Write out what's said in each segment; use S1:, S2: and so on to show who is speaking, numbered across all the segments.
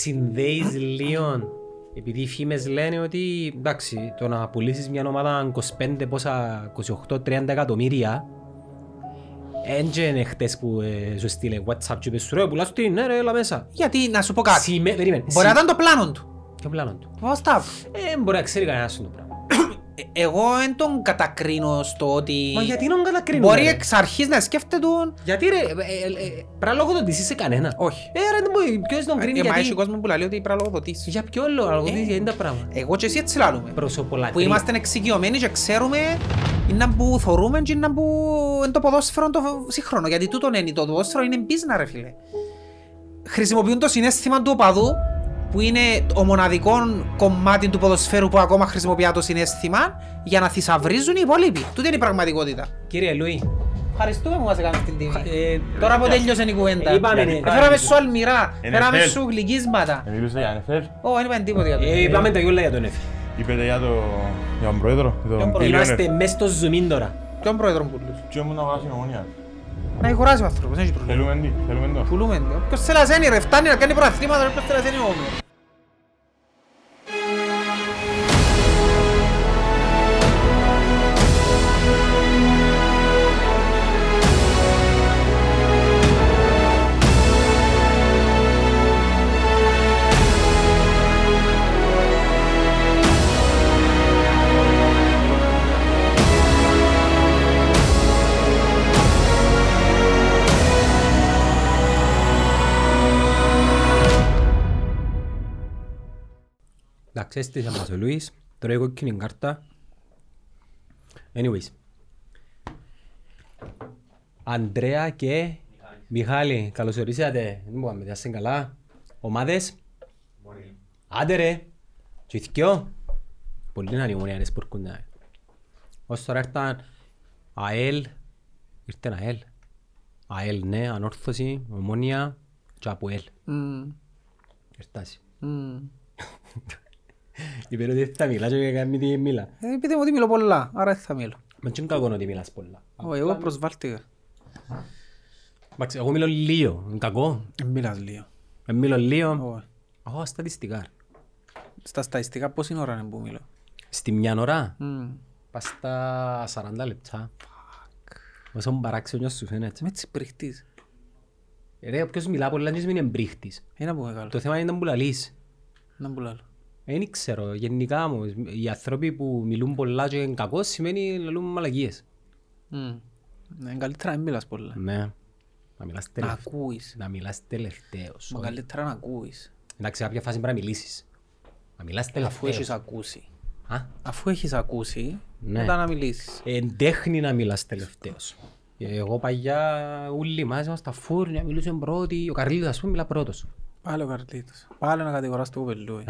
S1: συνδέει λίγο. Επειδή οι φήμες λένε ότι εντάξει, το να πουλήσεις μια ομάδα 25, πόσα, 28-30 εκατομμύρια, έντζενε χτες που ε, σου στείλε WhatsApp και είπες σου ρε πουλάς την, ναι ρε έλα μέσα.
S2: Γιατί να σου πω κάτι.
S1: Σημε... Περίμενε.
S2: Μπορεί να ήταν το πλάνο του.
S1: Ποιο πλάνο του.
S2: Ο Σταύρου.
S1: Ε, μπορεί να ξέρει κανένας το πράγμα.
S2: Ε, Εγώ δεν τον κατακρίνω στο ότι.
S1: Μα γιατί να κατακρίνουμε.
S2: Μπορεί
S1: ρε.
S2: εξ αρχής να σκέφτεται τον.
S1: Γιατί ρε, ε, ε, ε, πραλόγω τον είσαι κανένας.
S2: Όχι.
S1: Ε, ρε, δεν μπορεί, ποιος τον κρίνει
S2: Ε, Μα έχει
S1: γιατί.
S2: κόσμος που λέει ότι πρέπει να λογοδοτήσεις.
S1: Για ποιο λόγο,
S2: Ε.
S1: γιατί είναι τα πράγματα.
S2: Εγώ και εσύ έτσι λάλλουμε.
S1: Προσωπολατρία.
S2: Που είμαστε εξοικειωμένοι και ξέρουμε είναι που θωρούμε και είναι που είναι το ποδόσφαιρο το σύγχρονο. Γιατί τούτον είναι το ποδόσφαιρο, είναι μπίζνα ρε φίλε. Χρησιμοποιούν το συνέστημα του οπαδού που είναι το μοναδικό κομμάτι του ποδοσφαίρου που ακόμα χρησιμοποιεί το συνέστημα για να θησαυρίζουν οι υπόλοιποι. Τούτη είναι η πραγματικότητα.
S1: Κύριε Λουί,
S2: Ευχαριστούμε που μας έκανες την τιμή.
S1: ε,
S2: Τώρα που τέλειωσε η κουβέντα.
S1: Είπαμε, Ε, ναι.
S2: Έφεραμε σου αλμυρά,
S3: NFL.
S2: φέραμε σου γλυκίσματα.
S3: Ε, Μιλούσε για NFL,
S2: Ω, δεν είπαμε τίποτα για το.
S1: ε, είπαμε τα γιούλα για τον Εφη.
S3: είπε για το... για τον πρόεδρο, τον
S2: πρόεδρο.
S1: Είμαστε
S3: billionaire.
S1: μέσα στο zoom τώρα.
S2: Ποιον πρόεδρο πουλούς.
S3: Τι ήμουν να βγάλω συνομονία.
S2: Να ηχοράζει ο άνθρωπος, δεν έχει πρόβλημα.
S3: Θέλουμε τι, θέλουμε το.
S2: Πουλούμε το. Όποιος θέλει να ζένει ρε, φτάνει να κάνει προαθλήματα, ρε, όποιος θέλει να ζένει όμοιο.
S1: Εντάξει, έστεισα μας ο Λουίς, τώρα εγώ κόκκινη κάρτα. Anyways. Αντρέα και Μιχάλη, καλώς ορίσατε. Δεν μπορούμε, να είστε καλά. Ομάδες. Άντε ρε. Και οι θκυο. Πολύ να είναι οι ομονιάρες που έρχονται. ε. Ως τώρα ήρθαν ΑΕΛ. Ήρθαν ΑΕΛ. ΑΕΛ, ναι, ανόρθωση, ομόνια και από ΕΛ.
S2: Μμμ,
S1: Ήρθασε.
S2: μμμ.
S1: Είπε ότι θα μιλάς και κάνει τι μιλά.
S2: Ε, Πείτε μου ότι μιλώ πολλά, άρα δεν θα μιλώ.
S1: Μα τι είναι κακό ότι μιλάς πολλά.
S2: Ω, εγώ προσβάλτηκα.
S1: Εντάξει, εγώ μιλώ λίγο. Είναι κακό.
S2: Ε, Μιλάς λίγο.
S1: Ε, μιλώ λίγο.
S2: Ω,
S1: Εγώ στατιστικά.
S2: Στα στατιστικά πόση ώρα είναι που μιλώ.
S1: Στη μια ώρα
S2: Μμμ.
S1: πας στα 40 λεπτά. Όσο παράξενο σου φαίνεται. Ε,
S2: Με έτσι πριχτείς.
S1: Ρε, όποιος μιλά πολλά δεν είναι μπρίχτης.
S2: Ένα που μεγάλο.
S1: Το θέμα είναι να μου λαλείς. Ε,
S2: Να που λάλλω.
S1: Δεν ξέρω, γενικά μου, οι άνθρωποι που μιλούν πολλά και είναι κακός σημαίνει λαλούν μαλακίες.
S2: Μμμ. Ναι, είναι καλύτερα να μην μιλάς πολλά.
S1: Ναι. Να μιλάς,
S2: Να
S1: τελευ...
S2: ακούεις.
S1: να μιλάς τελευταίος.
S2: Μα καλύτερα να ακούεις.
S1: Εντάξει, κάποια φάση πρέπει να μιλήσεις. Να μιλάς
S2: Αφού έχεις
S1: τελευταίος.
S2: ακούσει.
S1: Α,
S2: Αφού έχεις ακούσει,
S1: Ναι.
S2: μετά να μιλήσεις.
S1: Εν τέχνη να μιλάς τελευταίος. Εγώ παλιά όλοι μας ήμασταν φούρνια, μιλούσαν πρώτοι. Ο Καρλίδος ας πούμε μιλά πρώτος.
S2: Πάλι ο Καρλίτος. Πάλι να κατηγοράς το κοπελούι.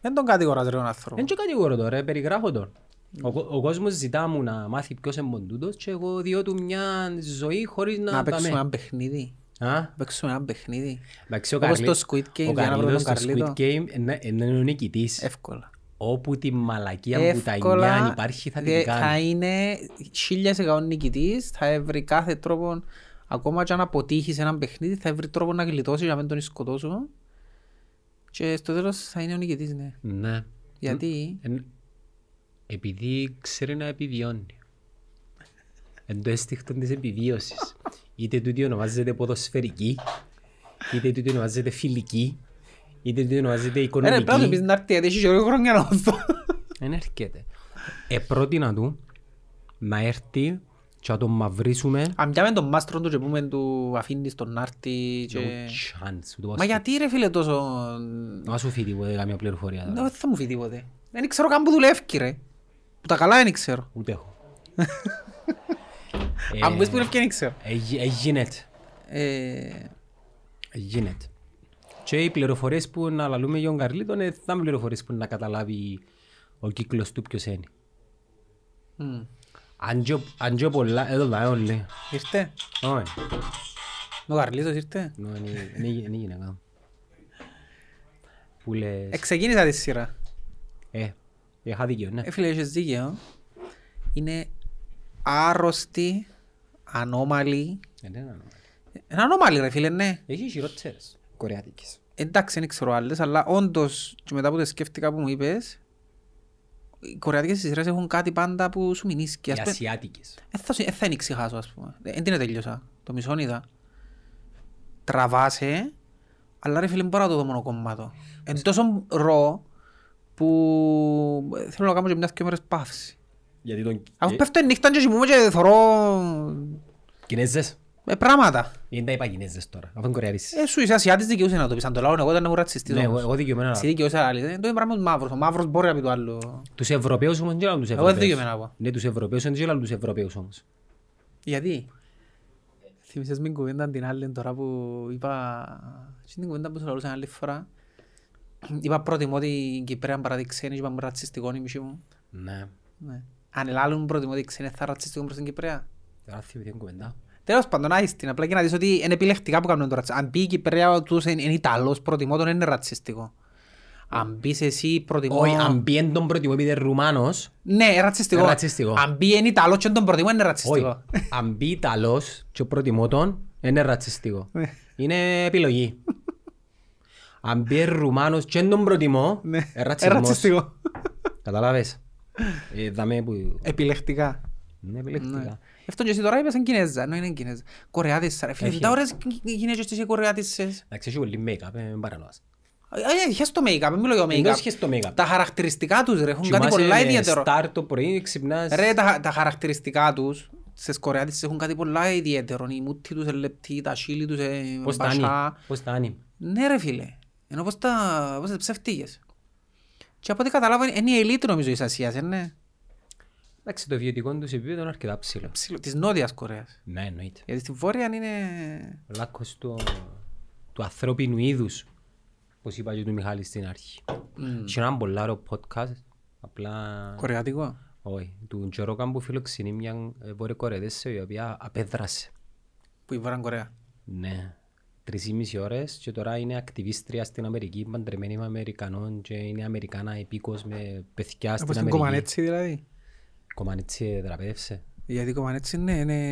S2: Δεν τον κατηγοράς ρε τον άνθρωπο.
S1: Δεν και κατηγορώ τώρα, περιγράφω τον. Ο, κο- ο κόσμος ζητά μου να μάθει ποιος είναι μοντούτος και εγώ διώ του μια ζωή χωρίς να,
S2: Να
S1: τα
S2: παίξουμε
S1: με.
S2: ένα παιχνίδι.
S1: Α,
S2: Να παίξουμε ένα παιχνίδι.
S1: εντάξει, ο
S2: Όπως
S1: Καρλί-
S2: το Squid
S1: ο
S2: Game, για να βρούμε
S1: Καρλίδος
S2: τον
S1: στο
S2: Καρλίδο. Ε-
S1: Squid Game είναι- είναι ο νικητής.
S2: Εύκολα.
S1: Όπου τη μαλακία που τα νιάν υπάρχει θα
S2: δε-
S1: την
S2: θα
S1: κάνει.
S2: είναι χίλια σε εκατόν νικητής, θα βρει κάθε τρόπο, ακόμα και αν αποτύχεις σε έναν παιχνίδι, θα βρει τρόπο να γλιτώσεις για να μην τον σκοτώσουν. Και στο τέλος θα είναι ο νικητής, ναι.
S1: Ναι.
S2: Γιατί
S1: Εν- Επειδή ξέρει να επιβιώνει. Εν το αίσθηκτο της επιβίωσης. Είτε τούτη ονομάζεται ποδοσφαιρική, είτε τούτη ονομάζεται φιλική, είτε τούτη ονομάζεται
S2: ε, ρε, πρέπει να του
S1: οικονομική.
S2: πεις να έρθει, γιατί έχει και εγώ χρόνια να δω.
S1: Δεν έρχεται. Ε, πρότεινα του να έρθει και να τον μαυρίσουμε.
S2: Αν πιάμε τον μάστρο του και πούμε του αφήνεις τον να έρθει
S1: No
S2: και...
S1: chance. Του
S2: Ε, Μα
S1: πάω
S2: γιατί ρε φίλε τόσο...
S1: να σου φύγει τίποτε καμία πληροφορία.
S2: Ναι,
S1: τώρα.
S2: Δεν θα μου πει τίποτε. Δεν ξέρω καν που δουλεύει ρε. Που τα καλά δεν ξέρω.
S1: Ούτε έχω.
S2: Αν πεις που δουλεύει δεν ξέρω.
S1: Εγίνεται.
S2: Ε,
S1: Γίνεται. Και οι πληροφορίες που να λαλούμε για τον Καρλίτο ε, θα είναι πληροφορίες που να καταλάβει ο κύκλος του ποιος είναι.
S2: μμ.
S1: Αν και- Αν και πολλά, εδώ τα όλοι.
S2: Ήρθε.
S1: Όχι,
S2: Ο Καρλίτος ήρθε.
S1: νο, είναι είναι γυ- είναι γυναίκα. μου. Που λες,
S2: Εξεκίνησα Ε, τη σειρά.
S1: ε, είχα δίκιο, ναι.
S2: Ε, φίλε, έχεις δίκαιο. Είναι άρρωστη, ανώμαλη.
S1: Ε, ναι, ναι, ναι.
S2: Είναι ανώμαλη ρε φίλε, ναι.
S1: Έχει χειρότερες κορεάτικες.
S2: εντάξει, δεν ξέρω άλλες, αλλά όντως, και μετά που το σκέφτηκα που μου είπες, οι κορεατικές σειρές έχουν κάτι πάντα που σου μηνίσκει.
S1: Οι
S2: Ας πούμε,
S1: ασιάτικες.
S2: ε, θα, σου- ε, θα ανοιξιχάσω, ας πούμε. Ε, τι να τελειώσα, το μισόν είδα. Τραβάσαι, αλλά ρε φίλε, μπορώ να το δω μόνο κομμάτο. Εν τόσο ρο, που ε, θέλω να κάνω και μια δυο μέρες παύση.
S1: Γιατί τον...
S2: Αφού πέφτω η νύχτα και κοιμούμαι και θωρώ
S1: Κινέζες.
S2: ε, πράγματα.
S1: Δεν τα είπα Κινέζες τώρα. Αφού είναι Κορεάτης.
S2: Ε, σου είσαι Ασιάτης δικαιούσε να το πεις. Αν το λαό εγώ ήταν να ήμουν ρατσιστής
S1: Ναι, εγώ-
S2: όμως.
S1: εγώ δικαιωμένα.
S2: Εσύ δικαιούσε άλλη. Ε, Το είναι πράγμα του μαύρος. Ο μαύρος μπορεί να πει το
S1: Ε,
S2: άλλο.
S1: Τους Ευρωπαίους όμως δεν γελάνε τους
S2: Εγώ δεν
S1: Ευρωπαίους.
S2: δικαιούμαι να πω.
S1: Ναι, τους Ευρωπαίους δεν γελάνε τους Ευρωπαίους όμως.
S2: Γιατί. Θυμήσες με κουβέντα την άλλη τώρα που είπα... Στην την κουβέντα που σου λαλούσα άλλη φορά. Είπα προτιμώ την Κυπρέα παραδειξένη και είπαμε ρατσιστικό η μισή μου.
S1: Ναι.
S2: Ναι. Αν ελάλλουν προτιμώ την ξένη θα ρατσιστικό προς την Κυπρέα.
S1: Τώρα θυμηθεί την κουβέντα.
S2: Τέλος πάντων, άιστη, την απλά και να δεις ότι είναι επιλεκτικά που κάνουν το ρατσιστικό. Αν πει η Κυπρέα τους είναι είναι Ιταλός, προτιμώ τον είναι ρατσιστικό. Αν πεις εσύ προτιμώ...
S1: Όχι, αν πει εν τον προτιμώ επειδή είναι Ρουμάνος,
S2: Ναι, ρατσιστικό.
S1: Ρατσιστικό.
S2: Αν πει είναι Ιταλός και τον προτιμώ είναι
S1: όχι.
S2: ρατσιστικό.
S1: Αν πει Ιταλός και προτιμώ τον, είναι ρατσιστικό.
S2: Ναι.
S1: Είναι επιλογή. Αν πει Ρουμάνος και εν τον προτιμώ, είναι
S2: Ναι,
S1: ρατσισμός. Καταλάβες. Ε, Δαμε που...
S2: Επιλεκτικά. Ναι.
S1: Είναι επιλεκτικά.
S2: Γι' Ε, Αυτό και εσύ τώρα είπες είναι Κινέζα, ενώ είναι Κινέζα. Κορεάτης, ρε φίλε,
S1: Έχει.
S2: τα ώρες γυναίκες στις κορεάτισσες.
S1: Εντάξει, έχει πολύ make-up, ε, μην παρανοάς.
S2: Ε, είχες το make-up, δεν μιλώ για
S1: Δεν
S2: make-up.
S1: έχεις το make-up.
S2: Τα χαρακτηριστικά τους ρε, έχουν κάτι
S1: Κοιμάσαι,
S2: πολλά
S1: ε,
S2: ιδιαίτερο.
S1: star το πρωί, ξυπνάς...
S2: Ρε, τα, τα χαρακτηριστικά τους στις κορεάτισσες έχουν κάτι πολλά ιδιαίτερο. Η μούτη τους είναι λεπτή, τα χείλη τους είναι
S1: Πώς
S2: μπασά.
S1: τάνει, πώς τάνει.
S2: Ναι ρε φίλε, ενώ πώς τα πώς τις ψευτίγες. Και από ό,τι καταλάβω είναι- είναι η ελίτ νομίζω της Ασίας, ε, ναι.
S1: Εντάξει, το βιωτικό του επίπεδο είναι αρκετά ψηλό.
S2: Ψηλό- Της Νότιας Κορέας.
S1: Ναι, εννοείται.
S2: Γιατί στη Βόρεια είναι
S1: Ο λάκκος του, του ανθρώπινου είδους, όπως είπα και του Μιχάλη στην αρχή. Είχε έναν πολλάρο podcast, απλά...
S2: κορεατικό.
S1: Όχι, του Τζορόκαν που φιλοξενεί μια ε, βορειοκορεδέσσα η οποία απέδρασε.
S2: Που η Βόρεια Κορέα.
S1: Ναι. Τρεις ή μισή ώρες και τώρα είναι ακτιβίστρια στην Αμερική, παντρεμένη με Αμερικανών και είναι Αμερικάνα επίκος με παιδιά στην
S2: Όπως την
S1: Αμερική. ε,
S2: Κομανέτσι δηλαδή.
S1: Κομανέτσι δραπέδευσε.
S2: Γιατί η Κομανέτσι ναι, είναι...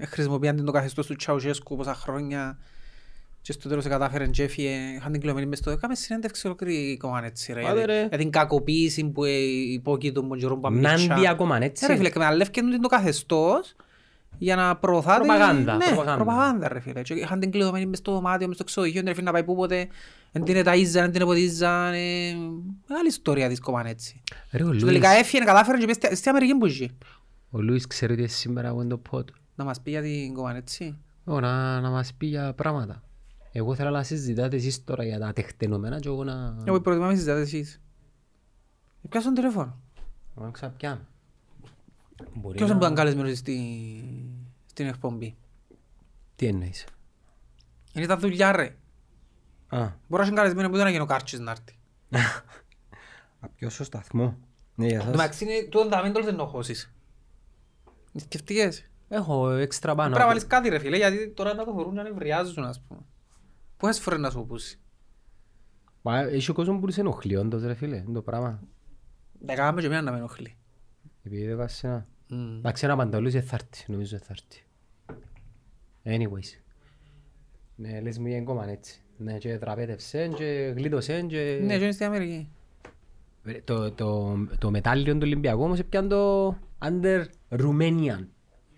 S2: ε, Χρησιμοποιάν την το καθεστώς του Τσαουζέσκου πόσα χρόνια και στο τέλος κατάφερε και έφυγε, είχαν την κλωμένη μες στο έκαμε συνέντευξη ολόκληρη η Κομανέτσι ρε.
S1: Άντε,
S2: γιατί-
S1: ρε.
S2: Για την κακοποίηση που ε, υπόκειται τον Μοντζορόν Παμπίτσα.
S1: Νάντια Κομανέτσι.
S2: Ε, Ρε φίλε, εκμεταλλεύκεται την το καθεστώς για να προωθά την-
S1: Προπαγάνδα,
S2: Ναι,
S1: προπαγάνδα.
S2: προπαγάνδα ρε φίλε. Και είχαν την κλειδωμένη μες στο δωμάτιο, μες στο ξενοδοχείο, ρε φίλε, να πάει πού ποτέ. Εν την εταΐζαν, εν την εποτίζαν. ε, Μεγάλη ιστορία της Κομανέτσι.
S1: Ρε, ο
S2: Και
S1: Λούις,
S2: Τελικά έφυγε, κατάφερε και πήγε στη- στη Αμερική που ζει.
S1: ο Λούις ξέρει ότι σήμερα εγώ είναι το pod.
S2: Να μας πει για την Κομανέτσι.
S1: Ω, να, να μας πει για πράγματα. Εγώ θέλω να συζητάτε εσείς τώρα για τα τεχτενομένα και εγώ να...
S2: Εγώ προτιμά με συζητάτε εσείς. Ε, Ποιος τον τηλέφωνο.
S1: Εγώ να ξαπιάνω. Μπορεί
S2: Ποιος
S1: να-
S2: δεν ήταν καλεσμένος στη- στην εκπομπή.
S1: Τι εννοείς.
S2: Είναι τα δουλειά ρε.
S1: Α,
S2: Μπορώ να είναι καλεσμένος που ήταν να γίνει ο Κάρτσις να έρθει.
S1: απ' στο σταθμό. Ναι, για
S2: Το
S1: σας.
S2: μεταξύ είναι τούτον τα μέντολ δεν το χώσεις. Ε, Σκεφτείες.
S1: Έχω έξτρα πάνω.
S2: Πρέπει να βάλεις κάτι ρε φίλε γιατί τώρα να το χωρούν να νευριάζουν ας πούμε. Πόσες φορές να σου πούσει.
S1: Μα έχει ο κόσμος που σε ενοχλεί όντως ρε φίλε, είναι το πράγμα.
S2: Τα κάναμε και εμένα να με ενοχλεί.
S1: Επειδή δεν βάζει ένα...
S2: Μμμ.
S1: Εντάξει, ένα πανταλούς δεν θα έρθει, νομίζω δεν θα έρθει. Anyways. Ναι, λες μου είναι κόμμα έτσι. Ναι, και τραπέτευσεν και γλίτωσεν και...
S2: Ναι, και είναι στην Αμερική.
S1: Ρε, Το, το, το μετάλλιο του Ολυμπιακού όμως έπιαν το under Romanian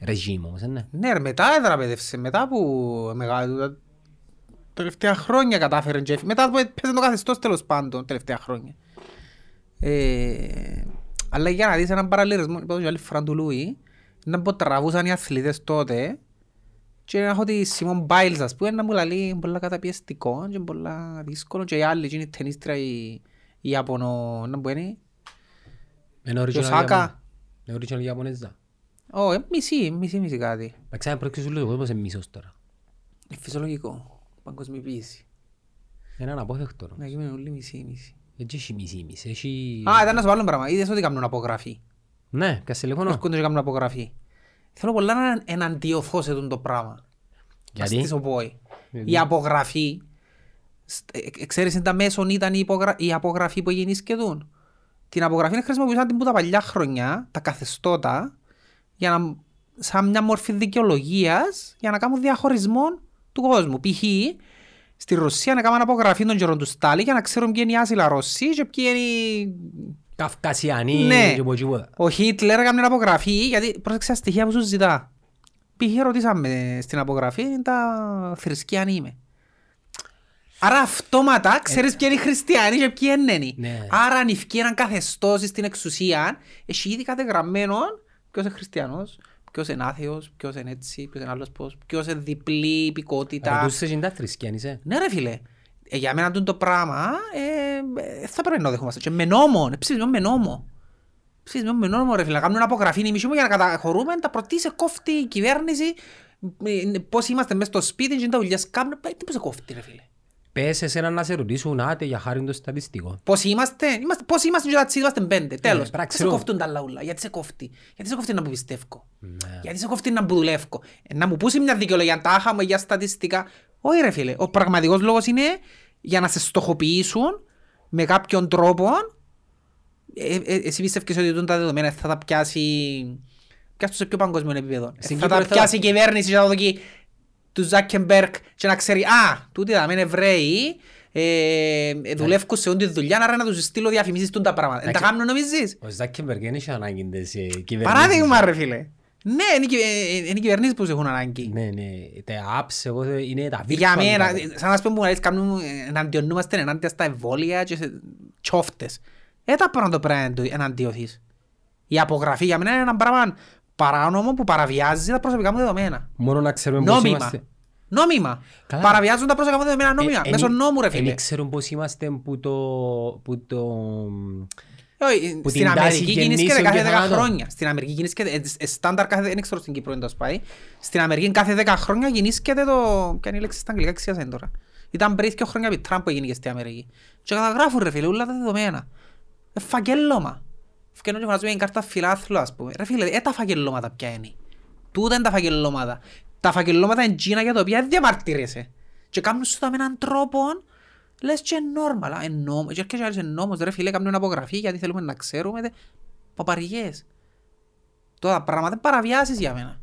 S1: regime όμως, ε, ναι.
S2: Ναι, ρε, μετά εδραπέτευσε, μετά που μεγάλο, τα τελευταία χρόνια κατάφερε και έφυγε. μετά που έπαιζε το καθεστώς τέλος πάντων, τελευταία χρόνια. Ε, αλλά για να δεις έναν παραλληλισμό, είπα το και άλλη φορά του Λούι, να που τραβούσαν οι αθλητές τότε και να έχω τη Σιμών Μπάιλς, ας πούμε, να μου λαλεί πολλά καταπιεστικό και πολλά δύσκολο και οι άλλοι, και είναι η ταινίστρια, η, η Ιαπωνο, να που είναι,
S1: Είναι original
S2: και ο Σάκα.
S1: Ιαπωνέζα. Είναι original Ιαπωνέζα.
S2: Ω, ε, μισή, μισή, μισή κάτι.
S1: Να ξανά πρόκειες ο κόσμος είναι μίσος τώρα.
S2: Ε, Φυσιολογικό, παγκοσμιοποίηση.
S1: Είναι αναπόφευκτο. ρε.
S2: Να γίνουν όλοι μισή μισή.
S1: Δεν έχει μισή μισή, έχει...
S2: Α, ήταν να σου βάλω ένα πράγμα. Είδες ότι κάνουν απογραφή.
S1: Ναι, πιάσε τηλέφωνο.
S2: Έρχονται και κάνουν απογραφή. Θέλω πολλά να εναντιωθώ σε τούτο το πράγμα.
S1: Γιατί?
S2: Ας της οπόη.
S1: Γιατί?
S2: Η απογραφή, στ- ε, ε, ξέρεις, ήταν μέσον ήταν η, υπογρα... η απογραφή που έγινε σχεδόν. Την απογραφή χρησιμοποιούσαν την που τα παλιά χρονιά, τα καθεστώτα, για να, σαν μια μορφή δικαιολογίας για να κάνουν διαχωρισμό του κόσμου. Π.χ. Στη Ρωσία έκαναν απογραφή των καιρών του Στάλι για να ξέρουν ποιοι είναι οι άσυλα Ρωσοί και ποιοι είναι οι
S1: Καυκασιανοί
S2: Ναι.
S1: και από τίποτα.
S2: ο Χίτλερ έκανε την απογραφή γιατί πρόσεξε τα στοιχεία που σου ζητά. Πήγε ρωτήσαμε στην απογραφή τα θρησκεία αν είμαι. Άρα αυτόματα ξέρεις ποιοι είναι οι χριστιανοί και ποιοι είναι οι
S1: Ναι.
S2: Άρα αν ευκεί έναν καθεστώς στην εξουσία, έχει ήδη κατεγραμμένο ποιος είναι χριστιανός, ποιος είναι άθεος, ποιος είναι έτσι, ποιος είναι άλλος πώς, ποιος είναι διπλή υπηκότητα.
S1: Ρωτούσες είναι τα θρησκεία, είσαι.
S2: Ναι ρε φίλε, ε, για μένα τούτο πράγμα ε, ε, θα πρέπει να το δεχόμαστε. Και με νόμο, ε, ψηφισμένο με νόμο. Ψηφισμένο με νόμο ρε φίλε, να κάνουν απογραφή είναι μισή μου για να καταχωρούμε τα πρωτή σε κόφτη η κυβέρνηση, ε, ε, πώς είμαστε μέσα στο σπίτι και τα δουλειάς κάνουν, Ε, τι πώς σε κόφτη ρε φίλε.
S1: Πες εσένα να σε ρωτήσουν, άτε για χάρη το στατιστικό.
S2: Πώς είμαστε, είμαστε πώς είμαστε και τα τσίδι, είμαστε πέντε, τέλος.
S1: πρέπει να
S2: Δεν σε
S1: ξέρω.
S2: κόφτουν τα λαούλα, γιατί σε κόφτει, γιατί σε κόφτει να μου πιστεύω. Γιατί σε κοφτεί να που δουλεύω. Ε, Να μου πούσει μια δικαιολογία, τα είχαμε για στατιστικά. Όχι ρε φίλε, ο πραγματικός λόγος είναι για να σε στοχοποιήσουν με κάποιον τρόπο. Ε, ε, εσύ πιστεύεις ότι τούτα τα δεδομένα θα τα πιάσει... Πιάστο σε πιο παγκόσμιο επίπεδο. Ε,
S1: Στην
S2: θα τα
S1: Κύπρο θα-
S2: πιάσει η κυβέρνηση και θα δοκεί του Ζάκεμπερκ και να ξέρει «Α, τούτοι θα είναι Εβραίοι, ε, ε, δουλεύουν σε όντι δουλειά, άρα να τους στείλω διαφημίσεις τούτα πράγματα». Ε, τα
S1: Ναι. Εντάξει.
S2: κάνουν νομίζεις.
S1: Ο Ζάκεμπεργκ δεν είχε ανάγκη τις ε, κυβερνήσεις.
S2: Παράδειγμα ρε φίλε. Ναι, είναι, οι κυ- ε, ε, είναι οι κυβερνήσεις που σε έχουν ανάγκη.
S1: Ναι, ναι. Τα apps, εγώ θε- είναι τα virtual.
S2: Για μένα, ε,
S1: data.
S2: σαν να σπέμπουν, αρέσει κάνουν, ε, εναντιονούμαστε ενάντια στα εμβόλια και σε τσόφτες. Ε, τα πράγματα πρέπει να εντο- εναντιωθείς. Η απογραφή για μένα είναι ένα πράγμα παράνομο που παραβιάζει τα προσωπικά μου δεδομένα.
S1: Μόνο να ξέρουμε πώς
S2: Νόμιμα.
S1: είμαστε.
S2: Νόμιμα.
S1: Καλά.
S2: Παραβιάζουν τα προσωπικά μου δεδομένα νόμιμα.
S1: Ε, εν-
S2: Μέσω νόμου ρε φίλε.
S1: Εν ξέρουν πώς είμαστε που το... Που το...
S2: Ε, όχι,
S1: που
S2: Στην
S1: την τάση
S2: Αμερική κινήσκεται
S1: γεννήσεων
S2: κάθε
S1: και
S2: 10
S1: θανάτων.
S2: χρόνια. Στην Αμερική κινήσκεται, ε, ε, στάνταρ κάθε, δεν ξέρω στην Κύπρο είναι το σπάει. Στην Αμερική κάθε 10 χρόνια κινήσκεται το, ποια είναι η λέξη στα αγγλικά ξιάζεν τώρα. Ήταν πριν και χρόνια επί Τραμπ που έγινε και στην Αμερική. Και καταγράφουν ρε φίλε, όλα τα δεδομένα. Ε, φαγγέλωμα. Φκένουν και φωνάζουμε κάρτα φιλάθλου ας πούμε. Ρε φίλε, ε τα φαγγελώματα ποια είναι. Τούτα είναι τα φαγγελώματα. Τα φαγγελώματα είναι τζίνα για τα οποία δεν διαμαρτύρεσαι. Και κάνουν σου τα με έναν τρόπο, λες και normal, α, εν νόμο. Και έρχεσαι και άλλος, εν νόμος, ρε φίλε, κάνουν απογραφή γιατί θέλουμε να ξέρουμε. δε. Παπαριές. Τώρα πράγματα είναι παραβιάσεις για μένα.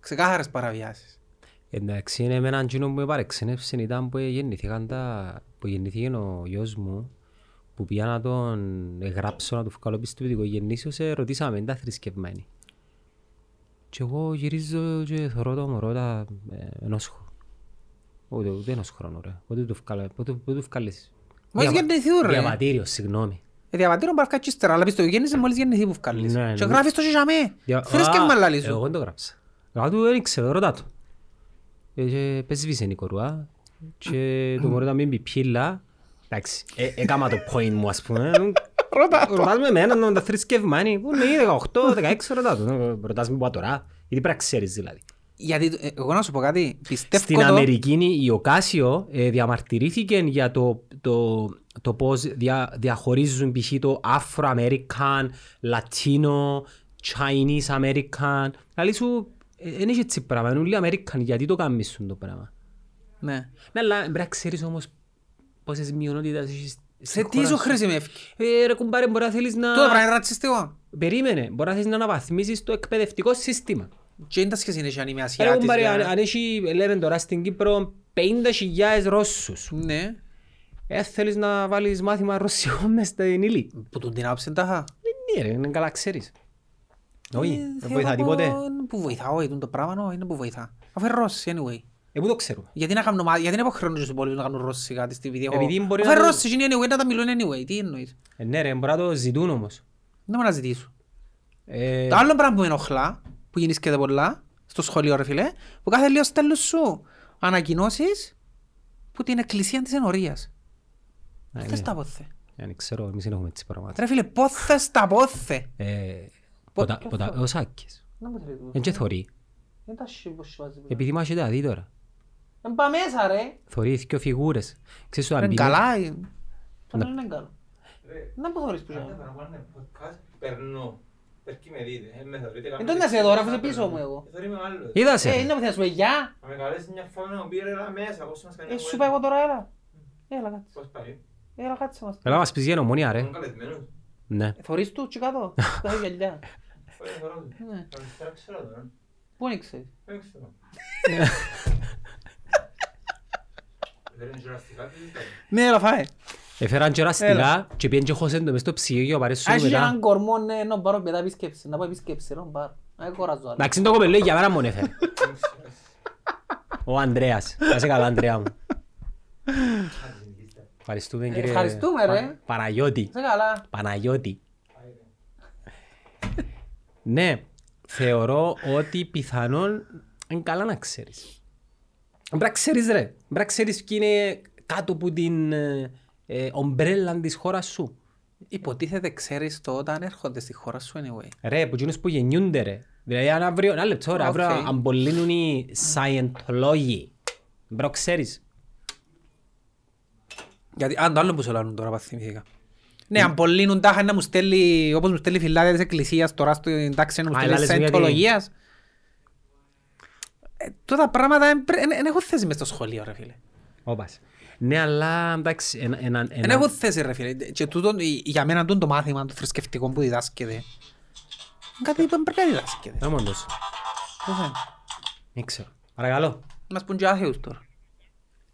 S2: Ξεκάθαρες παραβιάσεις.
S1: Εντάξει, είναι με έναν τζίνο που με παρεξενεύσε ήταν που γεννηθήκαν τα... που γεννηθήκε ο γιος μου που πήγα να τον γράψω να του βγάλω πιστοποιητικό γεννήσεως ε, ρωτήσαμε τα θρησκευμένοι. Και εγώ γυρίζω και θωρώ το μωρό τα ε, ενός χρόνου. Ούτε, ούτε ενός χρόνου ρε. Πότε του βγάλε- πότε- πότε του βγάλες.
S2: Μόλις
S1: Διαβα-
S2: γεννηθούν, ρε.
S1: Διαβατήριο, συγγνώμη.
S2: Ε, Διαβατήριο μπορεί να βγάλεις ύστερα, αλλά πεις το γέννησε μόλις γεννηθεί που βγάλεις.
S1: Ναι,
S2: Και
S1: ναι.
S2: γράφεις το και
S1: Δια-
S2: για Φέρεις και
S1: Α, ε,
S2: μαλάλι σου.
S1: Εγώ δεν το γράψα. Γράφω του, δεν ξέρω, ρωτά του. Ε, και Πεσβήσε η κορουά και το μωρό ήταν μην πει πίλα. Εντάξει, ε, έκαμα το point μου ας πούμε. Ρωτά Ρωτάς με εμένα, να τα θρησκευμένοι. Πού είναι οι 18, 16, ρωτά του. Ρωτάς με που τώρα, γιατί πρέπει να ξέρεις δηλαδή.
S2: Γιατί ε, εγώ να σου πω κάτι, πιστεύω
S1: Στην
S2: το-
S1: Αμερική η Οκάσιο ε, διαμαρτυρήθηκε για το, το, το πώς δια, διαχωρίζουν π.χ. το Afro-American, Latino, Chinese American. Δηλαδή σου, δεν έχει έτσι πράγμα, είναι όλοι American, γιατί το καμίσουν το πράγμα.
S2: Ναι.
S1: Ναι, αλλά πρέπει να ξέρεις όμως πόσες μειονότητες έχεις
S2: Σε
S1: στη
S2: τι
S1: χώρα
S2: σου
S1: σου.
S2: χρησιμεύει.
S1: Ε, ρε κουμπάρε, μπορεί να θέλεις να...
S2: Τούτο πράγμα είναι ρατσιστικό.
S1: Περίμενε, μπορεί να θέλεις να αναβαθμίσεις το εκπαιδευτικό σύστημα.
S2: Και είναι τα σχέση είναι αν είμαι
S1: Ρε
S2: Ασιάτης.
S1: κουμπάρε,
S2: για
S1: αν,
S2: να-
S1: αν έχει, λέμε τώρα στην Κύπρο, 50.000 Ρώσους.
S2: Ναι.
S1: Ε, θέλεις να βάλεις μάθημα ρωσικό μες στην ύλη.
S2: Που τον την άποψη τα χα.
S1: Ναι ρε, είναι καλά ξέρεις. Όχι,
S2: Ε,
S1: δεν
S2: θεωρώ
S1: βοηθά τίποτε.
S2: Που βοηθά, όχι, τούτο πράγμα, όχι, είναι που βοηθά. Αφού είναι Ρώσοι, anyway.
S1: Ε, πού το ξέρουμε.
S2: Γιατί να κάνουν ομάδα, γιατί να υποχρεώνουν τους υπόλοιπους να κάνουν ρωσικά τη στιγμή. έχω-
S1: Ε, Επειδή μπορεί
S2: Αφού
S1: να
S2: είναι
S1: το-
S2: Ρώσοι, είναι anyway, να τα μιλούν anyway. Τι εννοείς.
S1: Ε, ναι ρε, μπορεί να το ζητούν όμως.
S2: Δεν μπορώ να ζητήσω.
S1: Ε,
S2: Το άλλο πράγμα που με ενοχλά, που γεννήσκεται πολλά, στο σχολείο ρε φίλε, που κάθε λίγος στέλνουν σου ανακοινώσεις που την εκκλησία της ενορίας.
S1: ναι,
S2: Θες
S1: ναι.
S2: τα πόθε.
S1: Αν ξέρω, εμείς δεν έχουμε έτσι πράγματα.
S2: Ρε φίλε, πόθες τα πόθε.
S1: Ε, ποτα-
S2: ποιο
S1: ποτα-
S2: θέλω.
S1: Ο Σάκης. Εν Ε, και θωρεί.
S2: Δεν τα σιμποσιάζει.
S1: Επειδή μας τα δει τώρα.
S2: Δεν πά Ε, μέσα ρε.
S1: Θωρείς δυο φιγούρες. Ξέρεις το
S2: Είναι
S1: αμπινί.
S2: καλά. ε. Πάντα είναι καλό. Να που θωρείς που
S4: Άντε,
S2: είσαι.
S4: θα μου κάνουν podcast, περνώ. Περκεί με δείτε, ε, με θεωρείτε
S2: Ε,
S4: κανονικά.
S2: τότε να σε δω, ρε, αφού είσαι πίσω μου εγώ.
S4: Ε, θεωρεί με άλλο.
S1: Είδα σε.
S2: Ε,
S1: ρε.
S2: είναι που θέλεις να σου πει γεια.
S4: Θα με καλέσεις μια φορά να μου πει, ρε, έλα μέσα, πώς μας κάνει
S2: Ε,
S4: ένα
S2: σου είπα εγώ τώρα έλα. Έλα κάτσε.
S4: Πώς πάει,
S2: Έλα κάτσε μας.
S1: Έλα μας πεις για νομονία
S4: ε, είναι
S1: ρε.
S4: καλεσμένος.
S1: Ναι.
S2: Ε, Θωρείς του και κάτω. Τα έχει γυαλιά.
S4: Ωραία, θεωρώ του.
S2: Ναι.
S4: Καλησπέρα, ξέρω τον, ε.
S2: Πού είναι ξέρεις.
S4: Δεν ξέρω. Φέρνει γεραστικά και ζητάει.
S2: Ναι, αλλά φάε.
S1: Έφεραν και
S2: Έλα.
S1: ραστικά και πήγαινε και χώσαν το μες στο ψυγείο παρέσου
S5: Έχει
S1: μετά.
S5: έναν κορμό, ναι, να πάρω μετά επίσκεψη, να πάω επίσκεψη, να πάρω. Να κοράζω άλλο.
S1: Εντάξει, το κοπελό για μένα μόνο έφερε. Ο Ανδρέας. Να είσαι καλά, Ανδρέα μου. Ευχαριστούμε κύριε
S5: Ευχαριστούμε, ρε.
S1: Παναγιώτη.
S5: Σε καλά.
S1: Παναγιώτη. ναι, θεωρώ ότι πιθανόν είναι καλά να ξέρεις. Πρέπει να ξέρεις ρε, πρέπει να ξέρεις ποιοι είναι κάτω από την ε, ε, ομπρέλα της χώρας σου.
S2: Υποτίθεται ξέρεις το όταν έρχονται στη χώρα σου anyway.
S1: Ρε, που εκείνους που γεννιούνται ρε. Δηλαδή αν αύριο, ένα λεπτό ρε, αύριο
S2: Οκ.
S1: αν πολλύνουν οι Scientology. Πρέπει να ξέρεις.
S2: Γιατί, αν το άλλο που σε λάλλουν τώρα, παθυμηθήκα. Ναι, αν πολλύνουν τάχα να μου στέλνει, όπως μου στέλνει φυλάδια της εκκλησίας, τώρα στην τάξη να μου
S1: Α,
S2: στέλνει
S1: λάλλεις μου γιατί-
S2: σαϊντολογίας. Ε, Τότε τα πράγματα δεν έχω θέση μες στο σχολείο, ρε φίλε.
S1: Όπας. Ναι, αλλά εντάξει, ένα, ένα, ένα,
S2: Δεν έχω θέση, ρε φίλε. Και τούτον, η- για μένα τούτο το μάθημα, το θρησκευτικό που διδάσκεται, είναι κάτι που πρέπει να διδάσκεται.
S1: Ναι, μόνος.
S2: Πώς είναι.
S1: Δεν ξέρω. Παρακαλώ.
S2: Μας πούν και άθεους τώρα.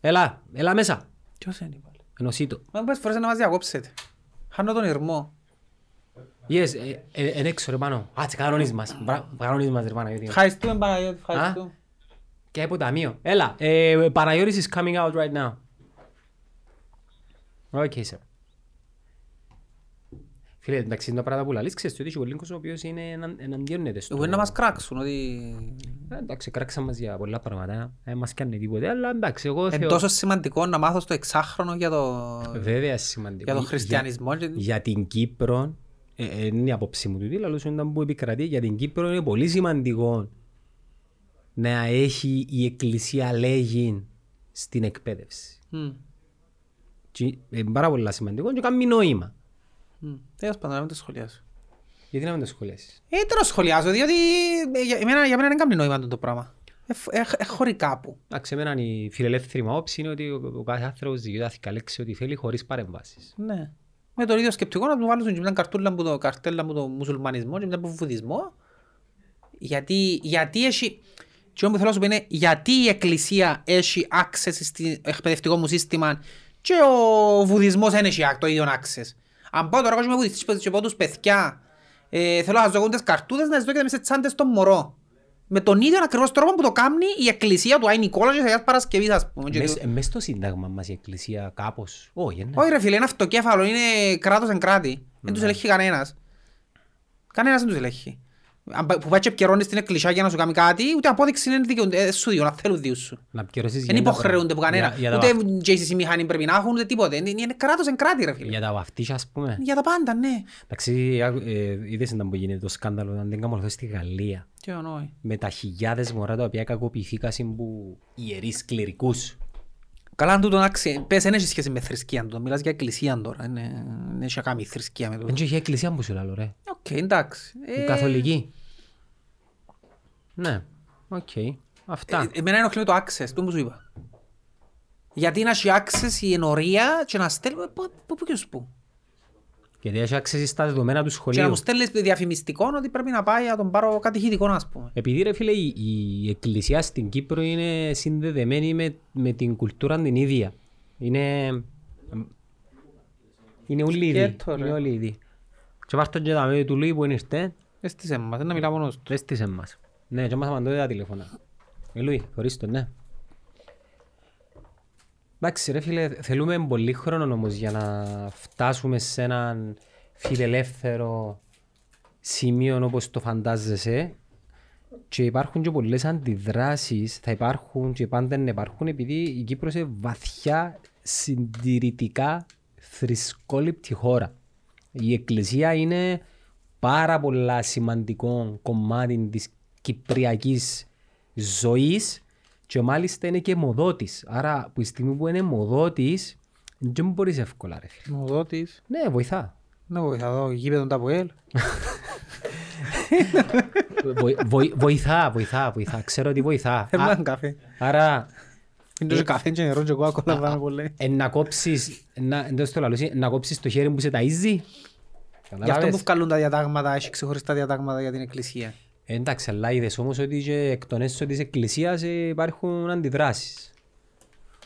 S1: Έλα, έλα μέσα.
S2: Ποιος είναι πάλι.
S1: Ενωσίτω.
S2: Μα πες φορές να μας διακόψετε. Χάνω τον ηρμό.
S1: Yes, ε, ε, εν έξω ρε πάνω. Α, τι κανονείς μας. Μπρα- Κανονείς μας ρε πάνω.
S5: Ευχαριστούμε, Παναγιώτη, ευχαριστούμε.
S1: Και από ταμείο. Έλα, ε, Παναγιώτης is coming out right now. Okay, sir. Φίλε, εντάξει, είναι τα πράγματα που λαλείς, ξέρεις ότι έχει πολύ κόσμο ο οποίος είναι εναν- εναντίον στο...
S2: Μπορεί να μας κράξουν ότι
S1: Ε, Εντάξει, κράξαμε μας για πολλά πράγματα. Δεν μας κάνει τίποτε, αλλά εντάξει, εγώ
S2: είναι
S1: θεω-
S2: τόσο σημαντικό να μάθω στο εξάχρονο για το,
S1: Βέβαια σημαντικό.
S2: για το χριστιανισμό. και-
S1: για την Κύπρο, ε, ε, είναι η απόψη μου τούτη, αλλά ήταν που επικρατεί, για την Κύπρο είναι πολύ σημαντικό να έχει η Εκκλησία λέγει στην εκπαίδευση.
S2: Μμ.
S1: Και είναι πάρα πολύ σημαντικό και κάνει νόημα.
S2: Μμ. Τέλος πάντων, Ε, να μην το σχολιάσω.
S1: Γιατί να μην το σχολιάσεις.
S2: Ε, το σχολιάζω, διότι ε, για εμένα- για μένα δεν κάνει νόημα το πράγμα. Ε, φ- ε, ε, χωρεί κάπου.
S1: Εντάξει, εμένα η φιλελεύθερη μου άποψη είναι ότι ο, ο κάθε άνθρωπος δικαιούται να θυκαλέξει ό,τι θέλει χωρίς παρεμβάσεις.
S2: Ναι. Με το ίδιο σκεπτικό να του βάλουν και μια καρτούλα από το, καρτέλα από το μουσουλμανισμό και μια από τον βουδισμό. Γιατί, γιατί έχει... Και όμως θέλω να σου πω είναι γιατί η εκκλησία έχει access στο εκπαιδευτικό μου σύστημα και ο βουδισμός δεν έχει το ίδιο access. Αν πάω τώρα εγώ και με βουδιστής και πάω τους παιδιά, ε, θέλω να ζωγούν τις καρτούδες να τις δω και να μες τσάντες των μωρό. Με τον ίδιο ακριβώς τρόπο που το κάνει η εκκλησία του Άι Νικόλας και της Αγίας Παρασκευής ας πούμε. Και
S1: Μες,
S2: του-
S1: ε, μες στο σύνταγμα μας η Εκκλησία κάπως. Όχι, είναι.
S2: Ναι. όχι ρε φίλε, είναι αυτοκέφαλο, είναι κράτος εν κράτη. Δεν τους ελέγχει κανένας. Κανένας δεν τους ελέγχει. Αν πα- Που πάει και επικαιρώνεις την εκκλησιά για να σου κάνει κάτι, ούτε απόδειξη είναι δικαιούνται. Ε, σου διούν, να θέλουν διούς σου.
S1: Να πιερώσεις
S2: Δεν
S1: για τα-
S2: υποχρεούνται από κανένα.
S1: για- για τα
S2: Ούτε
S1: βαφ-
S2: JCC μηχανή πρέπει να έχουν, ούτε τίποτε. Είναι- Είναι κράτος εν κράτη ρε φίλε.
S1: Για τα βαφτίσια, ας πούμε.
S2: Για τα πάντα, ναι.
S1: Εντάξει, άκου- ε, είδες ήταν που γίνεται το σκάνδαλο, αν δεν κάνω λάθος, στη Γαλλία.
S2: Τι εννοεί.
S1: Με τα χιλιάδες μωρά τα οποία κακοποιηθήκαν από ιερείς κληρικούς.
S2: Καλά αν τούτο να ξε- Πες, δεν έχει σχέση με θρησκεία τούτο. Μιλάς για εκκλησία τώρα. Είναι- Δεν έχει να κάνει θρησκεία με
S1: Δεν
S2: τούτο.
S1: είχε εκκλησία που σου λέω, ρε.
S2: Οκ, εντάξει.
S1: Η
S2: Ε,
S1: καθολική. Ναι, οκ. Αυτά.
S2: Ε, Εμένα ενοχλεί το access, το που σου είπα. Γιατί να έχει access η ενορία και να στέλνει. Πού πού- πού και σου πού.
S1: Γιατί έχει αξίζει στα δεδομένα του
S2: Και να
S1: σχολείου.
S2: μου στέλνεις διαφημιστικό ότι πρέπει να πάει να τον πάρω κατηχητικό, ας πούμε.
S1: Επειδή ρε φίλε η, η εκκλησία στην Κύπρο είναι συνδεδεμένη με, με την κουλτούρα την ίδια. Είναι... Είναι όλοι ίδιοι.
S2: Σκέτο, ρε.
S1: Είναι όλοι ίδιοι. Και βάρτον και τα μέρη του Λουί που είναι ήρθε,
S2: Έστησε μας, δεν να μιλά μόνος τους.
S1: Πες της εμάς. Ναι, και μάθαμε τότε τα τηλέφωνα. Ε, Λουί, χωρίς το, ναι. Εντάξει ρε φίλε, θέλουμε πολύ χρόνο όμως για να φτάσουμε σε έναν φιλελεύθερο σημείο όπως το φαντάζεσαι και υπάρχουν και πολλές αντιδράσεις, θα υπάρχουν και πάντα να υπάρχουν επειδή η Κύπρος είναι βαθιά συντηρητικά θρησκόληπτη χώρα. Η Εκκλησία είναι πάρα πολλά σημαντικό κομμάτι της κυπριακής ζωής και μάλιστα είναι και μοδότης. Άρα που η στιγμή που είναι μοδότης δεν μπορείς εύκολα ρε φίλε.
S2: Μου δότη.
S1: Ναι, βοηθά.
S2: Να βοηθά εδώ, γήπεδο τα Αποέλ.
S1: Βοη- βοη- βοηθά, βοηθά, βοηθά. Ξέρω ότι βοηθά.
S2: Θέλω
S1: Α-
S2: έναν καφέ.
S1: Άρα
S2: Είναι τόσο καφέ, είναι νερό, και εγώ ακόμα βάμε πολύ.
S1: ε, να κόψεις, να, εντός το λαλούσι, να κόψεις το χέρι που σε ταΐζει.
S2: Γι' αυτό που
S1: Καταλάβες.
S2: βγάλουν τα διατάγματα, έχει ξεχωριστά διατάγματα για την εκκλησία.
S1: Ε, Εντάξει, αλλά είδες όμως ότι και εκ των έσω της εκκλησίας ε, υπάρχουν αντιδράσεις.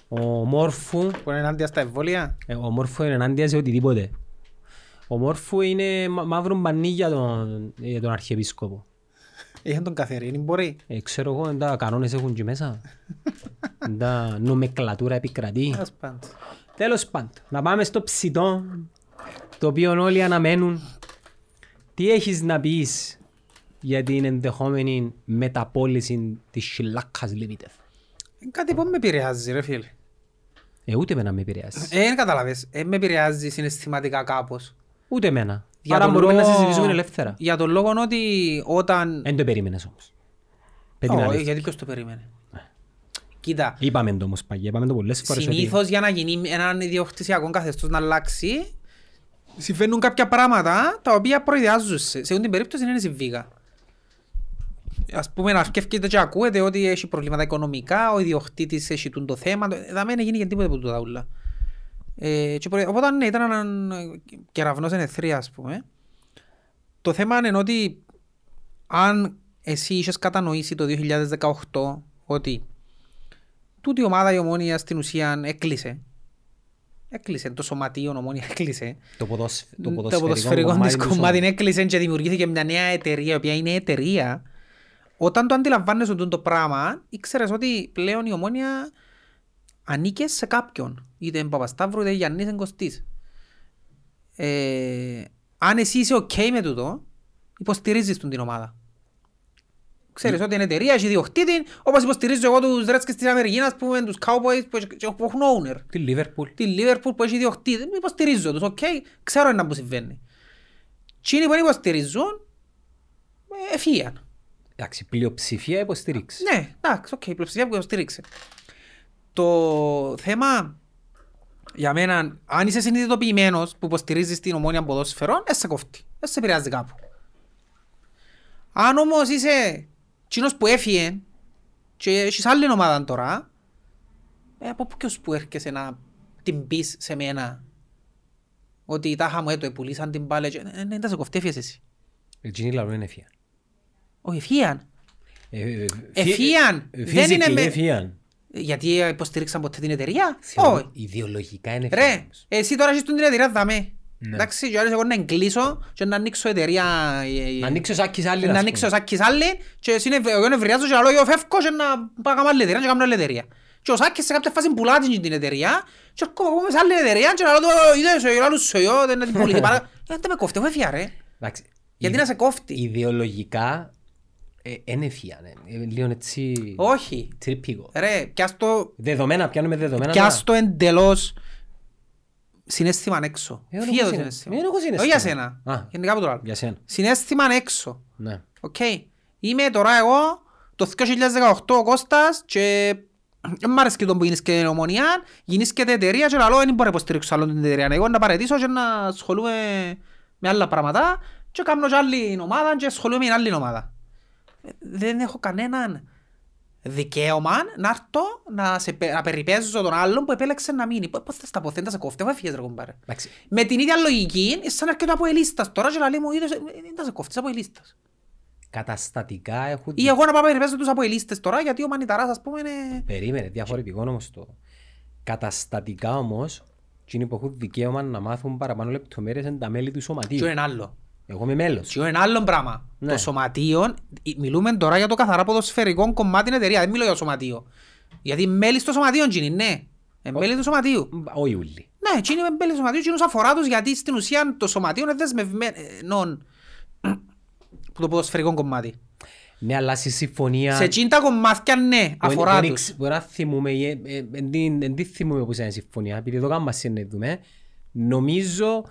S1: Ο Μόρφου,
S2: Που είναι ενάντια στα εμβόλια.
S1: ε, ο Μόρφου είναι ενάντια σε οτιδήποτε. Ο Μόρφου είναι μα- μαύρο μπανί για τον, για τον Αρχιεπίσκοπο.
S2: Είχαν τον καθερίνη, μπορεί.
S1: Ε, ξέρω εγώ, εν τα κανόνες έχουν και μέσα. Εν τα νομεκλατούρα επικρατεί.
S2: Τέλος πάντων.
S1: Τέλος πάντων, να πάμε στο ψητό, το οποίο όλοι αναμένουν. Τι έχεις να πεις για την ενδεχόμενη μεταπόληση της Σιλάκας Limited.
S2: Είναι κάτι που με επηρεάζει ρε φίλε.
S1: Ε, ούτε εμένα με επηρεάζει.
S2: Ε, δεν καταλάβες. Ε, με επηρεάζει συναισθηματικά κάπως.
S1: Ούτε εμένα.
S2: Για
S1: Άρα
S2: τον
S1: μπορούμε
S2: λόγο-
S1: να συζητήσουμε ελεύθερα.
S2: Για τον λόγο ότι όταν...
S1: Δεν το περίμενες όμως. Πες την
S2: Ω, ε,
S1: αλήθεια.
S2: γιατί ποιος το περίμενε. Κοίτα,
S1: Είπαμε το όμως παγιά, είπαμε το πολλές φορές ότι...
S2: συνήθως για να γίνει έναν ιδιοκτησιακό καθεστώς να αλλάξει, συμβαίνουν κάποια πράγματα τα οποία προειδιάζουσαι. Σε αυτή την περίπτωση είναι συμβίκα. Ας πούμε, να αρκεύκεται και ακούετε ότι έχει προβλήματα οικονομικά, ο ιδιοκτήτης έχει τούν το θέμα. το- Δαμέ δεν γίνει και τίποτα από τούτα ούλα. Ε, και προε- Οπότε ναι, ήταν έναν κεραυνός εν εθρία, ας πούμε. Το θέμα είναι ότι αν εσύ είχες κατανοήσει το 2018 ότι τούτη η ομάδα η ομόνια στην ουσία έκλεισε. Έκλεισε. Το σωματείο ομόνια έκλεισε.
S1: Το, ποδοσφ... το
S2: Το ποδοσφαιρικό
S1: κομμάτι
S2: της
S1: του
S2: κομμάτι
S1: σώματος.
S2: έκλεισε και δημιουργήθηκε μια νέα εταιρεία, η οποία είναι εταιρεία. Όταν το αντιλαμβάνεσαι τούτο το πράγμα, ήξερες ότι πλέον η ομόνια ανήκε σε κάποιον. Είτε είναι Παπασταύρου, είτε Γιάννης Εγκοστής. Ε, αν εσύ είσαι ok με τούτο, υποστηρίζεις τον την ομάδα. Ξέρεις ότι είναι εταιρεία, έχει διοκτήτη, όπως υποστηρίζω εγώ τους Ρέτσκες της Αμερικής, ας πούμε, τους Cowboys που έχει- που έχουν owner
S1: Τη Λίβερπουλ.
S2: τη Λίβερπουλ που έχει διοκτήτη, δεν υποστηρίζω τους, οκ, ξέρω ένα που συμβαίνει. Τσίνοι που δεν υποστηρίζουν, ε, εφύγαν.
S1: Εντάξει, πλειοψηφία υποστήριξη.
S2: Ναι, εντάξει, οκ, η πλειοψηφία που υποστήριξε. Το θέμα για μένα, αν είσαι συνειδητοποιημένος που υποστηρίζεις την ομόνια ποδόσφαιρων, δεν σε κοφτεί, δεν σε επηρεάζει κάπου. Αν όμως είσαι τσίνος που έφυγε και έχεις άλλη ομάδα τώρα, ε, από ποιος που έρχεσαι να την πεις σε μένα ότι τάχα μου έτω, ε, πουλήσαν την πάλι, και- ε, ναι, δεν σε κοφτεί, έφυγες εσύ.
S1: Η Τζινή Λαρού Ε, είναι εφία.
S2: Όχι, έφυγαν.
S1: Ε, ε, ε,
S2: Εφίαν.
S1: ε,
S2: Δεν είναι
S1: physically
S2: με-
S1: εφίαν.
S2: Γιατί ε, υποστήριξαν ποτέ την εταιρεία.
S1: Θεωρώ
S2: Όχι.
S1: Ιδεολογικά είναι εφίαν.
S2: Ρε,
S1: όμως.
S2: εσύ τώρα έχεις την εταιρεία δαμέ.
S1: Ναι.
S2: Εντάξει, και άρεσε εγώ να εγκλήσω και να ανοίξω εταιρεία. ε, ε,
S1: Να ανοίξω σάκι άλλη.
S2: Να ανοίξω Σάκης άλλη και εσύ είναι- εγώ νευριάζω και άλλο εγώ φεύγω και να πάω κάνω άλλη εταιρεία και κάνω άλλη εταιρεία. Και ο Σάκης σε κάποια φάση πουλά την- την εταιρεία και έρχομαι εγώ σε άλλη εταιρεία και λέω το είδες, ο άλλος σου εγώ δεν την πουλήσει παρά. Ε, Δεν με κόφτει, εγώ έφυγα ρε.
S1: Εντάξει.
S2: Γιατί
S1: Ιδε-
S2: να σε κόφτει.
S1: Ιδεολογικά ε, είναι εφία. ναι. Ε, Λίγο έτσι.
S2: Όχι.
S1: Τρίπηγο.
S2: Ρε, πιάσ' το
S1: Δεδομένα, πιάνουμε δεδομένα.
S2: πιάσ' το εντελώς συνέστημα έξω.
S1: Ε, δεν
S2: Φύγε
S1: έχω
S2: το
S1: συνέ-
S2: συνέστημα.
S1: Ε, δεν έχω συνέστημα.
S2: Όχι για σένα.
S1: Α.
S2: Γενικά από το άλλο.
S1: Για σένα.
S2: Συνέστημα έξω.
S1: Ναι.
S2: Οκ. Είμαι τώρα εγώ το 2018 ο Κώστας και δεν μ' αρέσει και τον που γίνεις και ομονία, γίνεις και την εταιρεία και λαλό δεν μπορώ να υποστηρίξω άλλον την εταιρεία. Εγώ να παρετήσω και να ασχολούμαι με άλλα πράγματα και κάνω και άλλη ομάδα και ασχολούμαι με άλλη ομάδα. Ε, Δεν έχω κανέναν δικαίωμα να έρθω να, σε, πε- να περιπέζω τον άλλον που επέλεξε να μείνει. Πώς θα στα πω, δεν θα σε κόφτε, έφυγες ρε κομπάρε.
S1: Εντάξει.
S2: Με την ίδια λογική, είναι σαν να έρχεται από ελίστας τώρα και λαλί μου, είδες, ε, δεν θα σε κόφτες από ελίστας.
S1: Καταστατικά έχουν.
S2: Ή εγώ να πάω να περιπέζω τους αποελίστες τώρα γιατί ο Μανιταράς ας πούμε είναι...
S1: Περίμενε, διαφορετικό όμως το. Καταστατικά όμως, εκείνοι που έχουν δικαίωμα να μάθουν παραπάνω λεπτομέρειες είναι τα μέλη του
S2: Τι
S1: σωματείου.
S2: είναι άλλο.
S1: Εγώ είμαι μέλος.
S2: Τι είναι άλλο πράγμα.
S1: Ναι.
S2: Το σωματείο, μιλούμε τώρα για το καθαρά ποδοσφαιρικό κομμάτι την εταιρεία, δεν μιλώ για το σωματείο. Γιατί μέλη στο σωματείο είναι, ναι. Ε, Μέλη του σωματείου.
S1: Ο Ιούλη.
S2: Ναι, εκείνοι είναι μέλη του σωματείου, εκείνους αφορά τους γιατί στην ουσία το σωματείο είναι δεσμευμένο που το ποδοσφαιρικό κομμάτι.
S1: Ναι, αλλά στη συμφωνία.
S2: Σε εκείνη τα κομμάτια ναι, αφορά
S1: Δεν- δεν
S2: τους.
S1: εξ- Μπορεί να θυμούμε, ή, ε, ε, εν τι- εν τι θυμούμε που είναι συμφωνία, επειδή το κάνουμε συνεδούμε. Νομίζω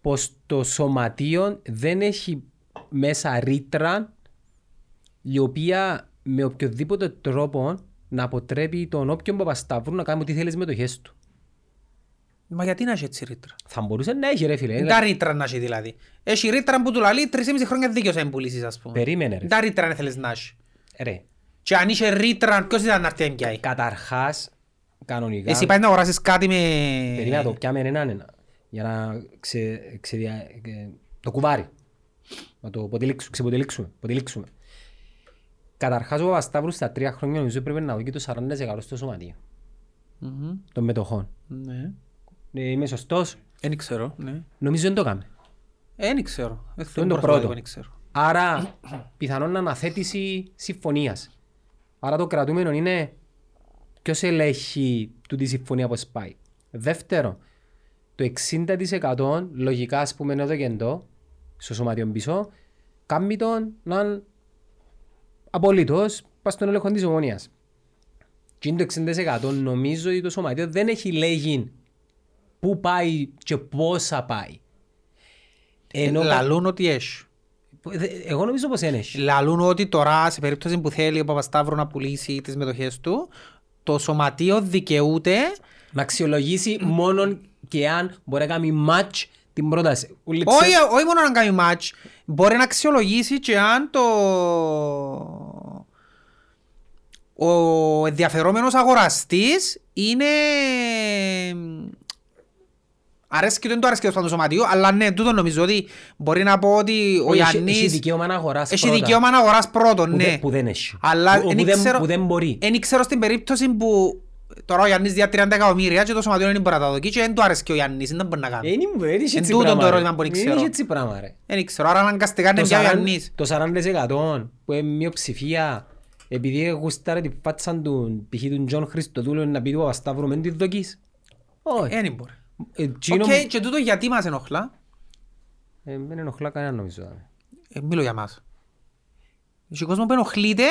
S1: πως το σωματείο δεν έχει μέσα ρήτρα η οποία με οποιοδήποτε τρόπο να αποτρέπει τον όποιον Παπασταύρου να κάνει ό,τι θέλεις με το χέρι του.
S2: Μα γιατί να έχει έτσι ρήτρα.
S1: Θα μπορούσε να έχει ρε φίλε.
S2: Είναι τα ρήτρα να έχει δηλαδή. Έχει ρήτρα που του λαλεί 3,5 χρόνια δίκαιος να εμπουλήσεις ας πούμε.
S1: Περίμενε ρε.
S2: Τα ρήτρα αν θέλεις να έχει.
S1: ρε.
S2: Και αν είσαι ρήτρα, ποιος ήταν να έρθει να πιάει.
S1: Καταρχάς, κανονικά...
S2: Εσύ πάει να αγοράσεις κάτι με... ναι,
S1: Περίμενα το πιάμε έναν ένα για να ξε, ξεδια- ε, το κουβάρι. Να το ποτηλίξουμε, ξεποτυλίξουμε, ποτηλίξουμε. Καταρχάς ο Παπασταύρου στα τρία χρόνια νομίζω πρέπει να δω και το 40% στο σωματείο.
S5: Μμμ.
S1: των μετοχών.
S5: Ναι.
S1: Ε, είμαι σωστός.
S5: Δεν ξέρω, ναι.
S1: Νομίζω δεν το έκαμε.
S5: Δεν ξέρω. Δεν
S1: είναι
S5: μπορώ
S1: το
S5: να
S1: πρώτο.
S5: πω, εν ξέρω.
S1: Άρα, πιθανόν αναθέτηση συμφωνίας. Άρα, το κρατούμενο είναι ποιος ελέγχει τούτη τη συμφωνία πώ πάει. Δεύτερο, το 60% λογικά, ας πούμε, εδώ και εδώ, στο σωματιό πίσω, κάνει τον να είναι απολύτως πας στον έλεγχο της ομονία. Και είναι το 60% νομίζω ότι το σωματιό δεν έχει λέγει πού πάει και πόσα πάει.
S2: Ε,
S1: Ενώ, κα-
S2: Λαλούν ότι έχει.
S1: Δε- Εγώ νομίζω πως είναι.
S2: Λαλούν ότι τώρα σε περίπτωση που θέλει ο Παπασταύρου να πουλήσει τις μετοχές του, το σωματείο δικαιούται
S1: Να αξιολογήσει μόνον και αν μπορεί να κάνει match την πρόταση. Ούλοι ξέρουν-
S2: όχι, όχι μόνο να κάνει match, μπορεί να αξιολογήσει και αν το... ο ενδιαφερόμενος αγοραστής είναι... Αρέσκει το, δεν του αρέσκει το σωματείο, αλλά ναι, τούτο νομίζω ότι μπορεί να πω ότι ο
S1: Όχι, έχει- Έχει
S2: Γιάννης
S1: δικαίωμα να αγοράσει
S2: έχει
S1: πρώτα.
S2: δικαίωμα να αγοράσει πρώτον,
S1: που,
S2: ναι.
S1: δεν, που δεν έχει.
S2: Αλλά
S1: που,
S2: εν
S1: που, δεν,
S2: ξέρω-
S1: που δεν μπορεί.
S2: Εν ξέρω στην περίπτωση που τώρα ο Γιάννης διά 30 εκατομμύρια και το σωματείο δεν μπορεί να τα δοκεί και δεν του αρέσει ο Γιάννης, δεν μπορεί να κάνει.
S1: Ε, Είναι μου, είναι
S2: Ε, εν τούτον το ερώτημα που δεν ξέρω.
S1: έτσι πράγμα ρε.
S2: Δεν ξέρω, άρα αναγκαστικά είναι
S1: Το
S2: πια ο
S1: 40
S2: Γιάννης.
S1: Το 40% που είναι μειοψηφία επειδή γουστάρε την φάτσα του π.χ. του Τζον Χριστοδούλου να πει του Παπασταύρου μεν της δοκείς. Όχι.
S2: Ε,
S1: Ε,
S2: Δεν μπορεί.
S1: Εκείνο-
S2: Οκ, και τούτο γιατί μας ενοχλά.
S1: Ε, Δεν ενοχλά κανένα νομίζω.
S2: Ε, Μίλω για μας. Έχει κόσμο που ενοχλείται,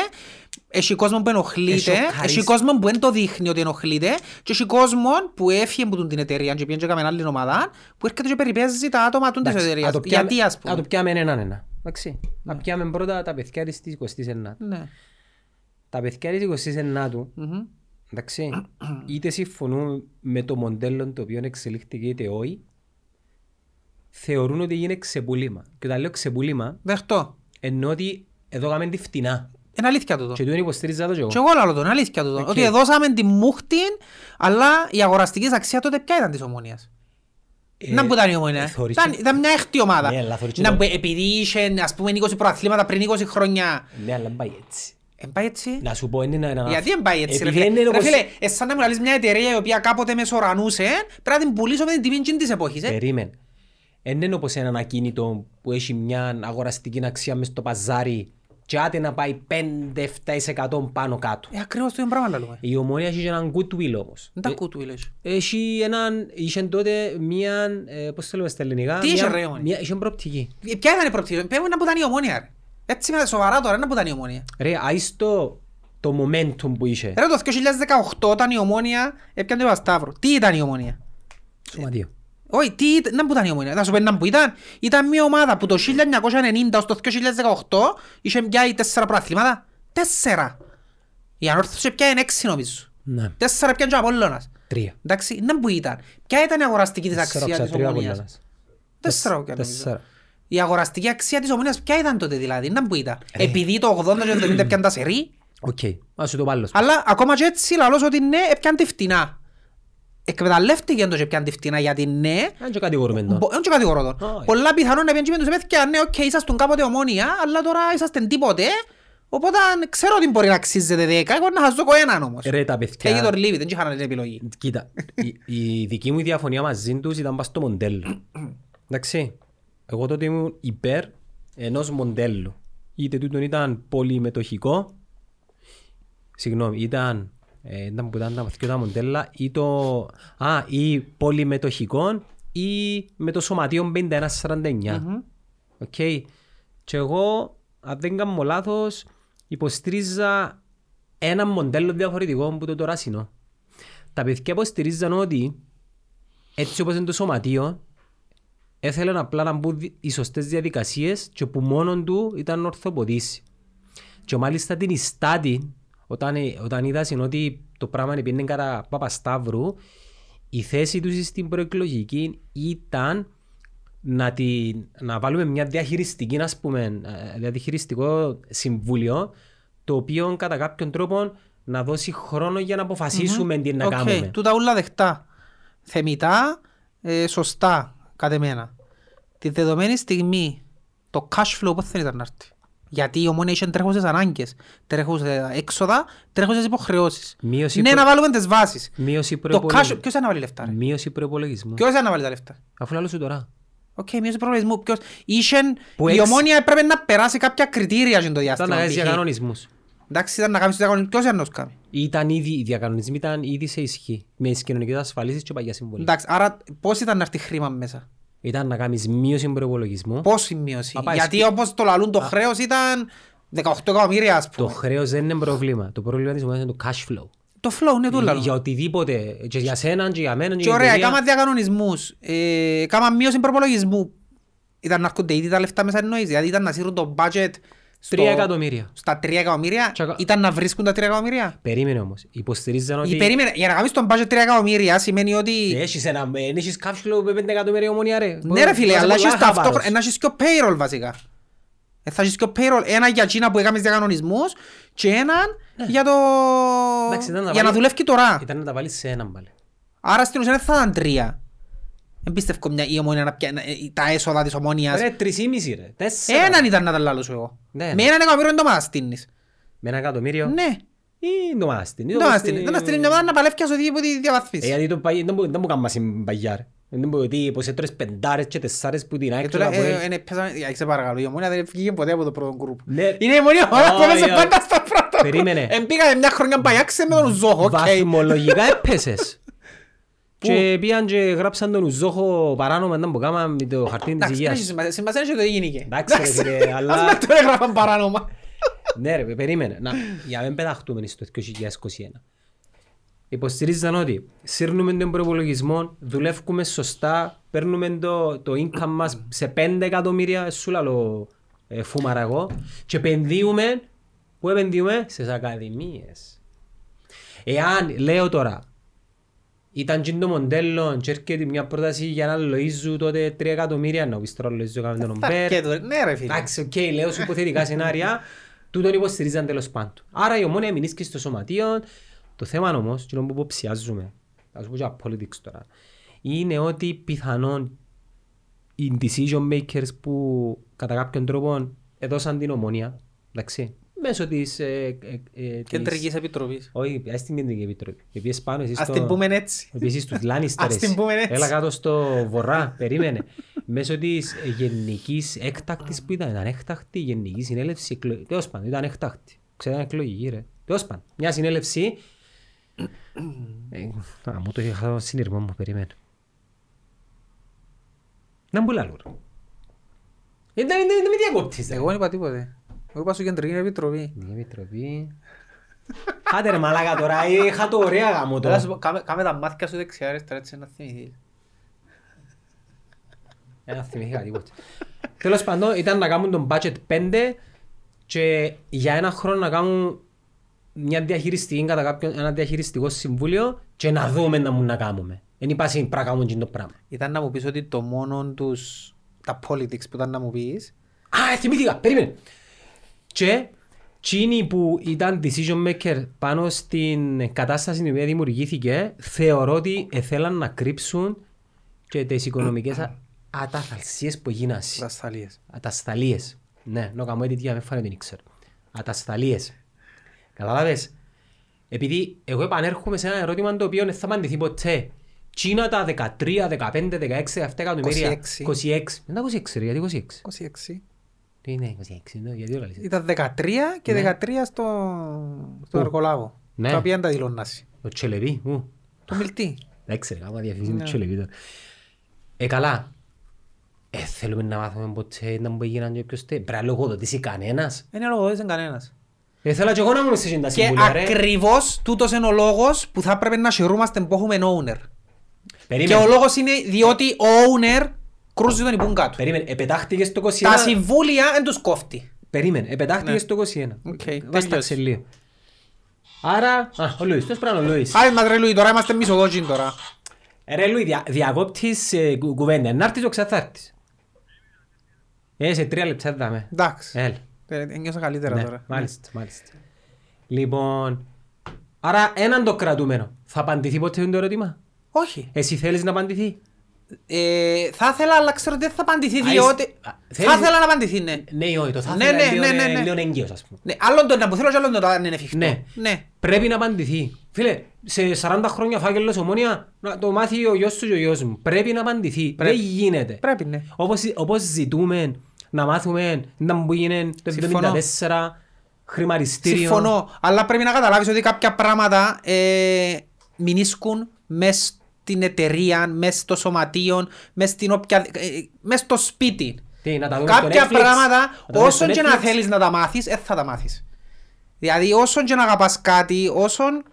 S2: έχει κόσμο που ενοχλείται,
S1: Εσοκαρίς-
S2: έχει κόσμο που δεν το δείχνει ότι ενοχλείται και έχει κόσμο που έφυγε από την εταιρεία και πήγαινε και έκαμε άλλη ομάδα που έρχεται και περιπέζει τα άτομα του της
S1: Εντάξει,
S2: εταιρείας.
S1: να το πιάμε-
S2: Γιατί ας
S1: Να το
S2: πούμε.
S1: πιάμε έναν ένα. Εντάξει. Να πιάμε πρώτα τα παιδιά της 29.
S2: Ναι.
S1: Τα παιδιά της 29 του,
S2: Μμμ.
S1: εντάξει, είτε συμφωνούν με το μοντέλο το οποίο εξελίχθηκε είτε όχι, θεωρούν ότι είναι ξεπούλημα. Και όταν λέω ξεπούλημα,
S2: Δεχτώ.
S1: εννοώ ότι εδώ κάνουμε τη φτηνά.
S2: Είναι αλήθεια τούτο.
S1: Και του είναι υποστήριζα το και εγώ.
S2: Και εγώ λαλώ τον, αλήθεια τούτο.
S1: Οκ.
S2: Ότι δώσαμε τη μούχτη, αλλά η αγοραστικής αξία τότε ποια ήταν της ομόνιας.
S1: Ε,
S2: Να που ήταν η ομόνια.
S1: ε,
S2: ε.
S1: θεωρείς
S2: Ήταν,
S1: ότι-
S2: ήταν μια έκτη ομάδα.
S1: Ναι, αλλά θεωρείς
S2: Να
S1: ότι-
S2: που επειδή είχε ας πούμε 20 προαθλήματα πριν 20 χρόνια.
S1: Ναι, αλλά πάει έτσι.
S2: Ε, πάει έτσι.
S1: Να σου πω, είναι ένα...
S2: Γιατί δεν πάει έτσι ρε
S1: Επειδή
S2: φίλε.
S1: είναι
S2: Ρε
S1: όπως-
S2: φίλε, ε, σαν να μου λαλείς μια εταιρεία η οποία κάποτε με σορανούσε, πρέπει να την πουλήσω με την τιμή εκείνης της εποχής. ε.
S1: Περίμενε. Εν είναι όπως έναν ακίνητο που έχει μια αγοραστική αξία μες στο παζάρι και άτε να πάει 5-7% πάνω κάτω.
S2: Ε, ακριβώς το ίδιο πράγμα λαλούμε.
S1: Η ομόνια έχει έναν goodwill όμως.
S2: Δεν τα ακούω του, λες.
S1: Έχει έναν, είχε τότε μια, ε, πώς το λέμε στα ελληνικά,
S2: Τι είχε,
S1: μια-
S2: ρε, η Ομόνια?
S1: μια, είχε προοπτική.
S2: Ε, Ποια ήταν η προπτήρια, πέμπουν να που ήταν η ομόνια. ρε. Έτσι με σοβαρά τώρα, να που ήταν η ομόνια.
S1: Ρε, αείστο το momentum που είχε.
S2: Ρε το 2018 ήταν η ομόνια, έπιανε το Παπασταύρου. Τι ήταν η ομόνια.
S1: Σωματείο.
S2: Όχι, τι ήταν, να που ήταν η ομόνια, να σου πω έναν που ήταν. Ήταν μια ομάδα που το 1990 ως το 2018 είχε πιάει τέσσερα προαθλήματα. Τέσσερα. Η ανόρθωση πιάει έξι νομίζω.
S1: Ναι,
S2: Τέσσερα πιάνε και ο Απόλλωνας.
S1: τρία.
S2: Εντάξει, να που ήταν. Ποια ήταν η αγοραστική της αξία της
S1: τρία
S2: ομόνιας. Τέσσερα πιάνε, νομίζω.
S1: Τέσσερα.
S2: Η αγοραστική αξία της ομόνιας ποια ήταν τότε δηλαδή, να που ήταν.
S1: Ε.
S2: Επειδή το 80 και το 70 πιάνε τα σερί.
S1: Οκ, ας σου το πάλι.
S2: Αλλά ακόμα και έτσι λαλώς ότι ναι, έπιαν τη φτηνά. Εκμεταλλεύτηκε το και έπιαν τη φτηνά γιατί ναι,
S1: Αν και κατηγορούμε τον.
S2: μπο- δεν και κατηγορώ τον.
S1: Όχι.
S2: Πολλά πιθανόν να πιέντζουμε τους επέθηκε, ναι, οκ, ήσασταν κάποτε ομόνια, αλλά τώρα ήσασταν τίποτε. Οπότε ξέρω ότι μπορεί να αξίζετε 10, εγώ να σας δω έναν όμως.
S1: Ρε, τα
S2: Και έγινε
S1: παιδιά.
S2: το ρλίβι, δεν είχαν άλλη επιλογή.
S1: Κοίτα, η, η δική μου διαφωνία μαζί τους ήταν πάνω στο μοντέλο. Εντάξει, εγώ τότε ήμουν υπέρ ενός μοντέλου. Είτε τούτον ήταν πολυμετοχικό, συγγνώμη, ήταν, ε, ήταν που ήταν τα βαθιά τα μοντέλα, ή το, α, ή πολυμετοχικό, ή με το σωματείο 51-49. Οκ. Και εγώ, αν δεν κάνω λάθος, υποστήριζα ένα μοντέλο διαφορετικό από το τωράσινο. Τα παιδιά υποστηρίζαν ότι έτσι όπως είναι το σωματείο, έθελαν απλά να μπουν δι- οι σωστές διαδικασίες και που μόνον του ήταν να ορθοποδήσει. Και μάλιστα την ιστάτη, όταν, ε- όταν είδασαν ότι το πράγμα πήγαινε κατά Παπασταύρου, η θέση τους στην προεκλογική ήταν να, την, να βάλουμε μια διαχειριστική, ας πούμε, ε, διαχειριστικό συμβούλιο, το οποίο κατά κάποιον τρόπο να δώσει χρόνο για να αποφασίσουμε τι να
S2: Οκ,
S1: κάνουμε.
S2: τούτα ούλα δεχτά. Θεμητά, ε, σωστά, κατ' εμένα. Τη δεδομένη στιγμή, το cash flow πώς θέλει να έρθει. Γιατί η ομόνια είχε τρέχουσες ανάγκες, τρέχουσες ε, έξοδα, τρέχουσες υποχρεώσεις.
S1: Μείωση
S2: Ναι,
S1: προ-
S2: να βάλουμε τις βάσεις.
S1: Μείωση
S2: Το cash,
S1: προπολογισμού.
S2: ποιος θα αναβάλει λεφτά ρε.
S1: Μείωση προπολογισμού.
S2: Ποιος θα αναβάλει τα λεφτά.
S1: Αφού λαλώ σου τώρα.
S2: Οκ, μείωση προπολογισμού. Ποιος... Ήσεν,
S1: Που
S2: η
S1: έξι-
S2: ομόνια έπρεπε να περάσει κάποια κριτήρια για το
S1: Ήταν
S2: διάστημα.
S1: να κάνεις
S2: π.χ.
S1: διακανονισμούς.
S2: Εντάξει, ήταν να κάνεις διακανονισμό. Ποιος ήταν να τους κάνει.
S1: Ήταν ήδη, οι διακανονισμοί ήταν ήδη σε ισχύ. Με τις κοινωνικές ασφαλίσεις και παγιάς συμβολής.
S2: Εντάξει, άρα πώς ήταν να έρθει χρήμα μέσα.
S1: Ήταν να κάνεις μείωση προπολογισμού.
S2: Πόση μείωση.
S1: Α, πάεις
S2: Γιατί
S1: σπίτι.
S2: όπως το λαλούν το χρέος ήταν 18 εκατομμύρια ας
S1: Το
S2: πούμε.
S1: χρέος δεν είναι πρόβλημα. Το πρόβλημα της ομάδας είναι το cash flow.
S2: Το flow είναι το λαλούν.
S1: Για οτιδήποτε. Και για σέναν, και για μένα, και
S2: Και
S1: για
S2: ωραία,
S1: την εταιρεία.
S2: έκανα διακανονισμούς, ε, έκανα μείωση προπολογισμού. Ήταν να έρχονται ήδη τα λεφτά μέσα εννοείς, δηλαδή ήταν να σύρουν το budget στο-
S1: Τρία εκατομμύρια.
S2: στα 3 εκατομμύρια,
S1: Τσακα-
S2: ήταν να βρίσκουν τα 3 εκατομμύρια.
S1: Περίμενε όμως. Υποστηρίζαν
S2: Ή
S1: ότι... Ε,
S2: περίμενε, για να κάνεις τον budget 3 εκατομμύρια σημαίνει ότι...
S1: Έχεις ένα... εν Έχεις cash flow με πέντε εκατομμύρια ομονία ρε.
S2: Ναι ρε φίλε,
S1: Είσαι
S2: αλλά
S1: πολλά
S2: έχεις
S1: χαβάρος.
S2: ταυτόχρονα, να έχεις και ο payroll βασικά. Ε, Θα έχεις και ο payroll, ένα για εκείνα που έκαμες διακανονισμούς και έναν για το...
S1: Ναι. Εντάξει, ήταν
S2: για να
S1: βάλει-
S2: δουλεύει τώρα.
S1: Ήταν να τα βάλεις σε έναν πάλι.
S2: Άρα στην ουσία δεν θα ήταν τρία. Δεν πίστευκω μια η ομόνια να πιάνει ε, τα έσοδα της ομόνιας.
S1: Ρε τρισήμιση ρε. Τέσσερα.
S2: Έναν ήταν να τα λάλλω εγώ.
S1: Ναι,
S2: Με
S1: ναι. Ε,
S2: έναν εκατομμύριο το μάστινεις.
S1: Με ένα εκατομμύριο.
S2: Ναι,
S1: Ή το μάστιν.
S2: το μάστινεις. Δεν αστείνεις μια ομάδα να παλεύει και να σου δει που τη
S1: Ε,
S2: διαβαθμίσεις.
S1: γιατί το παγι- δεν μπο- δεν μου κάμμα συμπαγιάρ. Δεν μου ότι πως έτρες πεντάρες και τεσσάρες που την
S2: Και
S1: ΑΕΚ και
S2: τώρα,
S1: το Αποέλ.
S2: ε, ε, ε, πέσαμε- ε, σε παρακαλώ, η ομόνια δεν βγήκε ποτέ από το πρώτο γκρουπ.
S1: Ναι.
S2: Είναι η μόνη ομάδα που
S1: Ω,
S2: έπαιζε
S1: ε,
S2: πάντα στο πρώτο γκρουπ.
S1: Περίμενε.
S2: Εν πήγαμε μια χρονιά παγιάξε με τον Ζόχο, οκ.
S1: Βαθμολογικά έπεσες. Και πήγαν και γράψαν τον Ουζόχο παράνομα να μου κάμαν με το χαρτί της
S2: Εντάξει, δεν
S1: υγείας.
S2: έχει σημασία. Σημασία είναι ότι δεν γίνηκε.
S1: Εντάξει, ρε φίλε, αλλά-
S2: Ας με τον έγραφαν παράνομα.
S1: Ναι ρε, περίμενε. Να, για να μην πεταχτούμε στο 2021. Υποστηρίζαν ότι σύρνουμε τον προπολογισμό, δουλεύουμε σωστά, παίρνουμε το, το income μας σε 5 εκατομμύρια, σου λαλώ ε, φούμαρα εγώ, και επενδύουμε, που επενδύουμε, στις ακαδημίες. Εάν, λέω τώρα, ήταν και το μοντέλο και έρχεται μια πρόταση για έναν Λοΐζου τότε 3 εκατομμύρια, να πεις τώρα ο Λοΐζου κάνει τον
S2: Τα
S1: ομπέρ,
S2: αρκέτου, ρε. Ναι ρε φίλε.
S1: Εντάξει, οκ, λέω σου υποθετικά σενάρια. Τούτον υποστηρίζαν τέλος πάντων. Άρα η ομόνια μηνίσκει στο σωματείο. Το θέμα όμως, κοινό που υποψιάζουμε, θα σου πω και από politics τώρα, είναι ότι πιθανόν οι decision makers που κατά κάποιον τρόπο έδωσαν την ομόνια, εντάξει, μέσω της... Ε, ε, ε, της-
S5: Κεντρικής επιτροπής.
S1: Όχι, ας την κεντρική επιτροπή. Επίσης πάνω εσείς
S2: Ας
S1: στο-
S2: την πούμε έτσι.
S1: Επίσης τους Λάνιστερ.
S2: Ας την πούμε έτσι.
S1: Έλα κάτω στο βορρά, περίμενε. Μέσω της ε, γενικής έκτακτης που ήταν, ήταν έκτακτη η γενική συνέλευση. εκλο- Τέλος πάντων, ήταν έκτακτη. Ξέρω ήταν εκλογική ρε. Τέλος πάντων, μια συνέλευση. Ε, Α, μου το είχα συνειρμό μου, περίμενε. Να μου λαλού ρε. Ε, Δεν δεν- δεν με διακόπτεις. ρε.
S2: Εγώ δεν είπα τίποτε. Εγώ είπα σου κεντρική επιτροπή.
S1: Μια επιτροπή. Άντε ρε μαλάκα τώρα, είχα το ωραία γάμο
S2: Έλα
S1: τώρα.
S2: σου πω, κάμε κάμε τα μάθηκα σου δεξιά αριστερά έτσι να θυμηθείς.
S1: Ένα θυμηθήκα τίποτα. Τέλος πάντων, ήταν να κάνουν τον budget 5 και για ένα χρόνο να κάνουν μια διαχειριστική, κατά κάποιον, ένα διαχειριστικό συμβούλιο και να δούμε να μου να κάνουμε. Δεν υπάρχει πράγμα να κάνουν τζιν το πράγμα.
S2: Ήταν να μου πεις ότι το μόνο τους, τα politics που ήταν να μου πεις,
S1: Α, ε, θυμήθηκα, περίμενε. Και εκείνοι που ήταν decision maker πάνω στην κατάσταση την οποία δημιουργήθηκε, θεωρώ ότι θέλαν να κρύψουν και τις οικονομικές α- αταθαλσίες που γίνανε.
S2: δασκαλίες.
S1: Ατασταλίες. Ναι, νο καμώ έτσι με φάνε την ήξερα. Ατασταλίες. Καταλάβες. Επειδή εγώ επανέρχομαι σε ένα ερώτημα το οποίο δεν θα απαντηθεί ποτέ. Κίνα τα 13, 15, 16, 17 εκατομμύρια.
S2: 26.
S1: 26. Δεν τα 26 ρε, γιατί 26.
S2: 26.
S1: Τι είναι 26, ναι, γιατί όλα λύσεις.
S2: Ήταν 13 και 13 στο,
S1: Πού?
S2: στο εργολάβο.
S1: Ναι.
S2: Τα οποία τα δηλώνασαι.
S1: Το τσελεβί, ου.
S2: Το μιλτή.
S1: Δεν ξέρω, άμα διαφύγει
S2: Ναι.
S1: το τσελεβί τώρα. Ε, καλά. Ε, θέλουμε να μάθουμε ποτέ να μου έγιναν και ποιος τε. Πρέπει να λογοδοτήσει κανένας.
S2: Δεν είναι λογοδότης κανένας.
S1: Ε, θέλω και εγώ να μου μεσέσεις τα
S2: Και
S1: συμβούλια, ρε.
S2: ακριβώς τούτος είναι ο λόγος που θα πρέπει να χαιρούμαστε που έχουμε owner. Και
S1: Περίμενε.
S2: ο λόγος είναι διότι ο owner κρούζει τον υπούν κάτω.
S1: Περίμενε, επετάχτηκες στο 21.
S2: Τα συμβούλια δεν τους κόφτει.
S1: Περίμενε, επετάχτηκες στο 21.
S2: Οκ,
S1: Δες τα σε λίγο. Άρα, α, ο Λουίς, τόσο πράγμα ο Λουίς.
S2: Άρα μας ρε Λουί, τώρα είμαστε μισοδότσιν τώρα.
S1: Ε, Ρε Λουί, δια, διακόπτεις ε, κου- κουβέντα, να έρθεις ο ξαθάρτης. Ε, σε τρία λεπτά δάμε.
S2: Εντάξει.
S1: Έλα.
S2: Ε, Ένιωσα καλύτερα
S1: Ναι,
S2: τώρα.
S1: Μάλιστα, μάλιστα. Λοιπόν, άρα έναν το κρατούμενο. Θα απαντηθεί ποτέ το ερώτημα.
S2: Όχι.
S1: Εσύ θέλεις να απαντηθεί.
S2: Ε, θα ήθελα, αλλά ξέρω ότι δεν θα απαντηθεί,
S1: Α,
S2: διότι.
S1: α,
S2: Θα
S1: θέλεις-
S2: ήθελα να απαντηθεί, ναι.
S1: Ναι ή όχι, το θα
S2: Ναι,
S1: ήθελα
S2: ναι,
S1: είναι λίγο-
S2: ναι, ναι,
S1: είναι
S2: ναι.
S1: λίγο εγγύος, ας πούμε.
S2: ναι. Άλλον το να που θέλω και άλλον το να είναι εφικτό.
S1: Ναι.
S2: ναι.
S1: Πρέπει να απαντηθεί. Φίλε, σε 40 χρόνια φάκελος ομόνια, να το μάθει ο γιος σου και ο γιος μου. Πρέπει να απαντηθεί.
S2: Πρέπει.
S1: Δεν γίνεται.
S2: Πρέπει, ναι.
S1: Όπως, όπως ζητούμε να μάθουμε να που έγινε το
S2: Συμφωνώ.
S1: 1974, χρηματιστήριο.
S2: Συμφωνώ, αλλά πρέπει να καταλάβεις ότι κάποια πράγματα ε, μηνίσκουν μες στην εταιρεία, μες στο σωματείο, μες, στην όποια, ε, μες στο σπίτι.
S1: Τι, να τα δούμε στο
S2: Κάποια
S1: Netflix.
S2: πράγματα,
S1: Να τα δούμε στο
S2: όσον και να
S1: Netflix.
S2: θέλεις να τα μάθεις, δεν θα τα μάθεις. Δηλαδή, όσον και να αγαπάς κάτι, όσον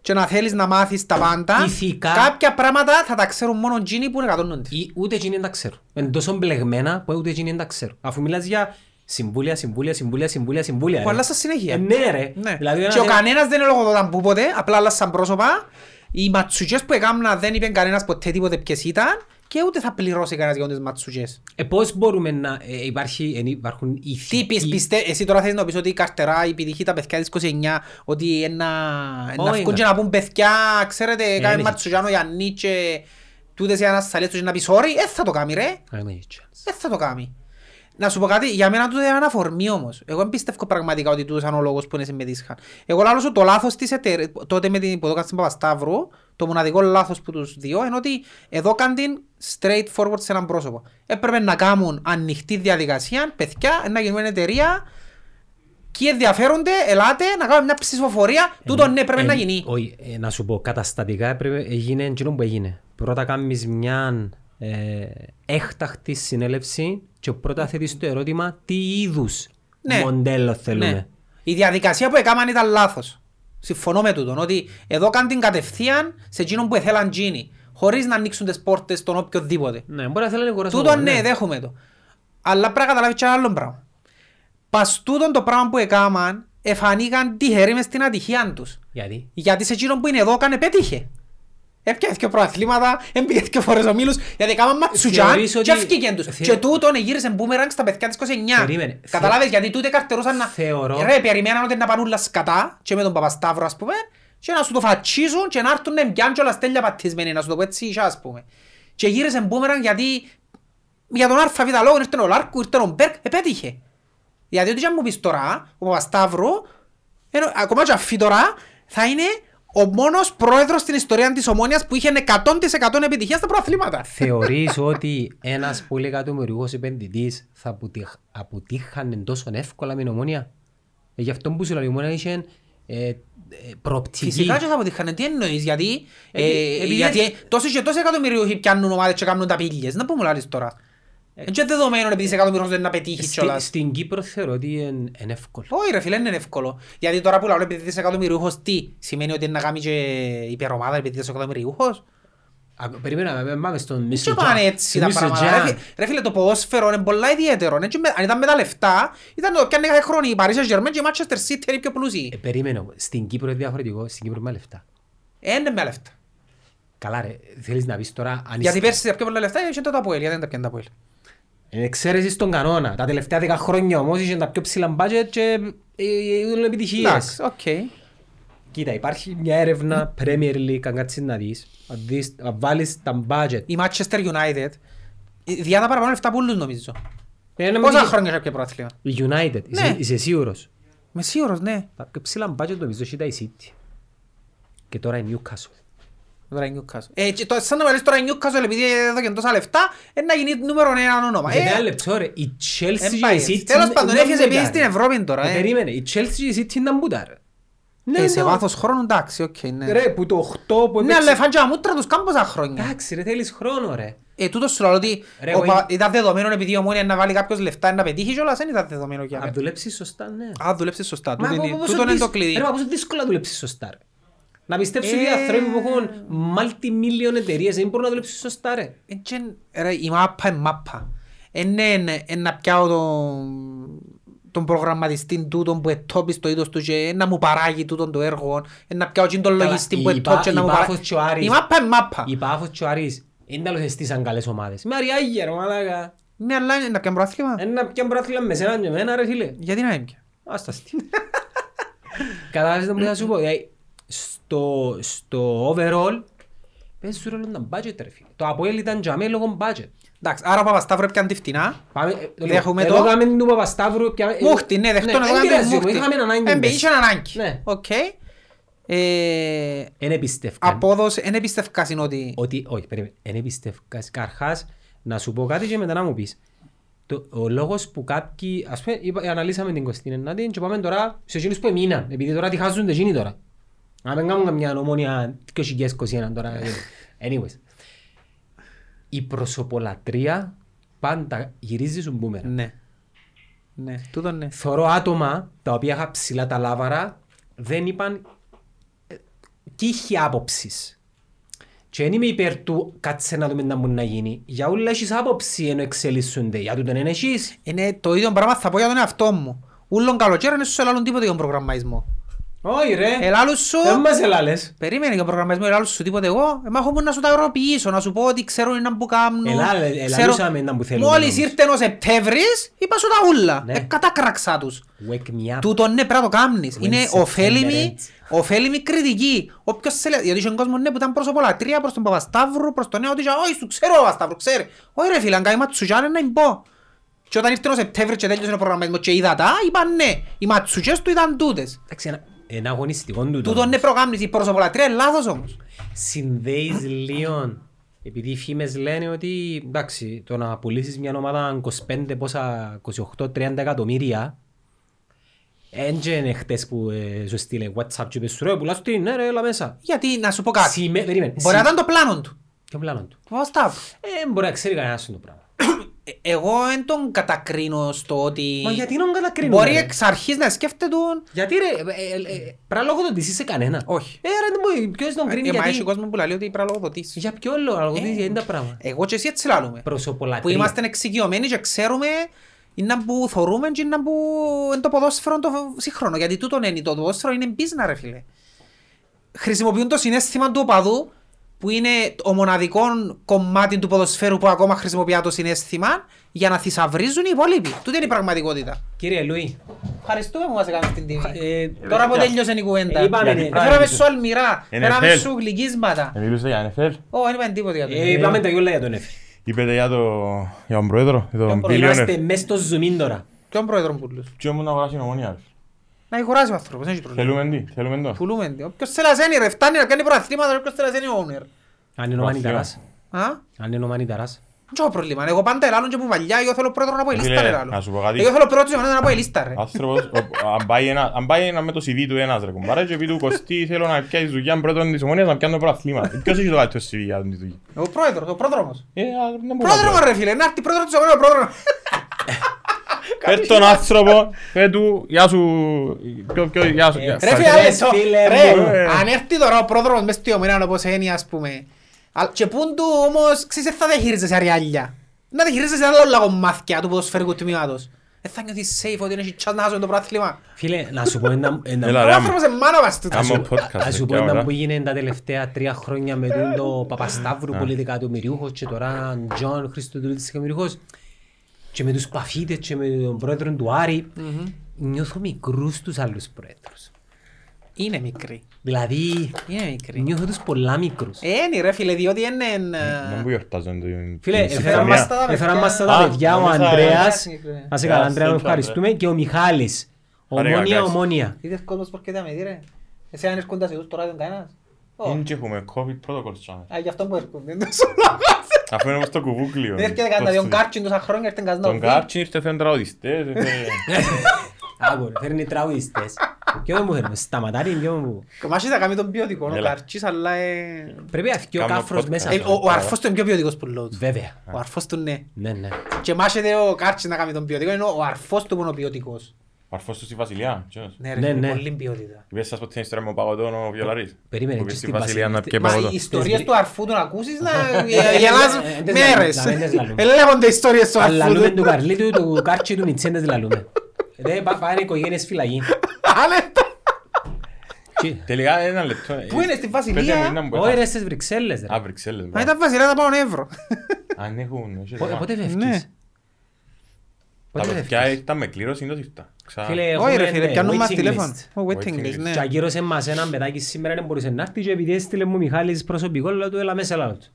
S2: και να θέλεις να μάθεις τα πάντα,
S1: Ηθικά.
S2: κάποια πράγματα θα τα ξέρουν μόνο εκείνοι που εκατονούνται.
S1: Ή ούτε εκείνοι δεν τα ξέρω. Είναι τόσο μπλεγμένα που ούτε εκείνοι δεν τα ξέρω. Αφού μιλάς για συμβούλια, συμβούλια, συμβούλια, συμβούλια, συμβούλια.
S2: Που
S1: ρε.
S2: αλλάσαν συνέχεια.
S1: Ε, ναι ρε.
S2: Ναι.
S1: Δηλαδή,
S2: και ο
S1: ένα-
S2: κανένας δεν ελογοδόταν που ποτέ, απλά άλλασαν πρόσωπα. Οι ματσουτζές που έκαναν δεν είπε κανένας ποτέ τίποτε ποιες ήταν και ούτε θα πληρώσει κανένας για όντες ματσουτζές.
S1: Ε, πώς μπορούμε να ε, υπάρχει, εν, υπάρχουν ηθικοί...
S2: Τι πεις, πιστε, εσύ τώρα θέλεις να πεις ότι η καρτερά, η πηδηχή, τα παιδιά της 29, ότι ένα, να
S1: Όχι,
S2: βγουν και
S1: ναι.
S2: να πούν παιδιά, ξέρετε, κάνει
S1: είναι
S2: ματσουτζάνο για νίτσε, τούτες οι ανασταλίες τους και να πεις sorry, ε, θα το κάνει ρε.
S1: Α, ναι, έτσι.
S2: Δεν Ε, θα το κάνει. Να σου πω κάτι, για μένα τούτο είναι ένα αφορμή όμως. Εγώ δεν πιστεύω πραγματικά ότι τούτος ήταν ο λόγος που είναι συμμετείχαν. Εγώ λάλλω σου το λάθος της εταιρείας, τότε με την υποδόκα στην Παπασταύρου, το μοναδικό λάθος που τους δύο είναι ότι εδώ κάνουν την straight forward σε έναν πρόσωπο. Έπρεπε να κάνουν ανοιχτή διαδικασία, παιδιά, να γίνουμε εταιρεία και ενδιαφέρονται, ελάτε να κάνουμε μια ψηφοφορία, τούτο ναι πρέπει
S1: Ε,
S2: να
S1: ε,
S2: γίνει.
S1: Όχι, ε, να σου πω, καταστατικά έπρεπε, έγινε εκείνο που έγινε. Πρώτα κάνεις μια ε, έκτακτη συνέλευση και πρώτα θέτεις το ερώτημα τι είδους
S2: Ναι.
S1: μοντέλο θέλουμε.
S2: Ναι. Η διαδικασία που έκαναν ήταν λάθος. Συμφωνώ με τούτον ότι εδώ κάνουν την κατευθείαν σε εκείνον που ήθελαν γίνει, χωρίς να ανοίξουν τις πόρτες στον οποιοδήποτε.
S1: Ναι, μπορεί να θέλει να αγοράσει
S2: Τούτον
S1: εγώ,
S2: ναι, δέχομαι το. Αλλά πρέπει να καταλάβεις και ένα άλλο πράγμα. Πας τούτον το πράγμα που έκαναν, εφανήκαν τυχεροί μες στην ατυχία τους.
S1: Γιατί.
S2: Γιατί σε εκείνον που είναι εδώ έκανε πέτυχε. Έπιασε και προαθλήματα, έμπηκε και φορές ο Μίλους, γιατί έκαναν ματσουτζάν
S1: Θεωρείς ότι-
S2: και έφυγε τους.
S1: Θεω-
S2: Και τούτον γύρισε μπούμερανγκ στα παιδιά της 29.
S1: Περίμενε.
S2: Καταλάβες γιατί τούτε καρτερούσαν να...
S1: Θεωρώ-
S2: Ρε, περιμέναν ότι να πάνε όλα σκατά και με τον Παπασταύρο ας πούμε και να σου το φατσίζουν και να έρθουν να μπιάνουν και όλα στέλια πατισμένοι, να σου το πω έτσι ίσα, ας πούμε. Και γύρισε μπούμερανγκ γιατί για τον ΑΒ λόγο ήρθε ο Λάρκου, ήρθε ο Μπέρκ, επέτυχε. Γιατί ό,τι και αν μου πεις τώρα, ο Παπασταύρου, ενώ, ακόμα και αφή τώρα, θα είναι ο μόνος πρόεδρος στην ιστορία της Ομόνιας που είχε 100% επιτυχία στα προαθλήματα.
S1: Θεωρείς ότι ένας πολυεκατομμυριούχος επενδυτής θα αποτυχ- αποτύχανε τόσο εύκολα με την ομόνια. Ε, Γι' αυτό που σου λέω, η ομόνια είχε ε, ε, προοπτική.
S2: Φυσικά και θα αποτύχανε, τι εννοείς, γιατί, ε,
S1: Επει- επειδή-
S2: γιατί τόσοι και τόσοι εκατομμυριούχοι πιάνουν ομάδες και κάνουν τα πύλιες, να πούμε λάλης τώρα. Είναι και δεδομένο επειδή είσαι εκατομμυριούχος δεν να πετύχεις
S1: Ε, Στη-
S2: κιόλας.
S1: στην Κύπρο θεωρώ ότι είναι είναι εύκολο.
S2: Όχι ρε φίλε, είναι εύκολο. Γιατί τώρα που λέω επειδή είσαι εκατομμυριούχος, τι, σημαίνει ότι είναι να κάνει και υπερομάδα επειδή είσαι εκατομμυριούχος.
S1: Α, Περίμενα, ε, πάμε στον Mr.
S2: Και
S1: Jack.
S2: πάνε έτσι τα
S1: Mr.
S2: πράγματα.
S1: Jack.
S2: Ρε, φι- Ρε φίλε, το ποδόσφαιρο είναι πολλά ιδιαίτερο. ναι. Και με- Αν ήταν με τα λεφτά, ήταν το πιάνε κάθε χρόνο η Paris Saint-Germain και η Manchester City είναι οι πιο
S1: Ε,
S2: πλούσιοι.
S1: περίμενε, στην Κύπρο είναι διαφορετικό, στην Κύπρο με λεφτά.
S2: Ε, Είναι με λεφτά.
S1: Καλά ρε, θέλεις να πεις τώρα αν
S2: Γιατί
S1: είστε-
S2: πέρσι τα πιο πολλά λεφτά είχε το Αποέλ, γιατί δεν τα πιάνε τα Αποέλ.
S1: Είναι εξαίρεση Ε, στον κανόνα. Τα τελευταία δέκα χρόνια όμως είχε τα πιο ψηλά budget και ε, ε, ήταν επιτυχίες.
S2: Εντάξει, οκ.
S1: Κοίτα, υπάρχει μια έρευνα Premier League, αν κάτσεις να δεις, να δεις- να βάλεις τα budget.
S2: Η Manchester United, η- διά τα παραπάνω λεφτά που όλους νομίζω.
S1: Ε, να μην
S2: Πόσα
S1: δεις-
S2: χρόνια είχε πιο πρωτάθλημα.
S1: Η United, είσαι-
S2: Ναι.
S1: είσαι σίγουρος.
S2: Με σίγουρος, ναι.
S1: Τα πιο ψηλά budget νομίζω ήταν η City. Και τώρα η Newcastle.
S2: Τώρα η Newcastle. Ε, και το- σαν να μου λες τώρα η Newcastle επειδή εδώ και τόσα λεφτά, ε, να γίνει νούμερο ένα όνομα.
S1: Και
S2: Ε,
S1: ένα λεπτό ρε, η Chelsea
S2: εν
S1: και
S2: πάει
S1: η
S2: έτσι.
S1: City...
S2: Τέλος
S1: είναι-
S2: πάντων,
S1: είναι
S2: έφυγες επειδή
S1: μπουτάρ.
S2: στην Ευρώπη τώρα,
S1: Ε,
S2: ε.
S1: Περίμενε, η Chelsea και η City είναι μπουτάρ.
S2: Ε, σε
S1: ναι.
S2: βάθος χρόνου, εντάξει, οκ, ναι.
S1: Ρε, που το 8 που
S2: Ναι,
S1: έπαιξε...
S2: αλλά έφαγε αμούτρα τους κάμποσα χρόνια.
S1: Εντάξει ρε, θέλεις χρόνο ρε.
S2: Ε, τούτος σου λέω ότι
S1: Ρε,
S2: ο
S1: εγώ
S2: Πα-
S1: είμαι-
S2: ήταν δεδομένο επειδή ο Μόνιας να βάλει κάποιος λεφτά να πετύχει κιόλας, δεν ήταν δεδομένο για
S1: Αν
S2: μένα.
S1: δουλέψεις σωστά, ναι.
S2: Α, δουλέψεις σωστά.
S1: Μα
S2: τούτο είναι-
S1: πόσο
S2: Τούτο είναι το
S1: δύσκολο- Ρε,
S2: κλειδί.
S1: μα πόσο δύσκολα δουλέψεις σωστά ρε. Να πιστέψεις ότι οι
S2: Ε.
S1: άνθρωποι που έχουν multi-million εταιρείες δεν μπορούν να δουλέψεις σωστά ρε.
S2: Ε, τζεν- Ρε, η μάπα είναι μάπα. Είναι να πιάω τον- τον προγραμματιστή τούτον που ετόπει στο είδος του και να μου παράγει τούτον το έργο, ε, να πιάω τζιν τον
S1: Καλά,
S2: λογιστή
S1: η
S2: που ετόπει
S1: Πα-
S2: και
S1: η
S2: να μου
S1: Πάφος
S2: παράγει.
S1: και ο Άρης.
S2: Η μάπα είναι μάπα.
S1: Η Πάφος και ο Αρής δεν τα λογιστήσαν καλές ομάδες. Με αριάγια ρε μαλάκα.
S2: Ναι, αλλά είναι να πιάνε προάθλημα.
S1: Ένα πιαν πράθυλα με σένα και εμένα ρε φίλε.
S2: Γιατί να είναι πια.
S1: Ας τα στείλω. Κατάλαβες το που θα σου πω. Δηλαδή, στο, στο overall Παίζει ρόλο τα budget, ρε φίλε. Το Αποέλ ήταν για μένα λόγω budget.
S2: Εντάξει, άρα ο Παπασταύρου έπιαν τη φτηνά.
S1: Πάμε, ε,
S2: Δεν
S1: λέω,
S2: έχουμε
S1: εδώ
S2: το-
S1: κάναμε την του Παπασταύρου. πια- ε,
S2: Μούχτη, ναι, δεχτώ να
S1: εν
S2: το κάνουμε
S1: πειράζει,
S2: μούχτη.
S1: Είχαμε ανάγκη.
S2: Έμπε,
S1: μπες.
S2: είχε ανάγκη.
S1: Ναι.
S2: Οκ. Ε,
S1: Εν επιστεύκαν
S2: Απόδοση, δεν εμπιστευκάς είναι ότι...
S1: ότι, όχι, περίμενε, εν εμπιστεύκας. Καρχάς, να σου πω κάτι και μετά να μου πεις. Το, ο λόγος που κάποιοι, ας πούμε, είπα, αναλύσαμε την Κωστή και πάμε τώρα σε εκείνους που εμείναν, επειδή τώρα τη χάσουν εκείνοι τώρα. Αν δεν κάνουν καμιά ομόνια 2021 τώρα. ε, Anyways. Η προσωπολατρία πάντα γυρίζει σου μπούμερα.
S2: Ναι. Ναι, τούτο ναι.
S1: Θεωρώ άτομα τα οποία είχα ψηλά τα λάβαρα δεν είπαν ε, κύχη άποψη. Και δεν είμαι υπέρ του κάτσε να δούμε τι να μπορεί να γίνει. Για όλα έχεις άποψη ενώ εξελίσσονται. Για τούτον δεν έχεις.
S2: Είναι το ίδιο πράγμα θα πω για τον εαυτό μου. Ούλον καλοκαίρι είναι σου ελάλουν τίποτε για τον προγραμματισμό.
S1: Όχι ρε.
S2: Ελάλουν σου...
S1: Δεν μας ελάλες.
S2: Περίμενε για τον προγραμματισμό, ελάλουν σου τίποτε εγώ. Εμά έχω μόνο να σου τα οροποιήσω, να σου πω ότι ξέρω είναι που κάνω.
S1: Ελάλε-
S2: ξέρω-
S1: ελαλούσαμε έναν που θέλουμε
S2: Μόλις
S1: όμως.
S2: ήρθε ο Σεπτέμβρης, είπα σου τα ούλα.
S1: Ναι.
S2: Ε, κατάκραξα τους.
S1: Wake me up.
S2: Τούτο ναι πρέπει να το κάνεις.
S1: When
S2: Είναι
S1: September
S2: ωφέλιμη,
S1: ends.
S2: ωφέλιμη κριτική. Όποιος σε λέει, γιατί είχε κόσμο ναι, που ήταν προσωπολατρία προς τον Παπασταύρου, προς τον νέο ότι είχε, «Όχι, σου ξέρω ο Παπασταύρου, ξέρει». Όχι ρε φίλε, αν κάνει ματσουτζάνε να μην πω. Και όταν ήρθε ο Σεπτέμβρης και τέλειωσε ο προγραμματισμός και είδα τα, είπα ναι, οι ματσουτζές του ήταν τούτες.
S1: Εντάξει, ένα- ένα αγωνιστικό
S2: Τούτο
S1: τούτο.
S2: ναι προκάμνεις, η προσωπολατρία είναι λάθος όμως.
S1: Συνδέεις λίγο. Επειδή οι φήμες λένε ότι εντάξει, το να πουλήσεις μια ομάδα 25, πόσα, 28-30 εκατομμύρια Έντζε είναι χτες που ε, σου στείλε WhatsApp και είπες σου ρε πουλάς την, ναι ρε έλα μέσα
S2: Γιατί να σου πω κάτι,
S1: Σημε... Περίμενε,
S2: μπορεί να ήταν το πλάνο του.
S1: Ποιο πλάνο του
S2: του Παπασταύρου.
S1: Ε, μπορεί να ξέρει κανένας το πράγμα
S2: Ε, Εγώ δεν τον κατακρίνω στο ότι...
S1: Μα γιατί να κατακρίνουμε
S2: Μπορεί
S1: ρε?
S2: εξ αρχής να σκέφτεται τον
S1: Γιατί ρε, ε, ε, ε, πράγμα λόγω του ότι είσαι κανένα
S2: Όχι.
S1: Ε ρε, δεν μπορεί, ποιος τον κρίνει
S2: Ε, μα έχει
S1: γιατί
S2: κόσμος που λέει ότι πρέπει να λογοδοτήσεις.
S1: Για ποιο λόγο, γιατί είναι τα πράγματα
S2: Εγώ και εσύ έτσι λάλλουμε. Που
S1: Προσωπολατρία
S2: Ε, είμαστε εξοικειωμένοι και ξέρουμε είναι που θορούμε και είναι που είναι το ποδόσφαιρο το σύγχρονο. Γιατί τούτο είναι το ποδόσφαιρο είναι business ρε φίλε. Χρησιμοποιούν το συνέστημα του οπαδού που είναι το μοναδικό κομμάτι του ποδοσφαίρου που ακόμα χρησιμοποιεί το συνέστημα για να θησαυρίζουν οι υπόλοιποι. Τούτη είναι η πραγματικότητα.
S1: Κύριε Λουί
S2: Ευχαριστούμε που μας έκανες την τιμή.
S1: ε,
S2: Τώρα που
S3: παιδιά.
S2: τέλειωσε η κουβέντα.
S1: Ε, είπαμε,
S2: Ε,
S1: ναι.
S2: Φέραμε σου αλμυρά,
S3: NFL.
S2: φέραμε σου γλυκίσματα.
S3: Μιλούσε για NFL.
S2: Ω, δεν είπαμε τίποτα για το.
S1: ε, Είπαμε τα γιούλα για τον Εφη
S3: Είπετε για, το... για τον πρόεδρο, για τον
S1: Είμαστε
S3: billionaire.
S1: μέσα στο zoom τώρα.
S2: Ποιον πρόεδρο πουλούς.
S3: Τι όμως να αγοράσει η ομόνια. ρε.
S2: Να εγχωράσει ο άνθρωπος, δεν έχει πρόβλημα.
S3: Θέλουμε τι, θέλουμε το.
S2: Πουλούμε τι. Όποιος θέλει να ζένει ρε, φτάνει να κάνει προαθλήματα, όποιος θέλει να ζένει owner.
S1: Αν είναι ο Μανιταράς.
S2: Α,
S1: Αν είναι ο Μανιταράς.
S2: δεν έχω πρόβλημα. Εγώ πάντα ελάλλον και που παλιά, εγώ θέλω πρόεδρο να πω η λίστα,
S3: Φίλε,
S2: ρε, λάλλον.
S3: να σου πω κάτι.
S2: Εγώ θέλω πρόεδρο της ομάδας να πω η λίστα, ρε.
S3: Άνθρωπος, ο- αν πάει ένα- αν πάει ένα με το CV του ένας ρε κουμπάρα και πει του Κωστή θέλω να πιάσει δουλειά πρώτον της ομόνιας να πιάνω πρωταθλήμα. Ποιος έχει το καλύτερο CV για την δουλειά.
S2: Εγώ πρόεδρος, ο πρόδρομος.
S3: Ε, α, δεν μπορώ να
S2: Πρόδρομος,
S3: πω.
S2: ρε, φίλε, να έρθει πρόεδρος της ομάδας, πρόδρομο.
S3: Πες τον άνθρωπο, πες του, γεια σου, ποιο, ποιο, γεια σου. Ε, γεια-
S2: Ρε,
S3: στα-
S2: φίλε,
S1: Ρε,
S2: άλεσο,
S1: φίλε
S2: ρε,
S3: μου. Ε.
S2: αν έρθει τώρα ο πρόδρομος μες στη ομιλία, όπως είναι, ας πούμε. Α, Και πούν του όμως, ξέρεις, δεν θα διαχειρίζεσαι αριάλια. Να διαχειρίζεσαι άλλα όλα κομμάτια του ποδοσφαιρικού τμήματος. Δεν θα νιώθεις safe ότι δεν έχει chance να χάσουμε το πρωτάθλημα.
S1: Φίλε, να σου πω ένα... ένα-
S3: Έλα,
S2: Ο
S3: ρε, άμα-
S2: άνθρωπος είναι μάνα μας τούτος.
S3: άμα
S2: Σου-
S3: podcast,
S1: Να σου
S3: ρε,
S1: πω
S3: κι άμα,
S1: ένα
S3: να.
S1: που έγινε τα τελευταία τρία χρόνια με τον το Παπασταύρου πολιτικά του Μυριούχος και τώρα Τζον Χριστοδουλίτης και Μυριούχος και με τους Παφίτες και με τον πρόεδρο του Άρη νιώθω μικρούς τους άλλους πρόεδρους.
S2: Είναι μικρή.
S1: Δηλαδή
S2: Είναι μικρή.
S1: νιώθω τους πολλά μικρούς.
S2: Είναι ρε φίλε, διότι είναι...
S3: Δεν μου γιορτάζουν το
S1: Φίλε,
S3: την
S1: έφεραν
S3: συμφωνία.
S1: μας τα- έφεραν μας τα
S3: Α,
S1: παιδιά ο
S3: νόμιζα-
S1: Ανδρέας.
S2: ε,
S1: Να σε καλά,
S3: ε,
S1: Ανδρέα,
S3: ε,
S1: να ευχαριστούμε. Και ο Μιχάλης.
S3: Ωραία,
S1: Ομόνια,
S3: guys.
S1: ομόνια.
S2: Είδες κόσμος που έρχεται με δει ρε. Εσύ αν έρχονται σε τώρα δεν κανένας. Ω,
S3: Είναι και έχουμε COVID protocols σαν.
S2: Α, γι' αυτό που έρχονται. Δεν τους όλα.
S3: Αφού είναι όπως το κουβούκλιο.
S2: Δεν έρχεται κανένας. Τον Κάρτσιν τόσα χρόνια έρθεν κανένας να
S3: Τον
S2: βρει.
S3: Κάρτσιν ήρθε φέρνει τραγουδιστές, έφερε-
S1: Άκου, ρε, φέρνει τραγουδιστές. Ποιο δεν μου φέρνει, σταματάρει, ποιο μου.
S2: Και μάχης θα κάνει τον ποιοτικό ο
S3: Έλα.
S2: Κάρτσις, αλλά...
S3: e-
S2: ε,
S1: Πρέπει να φύγει ο
S3: Κάνω
S1: κάφρος
S3: podcast.
S1: μέσα.
S2: ε,
S1: του.
S2: ο- Ο αρφός του είναι πιο ποιοτικός που λέω του.
S1: Βέβαια.
S2: Ο αρφός του ναι.
S1: Ναι, ναι.
S2: Και μάχεται ο Κάρτσις να κάνει τον
S3: e
S2: ποιοτικό, ενώ ο αρφός του που είναι ο ποιοτικός.
S3: Ο αρφός του στη Βασιλιά, ξέρεις.
S2: Ναι ρε,
S1: Ναι,
S2: είναι
S1: ναι.
S2: πολύ ποιότητα.
S3: Είπες σας ποτέ την ιστορία με τον παγωτόν ο Βιολαρίς.
S1: Περίμενε,
S3: Που
S1: και
S3: πήγε στη
S1: στην
S3: Βασιλιά να
S1: Βασιλιά.
S3: πιει
S2: Μα
S3: παγωτό.
S2: οι ιστορίες
S1: Τις-
S2: του αρφού του να ακούσεις να
S3: e-
S1: ε,
S2: γελάς
S1: ε, ε, δεν τα-
S2: μέρες.
S1: τα- δεν τις λαλούμε.
S2: Ε, Λέγονται ιστορίες του
S1: Τα
S2: αρφού
S1: λαλούμε
S2: του.
S1: του Καρλίτου, του Κάρτσι, του Μιτσέντες λαλούμε. Ρε, πά- πάνε οικογένειες φυλακή.
S3: Ah,
S2: Άνετα.
S1: Eh. Τι.
S3: Τελικά ένα λεπτό. ε,
S2: Πού είναι, στη Βασιλεία?
S3: πέντε μήνα μου
S1: Όχι
S3: έχασε.
S1: ρε, στις Βρυξέλλες ρε.
S3: Α, Βρυξέλλες.
S2: Αν
S3: μπράβο.
S2: ήταν Βασιλιά θα πάω ευρώ.
S3: Αν έχουν, όχι,
S1: Πο- ε,
S3: ρε, μα.
S1: Πότε
S2: Ναι.
S1: φεύγεις.
S3: Τα
S1: Πότε
S3: παιδιά
S1: έφυγες?
S3: ήταν με κλήρωση, είναι το ήρθα. Ξα-
S1: Φίλε,
S2: Όχι ρε
S1: έχουμε,
S2: φίλε,
S1: ναι,
S2: πιάνουν μας
S1: waiting
S2: τηλέφωνο.
S1: list.
S2: Ο
S3: Oh, Waiting
S2: waiting list,
S3: list.
S2: ναι.
S1: Και ακύρωσε μας έναν παιδάκι σήμερα δεν μπορούσε να έρθεις και επειδή έστειλε μου Μιχάλης προσωπικό λέω του έλα μέσα λάλα του.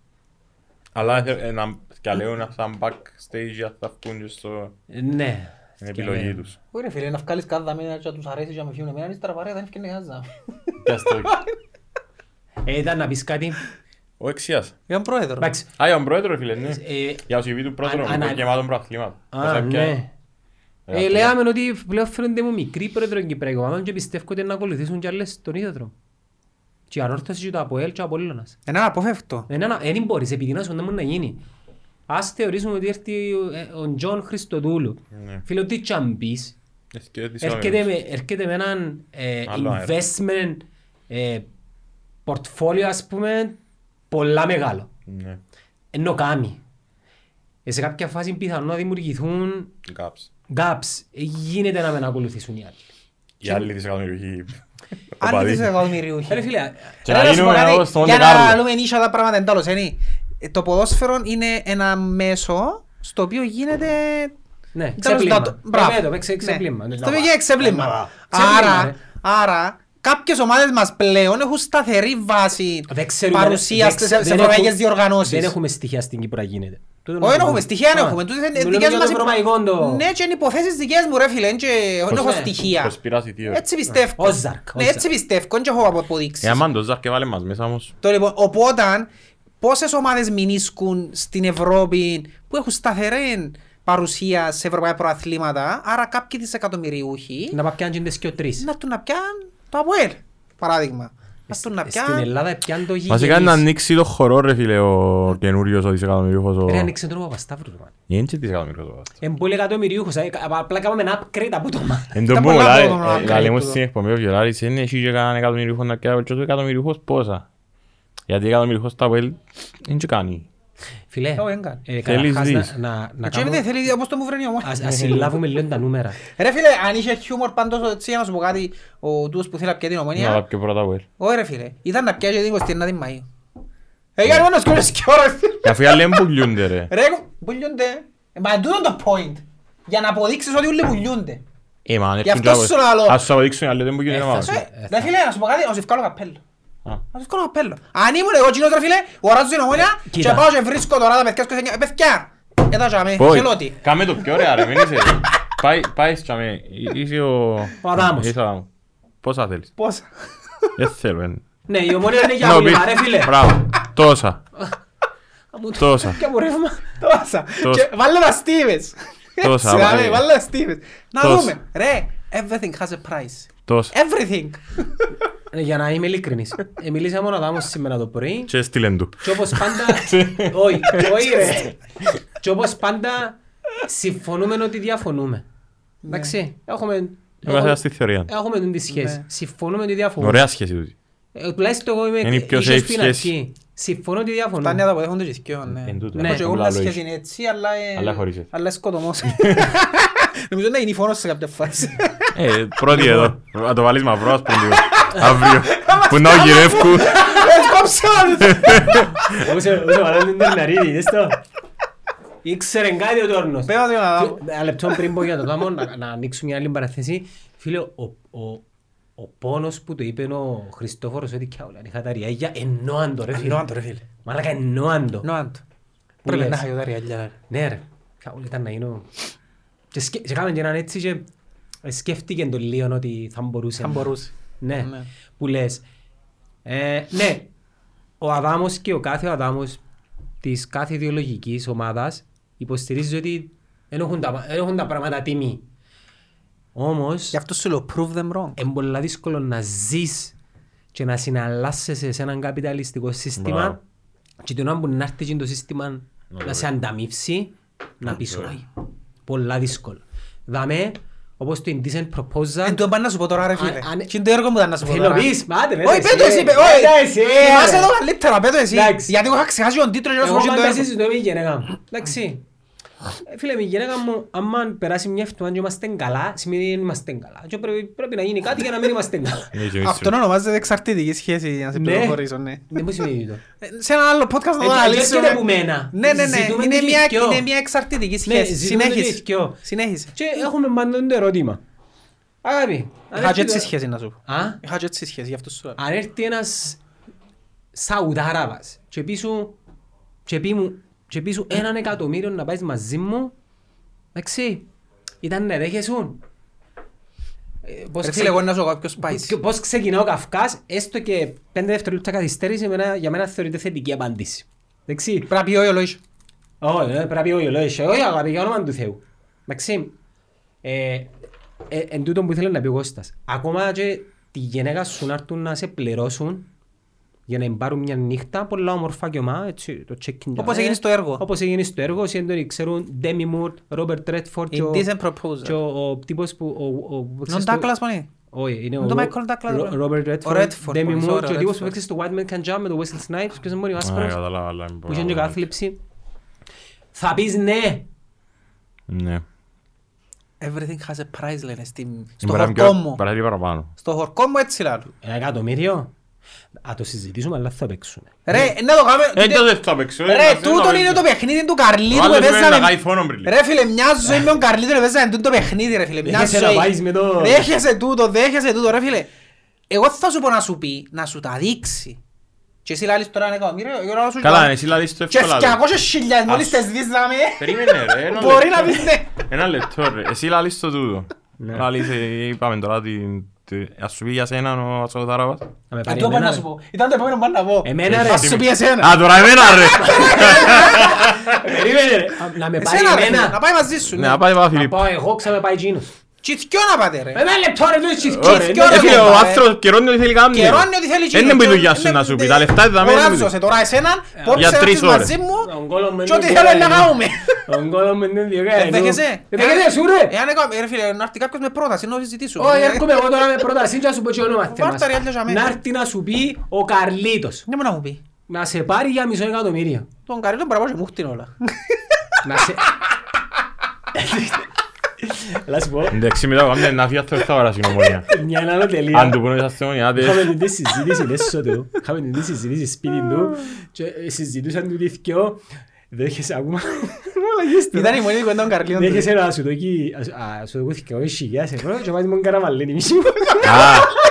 S3: Αλλά ε, να καλέουν να θα backstage, να θα βγουν και στο...
S1: Ναι.
S3: Είναι επιλογή τους.
S5: Όχι ρε φίλε, να βγάλεις κάθε μήνα και να τους αρέσει και να με φύγουν εμένα, ύστερα παρέα δεν έφυγε χάζα.
S3: Πιάσε το.
S1: Ε, ήταν να πεις κάτι.
S3: Ο Εξίας.
S2: Ήταν πρόεδρος.
S1: Εντάξει.
S3: Α, για τον πρόεδρος, φίλε, ναι.
S1: ε,
S3: Για το CV του πρόεδρος,
S1: αν-
S3: είναι
S1: ανα-
S3: γεμάτο προαθλήμα.
S1: Α, ναι. Ε, λέγαμε ότι πλέον φαίνονται μου μικροί πρόεδρο Κυπριακό ομάδα και πιστεύω ότι να ακολουθήσουν κι άλλες τον ίδιο δρόμο. Και η ανόρθωση και το ΑΠΟΕΛ και ο Απόλλωνας.
S3: E
S2: Ένα αποφεύκτο.
S1: Ε, ναι, ναι, Δεν μπορείς, επιδεινάσουν, δεν μπορεί να γίνει. Ας θεωρήσουμε ότι έρθει ο- ε, ο Τζον Χριστοδούλου.
S3: Ναι.
S1: Φίλε, τι τσαμπείς, έρχεται με, έρχεται με έναν ε,
S3: Άλλο αέρα.
S1: investment ε, portfolio ας πούμε πολλά μεγάλο.
S3: Ναι,
S1: Ενώ κάνει. Ε, σε κάποια φάση πιθανόν να δημιουργηθούν
S3: κάψε.
S1: gaps. Ε, γίνεται να μην ακολουθήσουν οι άλλοι.
S3: Οι άλλοι δισεκατομμυριούχοι.
S2: Άλλη
S3: Οπαδοί.
S2: της εκατομμυριούχοι.
S1: Ρε φίλε,
S3: Και
S2: Ρε,
S3: να
S2: να σου πω
S3: γίνουμε
S2: κάτι,
S3: εδώ στο
S2: Για
S3: Monte
S2: να
S3: Carlo.
S2: λέμε νύχια τα πράγματα εντάλλως, είναι. Ε, Το ποδόσφαιρο είναι ένα μέσο στο οποίο γίνεται...
S1: ναι,
S2: τέλος
S1: ξεπλήμα.
S2: πάντων,
S1: Μπράβο.
S2: μπράβο.
S1: παίξε
S2: Ναι.
S1: ξεπλήμα. Ναι,
S2: Στο
S1: να
S2: οποίο
S1: πά.
S2: γίνεται ξεπλήμα.
S1: Να πά. Ξεπλήμα,
S2: Άρα,
S1: ρε.
S2: άρα, κάποιες ομάδες μας πλέον έχουν σταθερή βάση
S1: Δεν ξέρουμε,
S2: παρουσίας
S1: δεν
S2: στις
S1: ξε-
S2: σε
S1: δεν
S2: ευρωπαϊκές
S1: έχουμε-
S2: διοργανώσεις.
S1: Δεν έχουμε στοιχεία στην Κύπρο να γίνεται. Τούτο
S2: Όχι,
S1: να
S2: δεν έχουμε
S1: πούμε.
S2: στοιχεία, δεν
S1: Α,
S2: έχουμε. Τούτες είναι
S1: μιλούμε
S2: δικές
S1: για
S2: μας
S1: το ευρωπαϊκό το-
S2: Ναι, και είναι υποθέσεις δικές μου, ρε φίλε. είναι και- Δεν έχω
S1: ναι.
S2: στοιχεία.
S3: Κοσπίραση θείο.
S2: Έτσι πιστεύω.
S1: Ο Ζαρκ, ο
S2: Ναι, έτσι
S1: Ζαρκ.
S2: πιστεύω. Δεν έχω αποδείξεις.
S3: Ε, αμάν το Ζαρκ έβαλε μας μέσα όμως.
S2: Το λοιπόν, οπότε, πόσες ομάδες μηνίσκουν στην Ευρώπη που έχουν σταθερή παρουσία σε ευρωπαϊκά προαθλήματα, άρα κάποιοι δισεκατομμυριούχοι
S1: Να πάει πιάνουν τις και ο τρεις.
S2: να του να πιάνουν το ΑΠΟΕΛ, παράδειγμα. Να του να
S1: Ε, Στην
S2: πιάνουν...
S1: Ελλάδα πιάνουν το
S3: Βασικά να
S1: γηγενείς.
S3: ανοίξει το χορό ρε φίλε ο καινούριος ο δισεκατομμυριούχος. ο-
S1: Ρε ανοίξε τον Παπασταύρου ρε μάνα.
S3: Είναι και δισεκατομμυριούχος. ο Βάστος.
S1: Εν πολύ εκατομμυριούχος, ε, κα- απλά κάναμε ένα upgrade από το μα.
S3: Εν τω
S2: Ήταν
S3: που
S2: πολλά
S3: λάρε,
S2: πρόβλημα να
S3: ε, λαλεί μου
S2: κάνει
S3: στην εκπομπή ο Βιολάρης είναι εσύ και κανέναν εκατομμυριούχο να πιάει, και ο εκατομμυριούχος πόσα. Γιατί εκατομμυριούχος τα ΑΠΟΕΛ δεν και κάνει.
S1: Φίλε,
S2: Εγώ δεν κάνω.
S1: ε,
S3: Θέλεις
S1: καταρχάς
S3: δεις.
S1: να- να- να
S2: Και
S1: κάνουμε-
S2: δεν θέλει όπως το μου βρένει όμως.
S1: ας- Ας συλλάβουμε λίγο τα νούμερα.
S2: Ρε φίλε, αν είχε χιούμορ πάντως έτσι για να σου πω κάτι, ο τούτος που θέλει να πιάει την
S3: Να τα
S2: ομόνια,
S3: πιο πρώτα ΑΠΟΕΛ.
S2: όχι ρε φίλε, ήταν να πιάει την 29η Μαΐου. Ε, Έγινε μόνος κόρες και ώρα φίλε.
S3: Και αφού οι άλλοι δεν πουλιούνται ρε.
S2: Ρε, πουλιούνται. Μα τούτο είναι το point. Για να αποδείξεις ότι όλοι πουλιούνται.
S3: Ε, μα αν
S2: Γι'
S3: έρθουν
S2: αυτό
S3: και
S2: σου
S3: ΑΠΟΕΛ.
S2: λαλώ.
S3: Ας σου αποδείξουν οι άλλοι ότι δεν πουλιούνται
S1: Ε,
S3: να
S1: θα
S3: μάθουν.
S1: σου-
S2: Ε, Ρε φίλε, να σου πω κάτι, να σου βγάλω καπέλο.
S3: Α.
S2: Να σου βγάλω καπέλο. Αν ήμουν εγώ κοινός ρε φίλε, αγοράζω την ομόνια και
S1: κοίτα.
S2: πάω και βρίσκω τώρα τα παιδιά σκοτεινιά. Ε, παιδιά, έτα
S1: Ε,
S2: τζαμε,
S3: Πόι.
S2: χελώτη.
S3: Κάμε το πιο ρε, ρε, μην είσαι. Πάει, πάει στραμέ. Είσαι ο...
S1: Ο Αδάμος.
S3: Είσαι ο Αδάμος. Πόσα θέλεις.
S2: Πόσα.
S3: Δεν θέλω, εν.
S1: Ναι, η ομόνια είναι για
S3: Να
S1: ούλα,
S3: πει-
S1: ρε φίλε.
S3: Μπράβο. Τόσα.
S1: Αμού το-
S3: τόσα.
S1: και από ρεύμα.
S2: Τόσα.
S3: Τόσα.
S2: Και Βάλε τα στίβες.
S3: Τόσα,
S2: Έτσι,
S3: βάλε.
S2: ρε, Βάλε τα στίβες. Να
S3: Τόσα.
S2: δούμε. Ρε, everything has a price.
S3: Τόσα.
S2: Everything.
S1: Ε, Για να είμαι ειλικρινής, ε, μίλησα μόνο δάμος σήμερα το πρωί
S3: Και στείλεν του.
S1: και όπως πάντα...
S3: Ναι.
S1: Όχι, όχι ρε. Και όπως πάντα συμφωνούμε ότι διαφωνούμε. Ναι. Εντάξει, έχουμε... ε,
S3: Είμαστε στη θεωρία.
S1: Έχουμε την τη σχέση. Συμφωνούμε ότι διαφωνούμε.
S3: Ωραία σχέση τούτη.
S1: Ε, Τουλάχιστον εγώ είμαι
S3: Είναι η πιο
S1: ίσως
S3: safe
S1: στην
S3: σχέση.
S1: αρχή. Συμφωνώ ότι διαφωνώ.
S2: Τα νέα τα αποδέχονται και οι δυο, ναι.
S3: Εν τούτο.
S1: Ναι.
S2: Έχω και εγώ μια σχέση είναι έτσι, αλλά... ε,
S3: Αλλά χωρίζεται.
S2: Αλλά σκοτωμός. Νομίζω να γίνει φόνος σε κάποια φάση.
S3: Ε, πρώτη εδώ. Να το βάλεις μαυρό ας πούμε. Αύριο. Που να γυρεύκουν.
S1: Ούσε ούσε παράλληλα την Τερναρίδη, είδες το. Ήξερε κάτι ο Τόρνος.
S2: Πέω την Αδάμο.
S1: Ένα λεπτό πριν πω για το Τάμο, να, να ανοίξω μια άλλη παραθέση. Φίλε, ο, ο, ο πόνος που το είπε ο Χριστόφορος ότι κιάουλα, είχα τα ριάγια, εννοάν το ρε φίλε.
S2: Εννοάν το, ρε, φίλε.
S1: Μαλάκα εννοάν το.
S2: Νόαν του.
S1: Πού
S2: Πρέπει
S1: λες?
S2: να χαγιωθεί ρεαλιά.
S1: Ναι ρε, κιάουλα ήταν να γίνω. Και, σκε, και κάμεν και έναν έτσι και ε, σκέφτηκε το λίγο ότι θα μπορούσε.
S2: Θα
S1: να-
S2: μπορούσε.
S1: Ναι,
S2: Ναι.
S1: που λες. Ε, ναι, ο Αδάμος και ο κάθε ο Αδάμος της κάθε ιδεολογικής ομάδας υποστηρίζει ότι δεν έχουν τα, δεν έχουν τα πράγματα τιμή. Όμως,
S2: Γι' αυτό σου λέω prove them wrong.
S1: είναι πολύ δύσκολο να ζεις και να συναλλάσσεσαι σε έναν καπιταλιστικό σύστημα
S3: Μπράβο.
S1: και την ώρα που να έρθει και το σύστημα να σε ανταμείψει, να πεις όχι. Πολλά δύσκολο. Δαμέ, όπως το indecent proposal,
S2: Ε, Εν τω πάνε να σου πω τώρα ρε φίλε.
S1: Αν- αν-
S2: Τι είναι το έργο μου ήταν να σου πω
S1: Θέλω
S2: τώρα.
S1: πεις, μάτε, πες
S2: Όχι,
S1: εσύ,
S2: πέτω εσύ,
S1: ρε.
S2: πέ- όχι.
S1: Πέτω εσύ, ρε.
S2: Θυμάσαι το καλύτερα, πέτω εσύ.
S1: Εντάξει.
S2: Γιατί εγώ είχα ξεχάσει τον τίτλο και να σου πω
S1: Εγώ
S2: τι είναι το
S1: πάντα
S2: έργο.
S1: εσύ στο πήγαινε γάμ. Εντάξει. Ε, Φίλε, με η γυναίκα μου, άμα περάσει μια εβδομάδα και είμαστε καλά, σημαίνει ότι είμαστε καλά. Και πρέπει, πρέπει να γίνει κάτι για να μην είμαστε καλά.
S3: Ναι, και εμείς
S2: Αυτό ονομάζεται εξαρτητική σχέση, για να σε
S1: Ναι.
S2: πληροφορήσω, ναι.
S1: Δεν μου σημαίνει το.
S2: Ε, Σε ένα άλλο podcast να
S1: Ε,
S2: το
S1: δεν
S2: αναλύσουμε.
S1: από μένα.
S2: Ναι, ναι, ναι.
S1: Ζητούμε
S2: Είναι
S1: το
S2: μια,
S1: δίκαιο.
S2: είναι μια εξαρτητική
S1: Ναι,
S2: σχέση.
S1: ζητούμε το
S2: Συνέχισε.
S1: δίκαιο.
S2: Συνέχισε.
S1: Και έχουμε πάντα το ερώτημα. Αγάπη. αν
S2: Είχα και
S1: έρθει
S2: έτσι
S1: το-
S2: σχέση να σου πω.
S1: Α,
S2: Είχα και έτσι σχέση, γι' αυτό σου λέω.
S1: αν έρθει ένας Σαουδάραβας και πει σου και πει μου και πει σου έναν εκατομμύριο να πάεις μαζί μου εντάξει ήταν ναι δέχεσουν Ε, πώς
S2: Ρε
S1: ξε-
S2: φίλε, εγώ να σου πω ποιος πάει.
S1: Και Πώς ξεκινά ο Καυκάς, έστω και πέντε δευτερόλεπτα καθυστέρηση, εμένα- για μένα θεωρείται θετική απάντηση. Εντάξει.
S2: Πρέπει να πει ο Ιωλόγης.
S1: Όχι, πρέπει να πει ο Ιωλόγης, όχι αγάπη, για όνομα του Θεού. Εντάξει. Ε, ε, εν τούτο που ήθελα να πει ο Κώστας. Ακόμα και τη γυναίκα σου να έρθουν να σε πληρώσουν για να πάρουν μια νύχτα, πολλά όμορφα και ομά, έτσι, το check-in.
S2: Όπως
S1: ε,
S2: έγινε στο έργο.
S1: Όπως έγινε στο έργο, σύντονοι ξέρουν, Demi Moore, Robert Redford και ο-
S2: Indecent
S1: και
S2: proposal.
S1: ο, ο τύπος που... ο- ο- ο-
S2: Νον
S1: ξέρεις το-
S2: Ντάκλας πάνε.
S1: όχι, είναι
S2: Είναι
S1: ο
S2: το
S1: Ρο-
S2: Michael Douglas,
S1: Ρο-
S2: ρε.
S1: Robert
S2: Ο
S1: Redford,
S2: Redford,
S1: Demi
S2: πολύ
S1: Moore
S2: ωραίο,
S1: και ο
S2: ο
S1: τύπος που
S2: Redford.
S1: παίξει στο White Man Can Jump με τον Wesley Snipes, ποιος είναι μόνο ο
S3: Α, ναι,
S1: άσπρος,
S3: κατάλαβα, αλλά δεν
S1: που
S3: μπορώ
S1: είχε
S3: να
S1: και
S3: βάλω.
S1: κάθλιψη. Θα πεις ναι,
S3: Ναι.
S2: Everything has a price λένε στην- στο
S3: Μπορεί να είναι
S2: χορκό
S3: πιο-
S2: μου.
S3: μπορεί να είναι παραπάνω.
S2: Στο χορκό μου έτσι λάλλω.
S1: ένα εκατομμύριο. Α, το συζητήσουμε, αλλά θα παίξουμε.
S2: Ρε, να το κάνουμε...
S3: Ε, τότε θα παίξω, ε,
S2: Ρε,
S3: μαζί να
S2: τούτο είναι
S3: παίξω.
S2: το παιχνίδι του Καρλίτου
S3: Ο
S2: που
S3: άλλος πρέπει να
S2: παίζαμε.
S3: λαγάει φόνο πριν.
S2: Ρε φίλε, μια ζωή με τον Καρλίτου ρε παίζαμε τούτο παιχνίδι ρε φίλε. Μια
S1: Δέχεσαι να πάεις με
S2: ζωή.
S1: το-
S2: Δέχεσαι τούτο, δέχεσαι τούτο ρε φίλε. Εγώ θα σου πω να σου πει, να σου τα δείξει. Και εσύ λάλλεις τώρα ένα εκατομμύριο, εγώ να σου
S3: Καλά,
S2: τα-
S3: ναι, εσύ λαλείς το
S2: Και
S3: εύκολα, δηλαδή. ρε.
S2: 200 χιλιάδες μόλις
S3: Ας. Ε,
S2: τις δεις να με.
S3: Περίμενε ρε, ένα
S2: Μπορεί
S3: λεπτό.
S2: να πεις ναι.
S3: Ένα λεπτό ρε, εσύ λαλείς το τούτο. Λαλείς, ε, είπαμε τώρα, την- τη- ας σου πει για σέναν ο Ατσοδάραβας.
S1: Να με
S2: Ε,
S1: πάρει
S2: Το είπα
S1: εμένα,
S2: να
S1: ρε.
S2: σου πω. Ήταν το επόμενο που είπα να πω.
S1: Εμένα ρε,
S2: Ας σου πει εσένα.
S3: Α, τώρα εμένα ρε.
S1: περίμενε ρε. Α, να με πάρει
S2: Εσένα ρε φίλε, να
S1: εμένα.
S2: πάει μαζί σου.
S3: Ναι,
S2: ναι.
S3: να πάει Ε, πάω
S1: Να
S3: Φιλίπ.
S1: πάω εγώ, ξανά πάει εκείνος.
S2: Και οι δυο να πάτε ρε.
S1: Ένα λεπτό ρε, το
S2: Ωραία.
S1: τσιθκιό
S2: και
S1: ρε.
S2: δυο
S3: Ε,
S2: ρε,
S3: φίλε,
S2: κομπάρε.
S3: ο άνθρωπος καιρώνει ό,τι θέλει κάνει.
S2: Κερώνει ό,τι θέλει
S3: Είναι
S2: εκείνος.
S3: που η δουλειά σου
S2: Είναι-
S3: να σου πει,
S2: ε,
S3: τα λεφτά δεν είναι που η
S2: Κουράζω σε τώρα εσέναν, πόρτισε να
S3: τρεις
S2: έρθεις
S3: ώρες.
S2: μαζί μου
S1: Τον κόλλο μου
S2: και
S1: είναι
S2: ό,τι
S1: το
S2: θέλω να
S1: κουράγιο.
S2: κάνουμε.
S1: Τον κόλλο μου είναι δύο
S2: Ε,
S1: γάι, νου.
S2: Δέχεσαι.
S1: Ε, δέχεσαι σου ρε.
S2: Εάν έκαμε- ρε φίλε, να έρθει κάποιος με πρόταση, να συζητήσουμε.
S1: Όχι, ε, έρχομαι εγώ τώρα με πρόταση και να σου πω και όνομα
S2: Βάρ' τα ε, ρε, αλλιώς για μένα.
S1: Να έρθει να σου πει ο Καρλίτος.
S2: Ναι, μου να μου πει.
S1: Να σε πάρει για μισό εκατομμύριο.
S2: Τον Καρύλο μπορεί να πάω και μου χτύνω όλα.
S1: Να σε... Λα σου πω,
S3: Εντάξει, μετά πάμε να φύγει αυτό θα στην ομονία.
S1: μια άλλο
S3: Αν του
S1: τελεία.
S3: πούνε στα στην ομονία, άντε.
S1: Είχαμε την τη συζήτηση έσω του. Είχαμε την τη συζήτηση σπίτι του και ε, συζητούσαν του δίθκιο. Δέχεσαι ακόμα. Μαλακίες τώρα.
S2: Ήταν η μόνη κουβέντα των Καρλίδων.
S1: Δέχεσαι να σου δοκεί, α σου δοκούθηκε όχι χιλιάς ευρώ και βάζει μόνο καραβαλένη μισή μου.
S3: Α,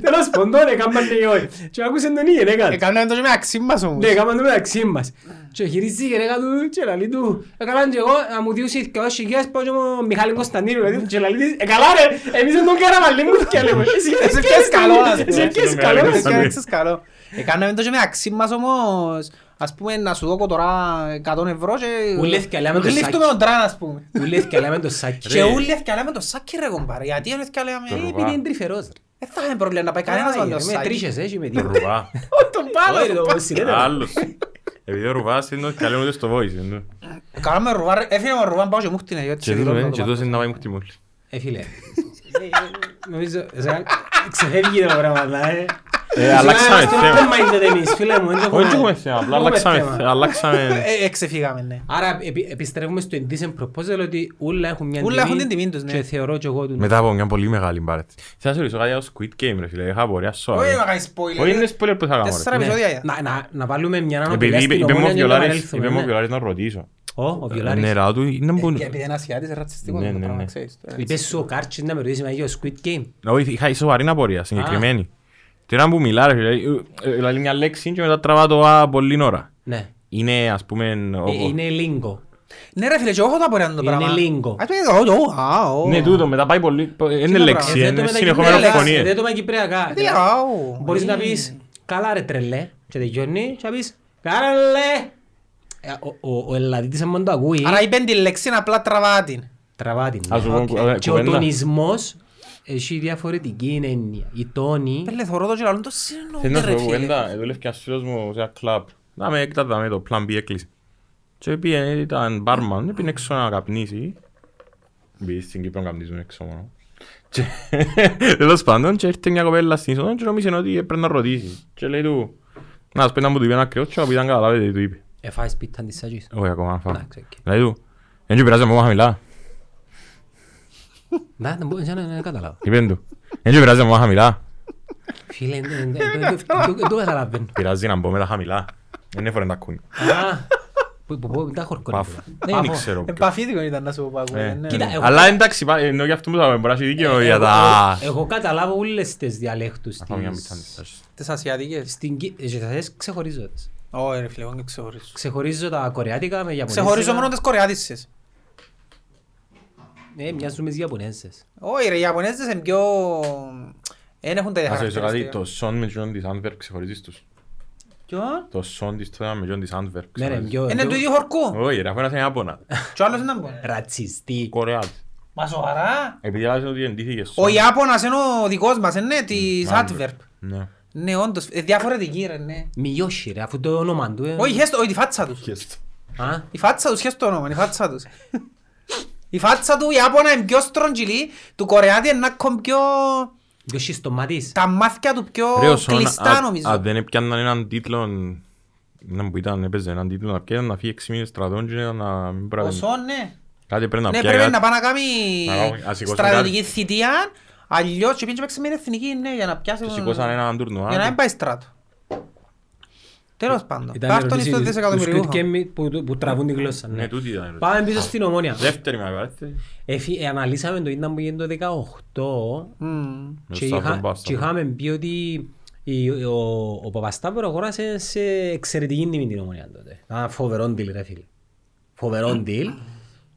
S1: Τέλος ποντών, έκαναν και όχι. Και άκουσαν τον ίδιο, έκανε.
S2: Έκαναν το και Ε, με αξίμας όμως.
S1: Ναι, έκαναν το μεταξύ μας. Και γυρίζει η γυναίκα του και λαλεί του «Έκαναν και εγώ, να μου διούσει και όχι χιλιάς, πάω και μου Μιχάλης Κωνσταντίνου». δηλαδή, Και λαλεί της «Ε, καλά ρε, εμείς δεν τον καραβαλί μου και λέμε. Εσύ
S2: Εσύ πιέσεις Ε, καλό, ας πούμε.
S1: Εσύ πιέσεις
S3: Τον
S1: καλό.
S3: Μιχάλη
S2: Εσύ
S3: Ναι.
S2: πιέσεις καλό. Έκαναν το και με αξίμας όμως. Ας πούμε να σου δώκω τώρα 100 ευρώ και...
S1: Ουλεύκε, αλλά με το
S2: Γλύφτω
S1: σάκι.
S2: με τον τραν ας πούμε.
S1: Ουλέθηκε, λέμε το σάκι.
S2: Και ούλευκε αλλά με το σάκι ρε κομπάρε. Γιατί ούλευκε αλλά με...
S3: Το ρου-
S1: Επειδή είναι τρυφερός. ρε.
S2: Δεν θα είχαμε πρόβλημα να πάει κανένας
S1: Κανένας
S2: με το
S1: με
S2: σάκι.
S1: τρίχες, έχει με δύο.
S3: Ρουβά.
S2: Τον πάλα,
S1: Όχι,
S2: τον
S1: ρε, το
S2: πάλα.
S1: συνέδριο.
S3: Άλλος. Επειδή ο Ρουβάς είναι ότι καλέ μου στο voice. είναι.
S2: Κάναμε ρουβά, ρε. έφυγε με ρουβά, πάω και μου χτύνε, γιατί
S3: Και
S2: σε δηλώνω
S3: δούμε,
S2: το
S3: και
S2: πάλι.
S3: τόσο είναι να πάει μου χτιμούλη.
S1: Ε, φίλε. Νομίζω, σε- ξεφεύγει το πράγμα, αλλά, ε.
S3: Ε, αλλάξαμε
S1: Αυτό
S3: θέμα.
S1: δεν minded εμείς, φίλε μου. δεν το
S3: Όχι έχουμε θέμα,
S1: έχουμε
S3: απλά αλλάξαμε
S1: θέμα.
S3: θέμα, αλλάξαμε...
S2: Ε, ε, ξεφύγαμε, ναι.
S1: Άρα επι- επιστρέφουμε στο indecent proposal ότι όλα έχουν μια
S2: Ούλα έχουν την τιμή τους, ναι.
S1: Και θεωρώ και εγώ του.
S3: Μετά από μια πολύ μεγάλη μπάρετ. Θέλω να σε ρωτήσω κάτι για το Squid Game ρε φίλε, είχα απορία
S2: Όχι να
S3: σοβαρή.
S2: κάνεις spoiler.
S3: Όχι είναι spoiler που θα κάνω ρε.
S2: Τέσσερα επεισόδια. για.
S1: Να, να, να βάλουμε μια αναπηλιά
S3: Επειδή είπε-
S1: στην
S3: είπε μου ο
S1: ομόνια και να
S3: Βιολάρης,
S1: επανέλθουμε.
S3: είπε μου ο
S1: ναι.
S3: Βιολάρης να ρωτήσω.
S1: Ω, ο Βιολάρης.
S3: Ναι, ρα του, είναι
S2: Ε,
S3: που...
S2: και Επειδή είναι Ασιάτης, είναι ρατσιστικό
S3: Ναι,
S2: το
S3: ναι,
S2: πράγμα,
S3: ναι.
S2: ξέρεις το, ε.
S1: Είπες σου ο Κάρτσις να με ρωτήσει με για το Squid Game.
S3: Όχι, είχα σοβαρή απορία, συγκεκριμένη. Τώρα που μιλά, ρε φίλε, ε, ε, λέει μια λέξη και μετά τραβά το α πολλή ώρα.
S1: Ναι.
S3: Είναι, ας πούμε,
S1: Ε,
S3: όπως-
S1: Είναι λίγο.
S2: Ναι, ρε φίλε, και εγώ έχω τα απορία με το
S1: Είναι
S2: πράγμα.
S1: λίγο.
S2: Ας πούμε, ο, ο, α, ο.
S3: Ναι, τούτο, μετά πάει πολύ... Είναι
S2: να
S3: λέξη,
S1: Ε, δέτο
S3: είναι
S1: με τα
S3: συνεχόμενο
S1: κυπριακά,
S3: φωνή.
S1: δέτο με τα κυπριακά.
S2: Ε, Τι, α, ο.
S1: Μπορείς
S2: Ε,
S1: να πεις «Καλά ρε τρελέ» και τελειώνει και να πεις «Καλά ρε». Ε, ο- ο- Ο Ελλαδίτης αν μόνο το ακούει
S2: Άρα είπε την λέξη απλά τραβά την.
S1: τραβά την.
S3: Ας σου πω κου-
S1: Και ο
S3: Ε, κουβέντα.
S1: τονισμός έχει διαφορετική έννοια. Η τόνη...
S2: Πέλε, θωρώ το και λαλούν το σύνο,
S3: Θέλω να σου
S2: ρε
S3: πω
S2: φίλε.
S3: κουβέντα, δούλευε και ένας φίλος μου σε ένα κλαμπ. Να με εκτάδαμε το Plan B έκλεισε. Και πήγε, ήταν μπάρμαν, πήγε έξω να καπνίσει. Μπήκε στην Κύπρο να καπνίζουν έξω μόνο. Και τέλος πάντων, και έρθε μια κοπέλα στην είσοδο και νόμιζε ότι έπρεπε να ρωτήσει. Και λέει του, να σου πει να μου του είπε ένα κρυό και να πει να καταλάβετε τι του είπε.
S1: Εφάεις πίτα της σαγής.
S3: Όχι ακόμα να φάω.
S1: Εντάξει, οκ.
S3: Λέει του, Δεν του πειράζει να πάω χαμηλά.
S1: Να, δεν μπορούσα να να καταλάβω.
S3: Είπεν του. Δεν του πειράζει να πάω χαμηλά.
S1: Φίλε, δεν- δεν- δεν- δεν δεν- δεν το καταλαβαίνω.
S3: Πειράζει να μπω με τα χαμηλά. Δεν έφερε τα κούνια.
S1: Α, που- που- που- τα χορκώνει. Ναι.
S3: Παφ. Δεν ξέρω. ποιο.
S2: Επαφίδικο Ε, ήταν να σου πω πάγου.
S3: Ε.
S2: ναι. Ε,
S1: Κοίτα, εγώ-
S3: Αλλά εντάξει, πα- ενώ για αυτό που θα μπορέσει δίκαιο για
S1: Εγώ-
S3: τα...
S1: Ε, Εγώ καταλάβω όλες τις διαλέκτους
S3: Θα φάω μια
S1: της-
S3: μπιτσα, εντάξει.
S2: Τις ασιατικές.
S1: στην Κι- ε, Ζεσσές ξεχωρίζω τις.
S2: Ω, ρε φίλε, εγώ δεν ξεχωρίζω.
S1: Ξεχωρίζω τα κορεάτικα με γιαπωνέζικα.
S2: Ξεχωρίζω μόνο τις κορεάτισσες.
S1: Ναι, μοιάζουν με τις γιαπωνέζες.
S2: Όχι ρε, οι Ιαπωνέζες είναι πιο... Εν έχουν τα ίδια
S3: Να σε ρωτήσω κάτι,
S2: χαρακτηριστικά.
S3: το σον με τζιόν της Antwerp ξεχωρίζεις τους.
S2: Ποιον?
S3: Το σον της τώρα με τζιόν της Antwerp
S1: Ναι, ρε,
S3: ξεχωρίζεις.
S1: πιο-
S2: Είναι
S1: πιο
S2: του ίδιου χορκού.
S3: Όχι ρε, αφού ένας είναι Ιάπωνα.
S2: Και ο άλλος είναι Ιάπωνας.
S1: Ρατσιστή.
S3: Κορεάτης.
S2: Μα σοβαρά.
S3: Επειδή άλλαζε ότι εντύχηκε σον.
S2: Ο Ιάπωνας είναι ο δικός μας, είναι
S3: Ε,
S2: της Adverb.
S3: Ναι.
S2: Ναι, όντως. Ε, Διαφορετική ρε, ναι.
S1: Μιώσι ρε, αφού το όνομα του... ε.
S2: Όχι, χες το- όχι, τη φάτσα τους.
S1: Α,
S2: Η φάτσα τους, χες το όνομα, η φάτσα τους. Η φάτσα του Ιάπωνα είναι πιο στρογγυλή, του Κορεάτη είναι ακόμα πιο...
S1: πιο συστοματής.
S2: Τα μάτια του πιο
S3: Ρε, ο σον,
S2: κλειστά
S3: α-
S2: νομίζω.
S3: αν δεν έπιαναν έναν τίτλο... Να που ήταν, έπαιζε έναν τίτλο να πιάνε να φύγει έξι μήνες στρατών και να μην
S2: Ο
S3: πράβει.
S2: Σον, ναι.
S3: Κάτι πρέπει να
S2: Ναι,
S3: πιάει
S2: πρέπει
S3: κάτι.
S2: να πάει να κάνει
S3: Να κάνει- να σηκώσει
S2: στρατιωτική
S3: κάτι.
S2: θητεία, αλλιώς και πήγαινε και παίξει με την εθνική, ναι, για να πιάσει...
S3: Και σηκώσαν έναν τουρνουά.
S2: Για να μην πάει στράτο. Τέλος πάντων.
S1: Ε, Ήταν
S2: Πάρ' τον
S1: ερωτήσεις
S2: ιστό
S1: του
S2: δισεκατομμυριούχο.
S1: Squid Game που- που τραβούν τη γλώσσα. ναι.
S3: Ναι, τούτη ήταν η ερώτηση.
S1: Πάμε πίσω στην ομόνια.
S3: Δεύτερη με αγαπάτε.
S1: Εφι- ε, Αναλύσαμε το ήταν που γίνεται το 18
S2: Μμμ.
S1: και
S3: Σταύρο
S1: είχα-
S3: Μπάσταυρο.
S1: και είχαμε πει ότι η- ο, ο Παπασταύρο αγόρασε σε εξαιρετική τιμή την ομονία τότε. Ένα φοβερό deal ρε φίλε. Φοβερό deal.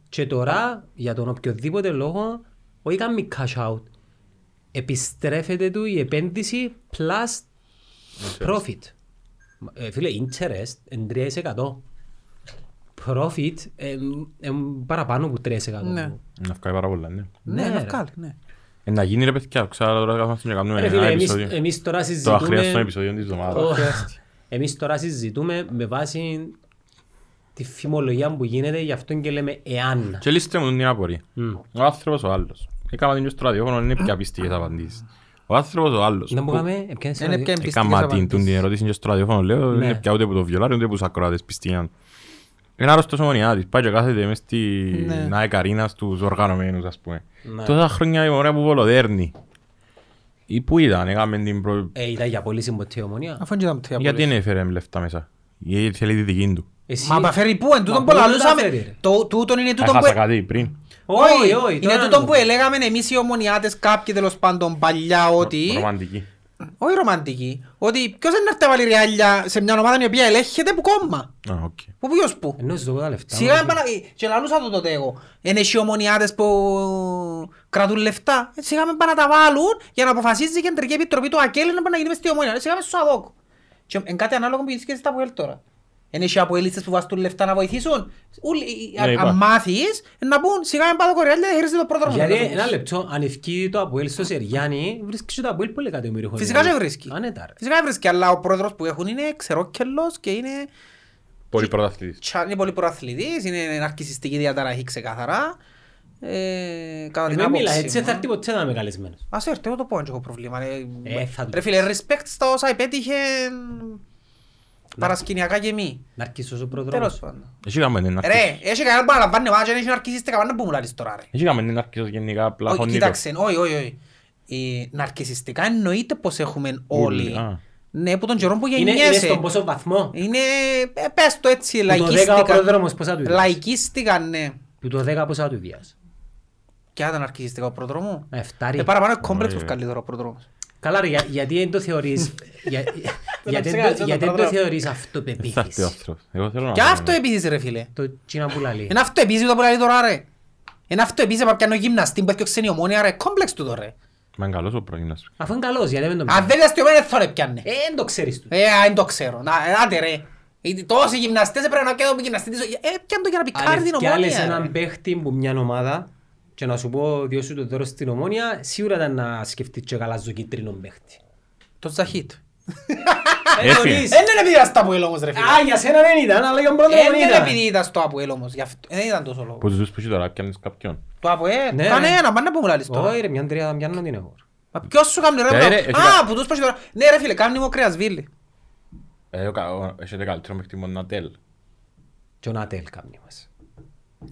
S1: και τώρα για τον οποιοδήποτε λόγο όχι κάνει cash out. Επιστρέφεται του η επένδυση plus profit. Ε, φίλε, interest είναι 3%. Profit ε, ε, παραπάνω από 3%.
S2: Ναι.
S3: Να φκάει πάρα πολλά, ναι.
S2: Ναι,
S1: Ναι,
S2: να
S1: ρε.
S2: βγάλει, ναι.
S3: Ε, να γίνει ρε παιδιά, ξέρω τώρα καθόμαστε και κάνουμε
S1: Ε, Ρε
S3: ένα
S1: φίλε, εμείς,
S3: επεισόδιο.
S1: εμείς τώρα
S3: Το αχρίαστο
S1: συζητούμε...
S3: επεισόδιο της
S1: Ο-
S3: εβδομάδας.
S1: Εμείς τώρα συζητούμε με βάση τη φημολογία που γίνεται, γι' αυτό και λέμε εάν.
S3: Και λύστε μου τον Ιάπωρη.
S1: Μμ.
S3: Ο άνθρωπος ο άλλος. Έκανα την στο ραδιόφωνο, είναι πια πιστικές απαντήσεις. Ο άνθρωπος ο άλλος.
S1: Να μου
S3: που ε,
S1: κάμε, έπιανες
S2: Είναι
S1: ένα
S2: πια
S1: δι-
S2: πιστικές
S3: Έκανα την,
S2: απαντήσεις.
S3: τον την ερώτηση και στο ραδιόφωνο, λέω,
S1: Ναι.
S3: είναι πια ούτε που το βιολάρι, ούτε που τους ακροατές πιστικές. Είναι άρρωστος ομονιάτης, πάει και κάθεται μες
S2: Ναι.
S3: στην ΑΕΚ Αρίνα στους οργανωμένους, ας πούμε.
S1: Ναι.
S3: Τόσα χρόνια η μωρέα που βολοδέρνει. Ή πού ήταν, έκαμε την προ...
S1: Ε, ήταν για πολύ συμποτή ομονία.
S2: Αφού είναι και τα μτρία
S3: Γιατί
S2: πολλές.
S3: δεν έφερε λεφτά μέσα. Γιατί θέλει τη δική του.
S1: Εσύ...
S2: Μα απαφέρει πού, εν τούτον
S1: Μα
S2: που
S1: πού δεν τα φέρει,
S2: λαλούσαμε.
S1: ρε.
S2: Το- Τούτον είναι τούτον
S3: Έχασα
S2: που...
S3: κάτι πριν.
S1: Όχι, όχι.
S2: Είναι
S1: τώρα
S2: τούτον
S1: να
S2: που
S1: το-
S2: έλεγαμε εμείς οι ομονιάτες κάποιοι τέλος πάντων παλιά ότι...
S3: Ρομαντική.
S2: Όχι ρομαντικοί. Ότι ποιος είναι να βάλει ριάλια σε μια ομάδα η οποία ελέγχεται από κόμμα.
S3: Α, οκ.
S2: Που ποιος που.
S1: Ενώ σου δώκα τα λεφτά.
S2: Σιγά
S1: μα,
S2: είναι παρα... Και λαλούσα το τότε εγώ. Είναι οι ομονιάτες που κρατούν λεφτά. Ε, Σιγά με πάνε να τα βάλουν για να αποφασίζει η Κεντρική Επιτροπή του ΑΚΕΛ να πάνε να γίνει μες στη ομονιά. Ε, Σιγά μες στους αδόκ. Και εν κάτι ανάλογο που γίνεται και στα ΑΠΟΕΛ τώρα. Είναι οι αποελίστες που βάζουν λεφτά να βοηθήσουν. Ούλοι, οι-
S3: Ναι,
S2: αν-
S3: υπάρχει.
S2: Αν μάθεις, ε, να πούν σιγά με πάνε κορεάλια δεν χρειάζεται το πρόδρομο.
S1: Γιατί
S2: να το
S1: ένα
S2: πεις.
S1: λεπτό, αν ευκεί το Αποέλ στο Σεριάνι, βρίσκεις το Αποέλ πολύ εκατομμύριο χρονιά.
S2: Φυσικά και βρίσκει.
S1: Άνετα ναι, ρε.
S2: Φυσικά βρίσκει, αλλά ο πρόεδρος που έχουν είναι ξερόκελος και είναι
S3: Πολύ πρωταθλητής.
S2: τσα- είναι πολύ προαθλητής, είναι αρκισιστική διαταραχή ξεκάθαρα. Ε, κατά την
S1: Δεν μιλά
S2: άποψη
S1: έτσι,
S2: μου. ε.
S1: θα έρθει ποτέ να είμαι καλεσμένος.
S2: Ας έρθει, εγώ το πω, δεν έχω πρόβλημα. ρε.
S1: Ε, θα το
S2: Ρε φίλε, respect στα όσα επέτυχε παρασκηνιακά και μη.
S1: Να αρκίσεις ο
S2: Τέλος
S1: προδρόμος.
S2: πάντων.
S3: Εσύ κάμε την αρκή.
S2: Ρε, έχει κανένα που αναλαμβάνει μάτια, έχει ναρκισίστε καμπάνα που μου λάρεις τώρα ρε.
S3: Εσύ κάμε την αρκή γενικά απλά
S2: Όχι,
S3: χωνίτο.
S2: κοίταξε, όχι, όχι, όχι. Ε, Ναρκισιστικά εννοείται πως έχουμε όλοι.
S3: α.
S2: Ναι, που τον καιρό που
S1: Είναι, είναι
S2: γεννιέσαι.
S1: στον πόσο βαθμό.
S2: Είναι, ε, πες το έτσι,
S1: Που το 10 ο
S2: λαϊκίστηκα.
S1: προδρόμος πόσα του είδες.
S2: Λαϊκίστηκα, ναι.
S1: Που το 10 πόσα του είδες.
S2: Και αν ήταν ναρκισιστικά ο προδρόμου.
S1: Να εφτάρει.
S2: Ε, παραπάνω κόμπλεξ που
S3: Ωραία.
S2: καλύτερο ο προδρόμος.
S1: Καλά ρε, για- γιατί δεν το θεωρείς... για- γιατί δεν
S2: ξεκάθαρα,
S1: το- Γιατί δεν το
S2: τώρα.
S1: θεωρείς
S3: Δεν Ε, θα έρθει ο
S1: αυτοπεποίθηση.
S3: άνθρωπος. Εγώ θέλω να...
S2: Και
S3: κάνω.
S2: αυτό επίσης ρε φίλε.
S1: Το τσίνα που λαλεί.
S2: Είναι αυτό επίσης το που λέει τώρα ρε. Είναι αυτό επίσης που πιάνω γυμναστή που έφτιαξε η ομόνια ρε. Κόμπλεξ του το ρε.
S3: Μα είναι καλός ο πρόγινας.
S1: Αφού είναι καλός, γιατί δεν το
S2: Αν
S1: μιλάς.
S2: δεν είναι αστείο δεν θα ρε πιάνε.
S1: Ε, δεν το ξέρεις του.
S2: Ε, α, δεν το ξέρω. Να, ε, άντε ρε. Γιατί Τόσοι γυμναστές έπρεπε να πιάνω γυμναστή της ζωής. Ε, πιάνω το για να πικάρει
S1: Αν
S2: την ομόνια.
S1: άλλες
S2: ρε.
S1: έναν παίχτη που μια ομάδα και να σου πω διώ σου το δώρο στην ομόνια, σίγουρα ήταν να σκεφτείς και καλά ζωκίτρινο παίχτη.
S2: Το Ζαχίτ.
S3: Έφυγε.
S2: Ε, Δεν είναι επειδή ήταν στο Αποέλ όμως ρε φίλε.
S1: Α, για σένα δεν ήταν, αλλά για τον πρώτο
S2: Ε,
S1: δεν
S2: Δεν είναι επειδή
S1: ήταν.
S2: ήταν στο Αποέλ όμως. Γι' αυτό- Ε, Δεν ήταν τόσο λόγος.
S3: Που ζούς που είσαι τώρα, πιάνεις κάποιον.
S2: Το Αποέλ.
S1: Ναι.
S2: Κανένα, πάνε να πούμε λάλης τώρα.
S1: Όχι ρε, μια τριάδα πιάνω την εγώ.
S2: Μα ποιος σου κάνει ρε.
S3: Ε, ρε,
S2: μπρο-
S3: έχει
S2: Α,
S3: κα-
S2: που τους πας και τώρα. Ναι ρε φίλε, κάνει μου ο Κρεασβίλη.
S3: Ε, ο κα- ο- Έχετε καλύτερο μέχρι τη Μονατέλ.
S1: Και ο Νατέλ κάνει μας.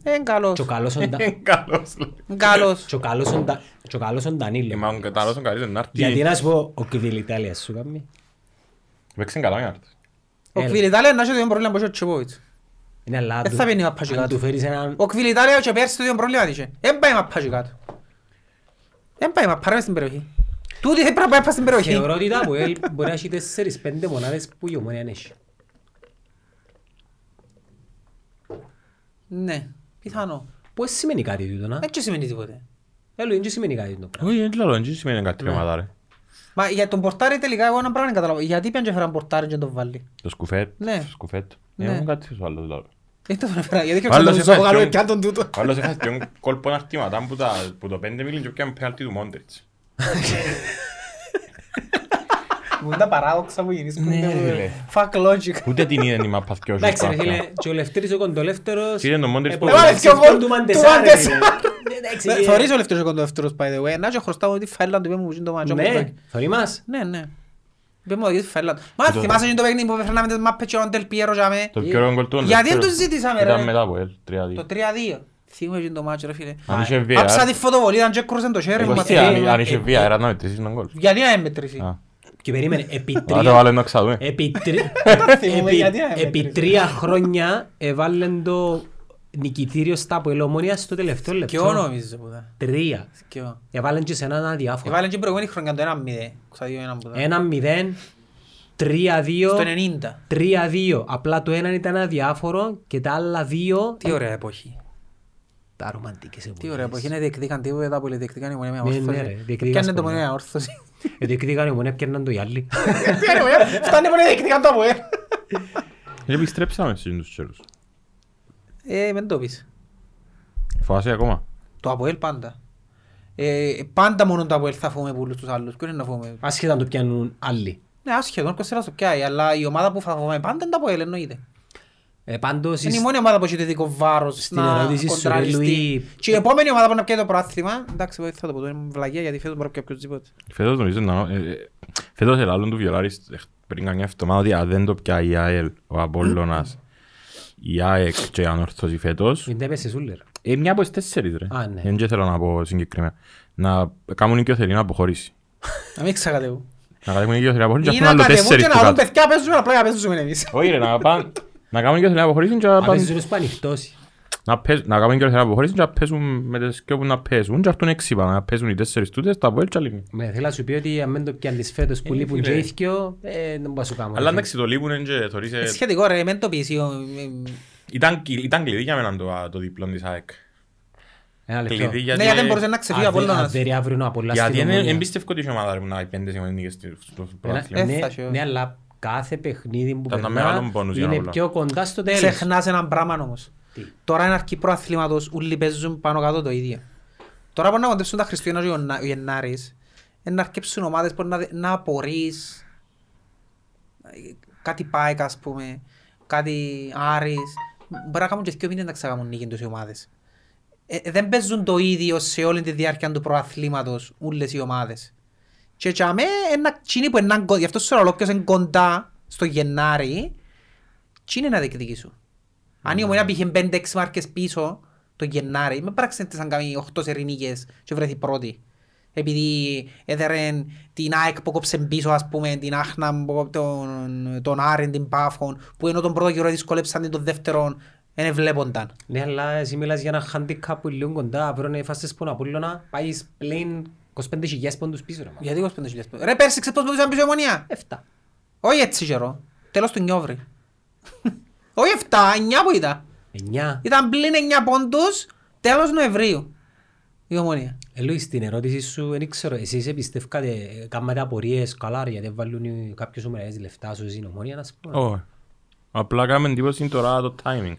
S2: Ε, καλός.
S1: Και ο καλός ο Ντα-
S3: Καλώς.
S2: Καλός.
S1: και ο καλός ο Ντα- και ο καλός ο Ντανίλο.
S3: Ε, Μα ο κατάλληλος ο καλής είναι
S1: Γιατί
S3: άρτη.
S1: να σου πω, ο Κιβιλιτάλιας σου κάνει.
S3: Παίξε καλά είναι άρτη.
S2: Ο
S1: Έλα.
S2: Κβιλιτάλια να έχει το ίδιο πρόβλημα που είχε ο Τσεπόβιτς.
S1: Είναι αλλά
S2: Δεν
S1: του-
S2: θα πίνει μαπάζι
S1: αν
S2: κάτω.
S1: του φέρεις έναν...
S2: Ο Κβιλιτάλια και πέρσι το ίδιο πρόβλημα είχε. Δεν πάει μαπάζι κάτω. Δεν πάει μαπάρε μες στην περιοχή. Τούτη θα πρέπει να πάει μες στην περιοχή.
S1: Θεωρώ ότι τα ΑΠΟΕΛ μπορεί να έχει τέσσερις πέντε μονάδες που η ομόνια δεν έχει.
S2: Ναι, πιθανό.
S1: Πώς σημαίνει κάτι τούτο, να.
S2: Δεν και σημαίνει τίποτε.
S1: Έλο, είναι και σημαίνει κάτι τούτο. πράγμα.
S3: Όχι, δεν λέω, δεν σημαίνει κάτι
S2: Ναι.
S3: η ομάδα, ρε.
S2: Μα για τον πορτάρι τελικά εγώ ένα πράγμα δεν καταλάβω. Γιατί πήγαν και έφεραν πορτάρι και δεν τον βάλει.
S3: Το σκουφέτ.
S2: Ναι.
S3: το σκουφέτ.
S2: Ναι.
S3: Ε, μου κάτι σου άλλο λέω.
S2: Γιατί τον έφεραν, γιατί και ο
S3: Άλλος
S2: Ξαντώνης ο
S3: έφερε
S2: Γάλλος
S3: ποιον-
S2: έπιαν τον τούτο.
S3: Ο άλλος έχασε ποιον κόλπο αρτήματα που τα- που το πέντε μίλιν και πιάνε πέναλτι του Μόντριτς.
S2: Μου είναι τα παράδοξα που
S3: Ναι, ρε,
S2: γεννήσκονται.
S3: φίλε.
S2: Fuck logic.
S3: Ούτε την είδε η μάπα δυο σου
S1: Εντάξει ρε
S3: σπάθια.
S1: φίλε, και ο Λευτέρης ο Κοντολεύτερος...
S3: Είδε τον Μόντριτς
S1: ε,
S3: που-
S1: πολύ-
S2: Έβαλε δυο γκολ
S1: του
S2: του
S1: Μαντεσάρη, ρε.
S2: Μαντεσάρη.
S1: Εντάξει,
S2: Ναι,
S1: ε,
S2: Θωρείς ο Λευτέρης ο Κοντοευτρός, by the way. Να και χρωστάω ότι φάιλαν του είπε μου γίνει το μάτσο.
S1: Ναι, θωρεί μας.
S2: Ναι, ναι. Είπε μου ότι φάιλαν. Μα θυμάσαι γίνει το παιχνίδι που έφερναμε τις μάπες και ο Ντελ Πιέρο για μέ.
S3: Το πιο ωραίο γκολ του
S2: ε, Γιατί δεν
S3: Ντελ
S2: τους
S3: Πιέρο.
S2: ζήτησαμε, ρε.
S3: Ήταν μετά από ελ, 3-2.
S2: Το 3-2. Θυμούμε γίνει το μάτσο ρε φίλε.
S3: Αν είχε VR,
S2: Άψα τη φωτοβολίδα αν και κρούσαν το χέρι μου.
S3: εγώ
S2: μα
S3: τι, αν-
S2: θυμούμε.
S3: αν είχε
S2: ε,
S3: VR, να μετρήσεις τον γκολ.
S2: Γιατί να έμετρησει.
S3: Α.
S1: Και περίμενε, επί
S3: Άρα το
S1: τρία...
S3: βάλω να ξαδούμε.
S1: Επί, τρι-
S2: Τα θυμούμε,
S1: επί-
S2: γιατί να
S1: επί
S2: μετρήσεις.
S1: τρία χρόνια έβαλαν το νικητήριο στα Ποελομόνια στο τελευταίο
S2: Και εγώ
S1: λεπτό.
S2: νομίζω που ήταν.
S1: Τρία.
S2: Και εγώ.
S1: Έβαλαν και σε έναν αδιάφορο.
S2: Έβαλαν και προηγούμενη χρονιά το 1-0. Ξαδίω έναν που ήταν.
S1: Ένα μηδέν, τρία δύο,
S2: Στο 90.
S1: τρία δύο. Απλά το έναν ήταν αδιάφορο και τα άλλα δύο
S2: Τι ωραία εποχή.
S1: τα ρομαντικές εποχές.
S2: Τι ωραία εποχή. Είναι διεκδίκαν τίποτα που διεκδίκαν η Μονία με
S1: Ναι, ναι,
S2: όρθωση.
S1: ρε, διεκδίκαν
S2: Πιάνε το
S1: σπορνά.
S2: Μονία όρθωση.
S1: Γιατί εκδίκανε μόνο έπιαναν το οι άλλοι.
S2: Πιάνε Μονία, Φτάνε Μονία διεκδίκαν το ΑΠΟΕΛ.
S3: ε, Επιστρέψαμε στους καιρούς.
S2: Ε, μεν το πεις.
S3: Φοβάσαι ακόμα.
S2: Το ΑΠΟΕΛ πάντα. Ε, πάντα μόνο το ΑΠΟΕΛ θα φοβούμε πουλούς τους άλλους. Ποιον είναι να φοβούμε.
S1: Άσχετα αν το πιάνουν άλλοι.
S2: Ναι, άσχετον, κοστέρα στο πιάει, αλλά η ομάδα που θα φοβούμε πάντα είναι το ΑΠΟΕΛ, εννοείται.
S1: Ε, πάντως,
S2: Είναι η μόνη ομάδα που έχει το ειδικό βάρος
S1: Στην
S2: να
S1: ερώτηση σου, ρε,
S2: κοντραριστεί.
S1: Λουί.
S2: Και η επόμενη ομάδα που να πιάει το πρόθυμα, εντάξει, εγώ θα το πω, είναι βλαγιά, γιατί φέτος μπορεί να πιάει οποιοδήποτε.
S3: Φέτος νομίζω να... ε, ε, Φέτος el álbum του Violaris πριν καμιά εβδομάδα ότι αν δεν το πια η ΑΕΛ, ο Απόλλωνας, η ΑΕΚ και η Ανόρθωση φέτος.
S1: Μην τα έπεσες ούλερα.
S3: Ε, μια από τις τέσσερις ρε.
S1: Α, ναι.
S3: Δεν και θέλω να πω συγκεκριμένα. Να κάνουν οικειοθελή να αποχωρήσει.
S2: Να μην ξακατεύουν.
S3: Να κατέχουν οικειοθελή να αποχωρήσει
S2: Ή
S3: και
S2: να
S3: να έχουν άλλο
S2: κατεβούν
S3: τέσσερις
S2: και να δουν
S3: που κάτω.
S2: παιδιά παίζουν, απλά για να παίζουμε εμείς.
S3: Όχι ρε, να πάνε... Να κάνουν οικειοθελή να αποχωρήσουν και να
S1: Αν
S3: πάνε-
S1: παίζεις ούλους που ανοιχτώσει.
S3: να παίζουν- να κάνουν οικειοθελή να αποχωρήσουν και να παίζουν με τις δυο που να παίζουν και να έρθουν έξι πάνω. Να παίζουν οι τέσσερις τούτες, τα Αποέλ και άλλοι.
S1: Με θέλω να σου πει ότι αν δεν το πιάνεις φέτος που
S3: Ε,
S1: λείπουν
S3: φίλε.
S1: και οι δυο, ε, δεν μπορώ να σου κάνω.
S3: Αλλά εντάξει, το λείπουν εν και θωρείς, ε,
S2: Ε, Σχετικό ρε, μεν το πεις. ο- ε,
S3: Ήταν, κλει- ήταν κλειδί για μένα το, το διπλό της ΑΕΚ.
S1: Ένα λεπτό.
S3: Κλειδί
S2: Ναι,
S3: γιατί... ε-
S2: γιατί δεν μπορούσε να ξεφύγει από
S1: Αν δεν-
S2: όλα
S1: αν δεν αύριο να απολαύσει
S3: Γιατί
S1: την
S3: δεν
S1: ομόνια.
S3: δεν πίστευω ότι είχε ομάδας ρε, που να έχει πέντε σημαντικές νίκες στο- στο
S1: Ένα-
S3: πρωτάθλημα.
S2: Ε,
S1: ναι,
S2: έφτασε, όχι.
S1: Ναι, αλλά κάθε παιχνίδι που
S3: Ήταν ένα
S1: περνά
S3: μεγάλο bonus για να
S1: είναι
S3: πολλά.
S1: πιο κοντά στο τέλος.
S2: Ξεχνάς έναν πράγμα όμως. Τώρα είναι αρκεί προαθλήματος, όλοι παίζουν πάνω κάτω το ίδιο. Τώρα μπορεί να κοντέψουν τα Χριστούγεννα και ο Ιωνα- ο Γενάρης, ε, να αρκέψουν ομάδες, μπορεί να, δε- να απορείς. Ε, Κάτι πάει, ας πούμε, κάτι Άρης. Μπορεί να κάνουν και δύο μήνες να ξαγάμουν νίκη τους οι ομάδες. Ε, ε, δεν παίζουν το ίδιο σε όλη τη διάρκεια του προαθλήματος όλες οι ομάδες. Και τσάμε ένα τσίνι που είναι κοντά, γι' αυτό σου λέω όποιος είναι κοντά στο Γενάρη, τσίνι να διεκδικήσουν. Αν η Ομονία πήγε 5-6 μάρκες πίσω το Γενάρη, με πράξετε σαν κάνει 8 σερινίκες και βρέθη πρώτη. Επειδή έδερεν την ΑΕΚ που κόψε πίσω, ας πούμε, την Άχναμ, που κόπ- τον, τον Άρεν, την Πάφον, που ενώ τον πρώτο γύρο δυσκολέψαν την τον δεύτερο, δεν βλέπονταν.
S1: Ναι, αλλά εσύ μιλάς για ένα handicap που είναι λίγο κοντά, αύριο είναι φάσεις που απολύωνα, πάεις πλέον 25.000 πόντους πίσω. ρε, μα.
S2: Γιατί 25.000 πόντους. Ρε πέρσι ξέρεις πώς μου πίσω η Ομονία.
S1: Εφτά.
S2: Όχι έτσι καιρό. Τέλος του Νιόβρη. Όχι 7, 9 που ήταν.
S1: Εννιά.
S2: Ήταν πλήν 9 πόντους, τέλος Νοεμβρίου. Η Ομονία.
S1: Ε, Λουίς, στην ερώτηση σου, δεν ξέρω, εσείς εμπιστεύκατε, ε, κάματε απορίες καλά, ρε, γιατί βάλουν οι- κάποιους ομιλές λεφτά σου στην ομόνια, να σου πω.
S3: Όχι. Απλά κάνουμε εντύπωση τώρα το timing.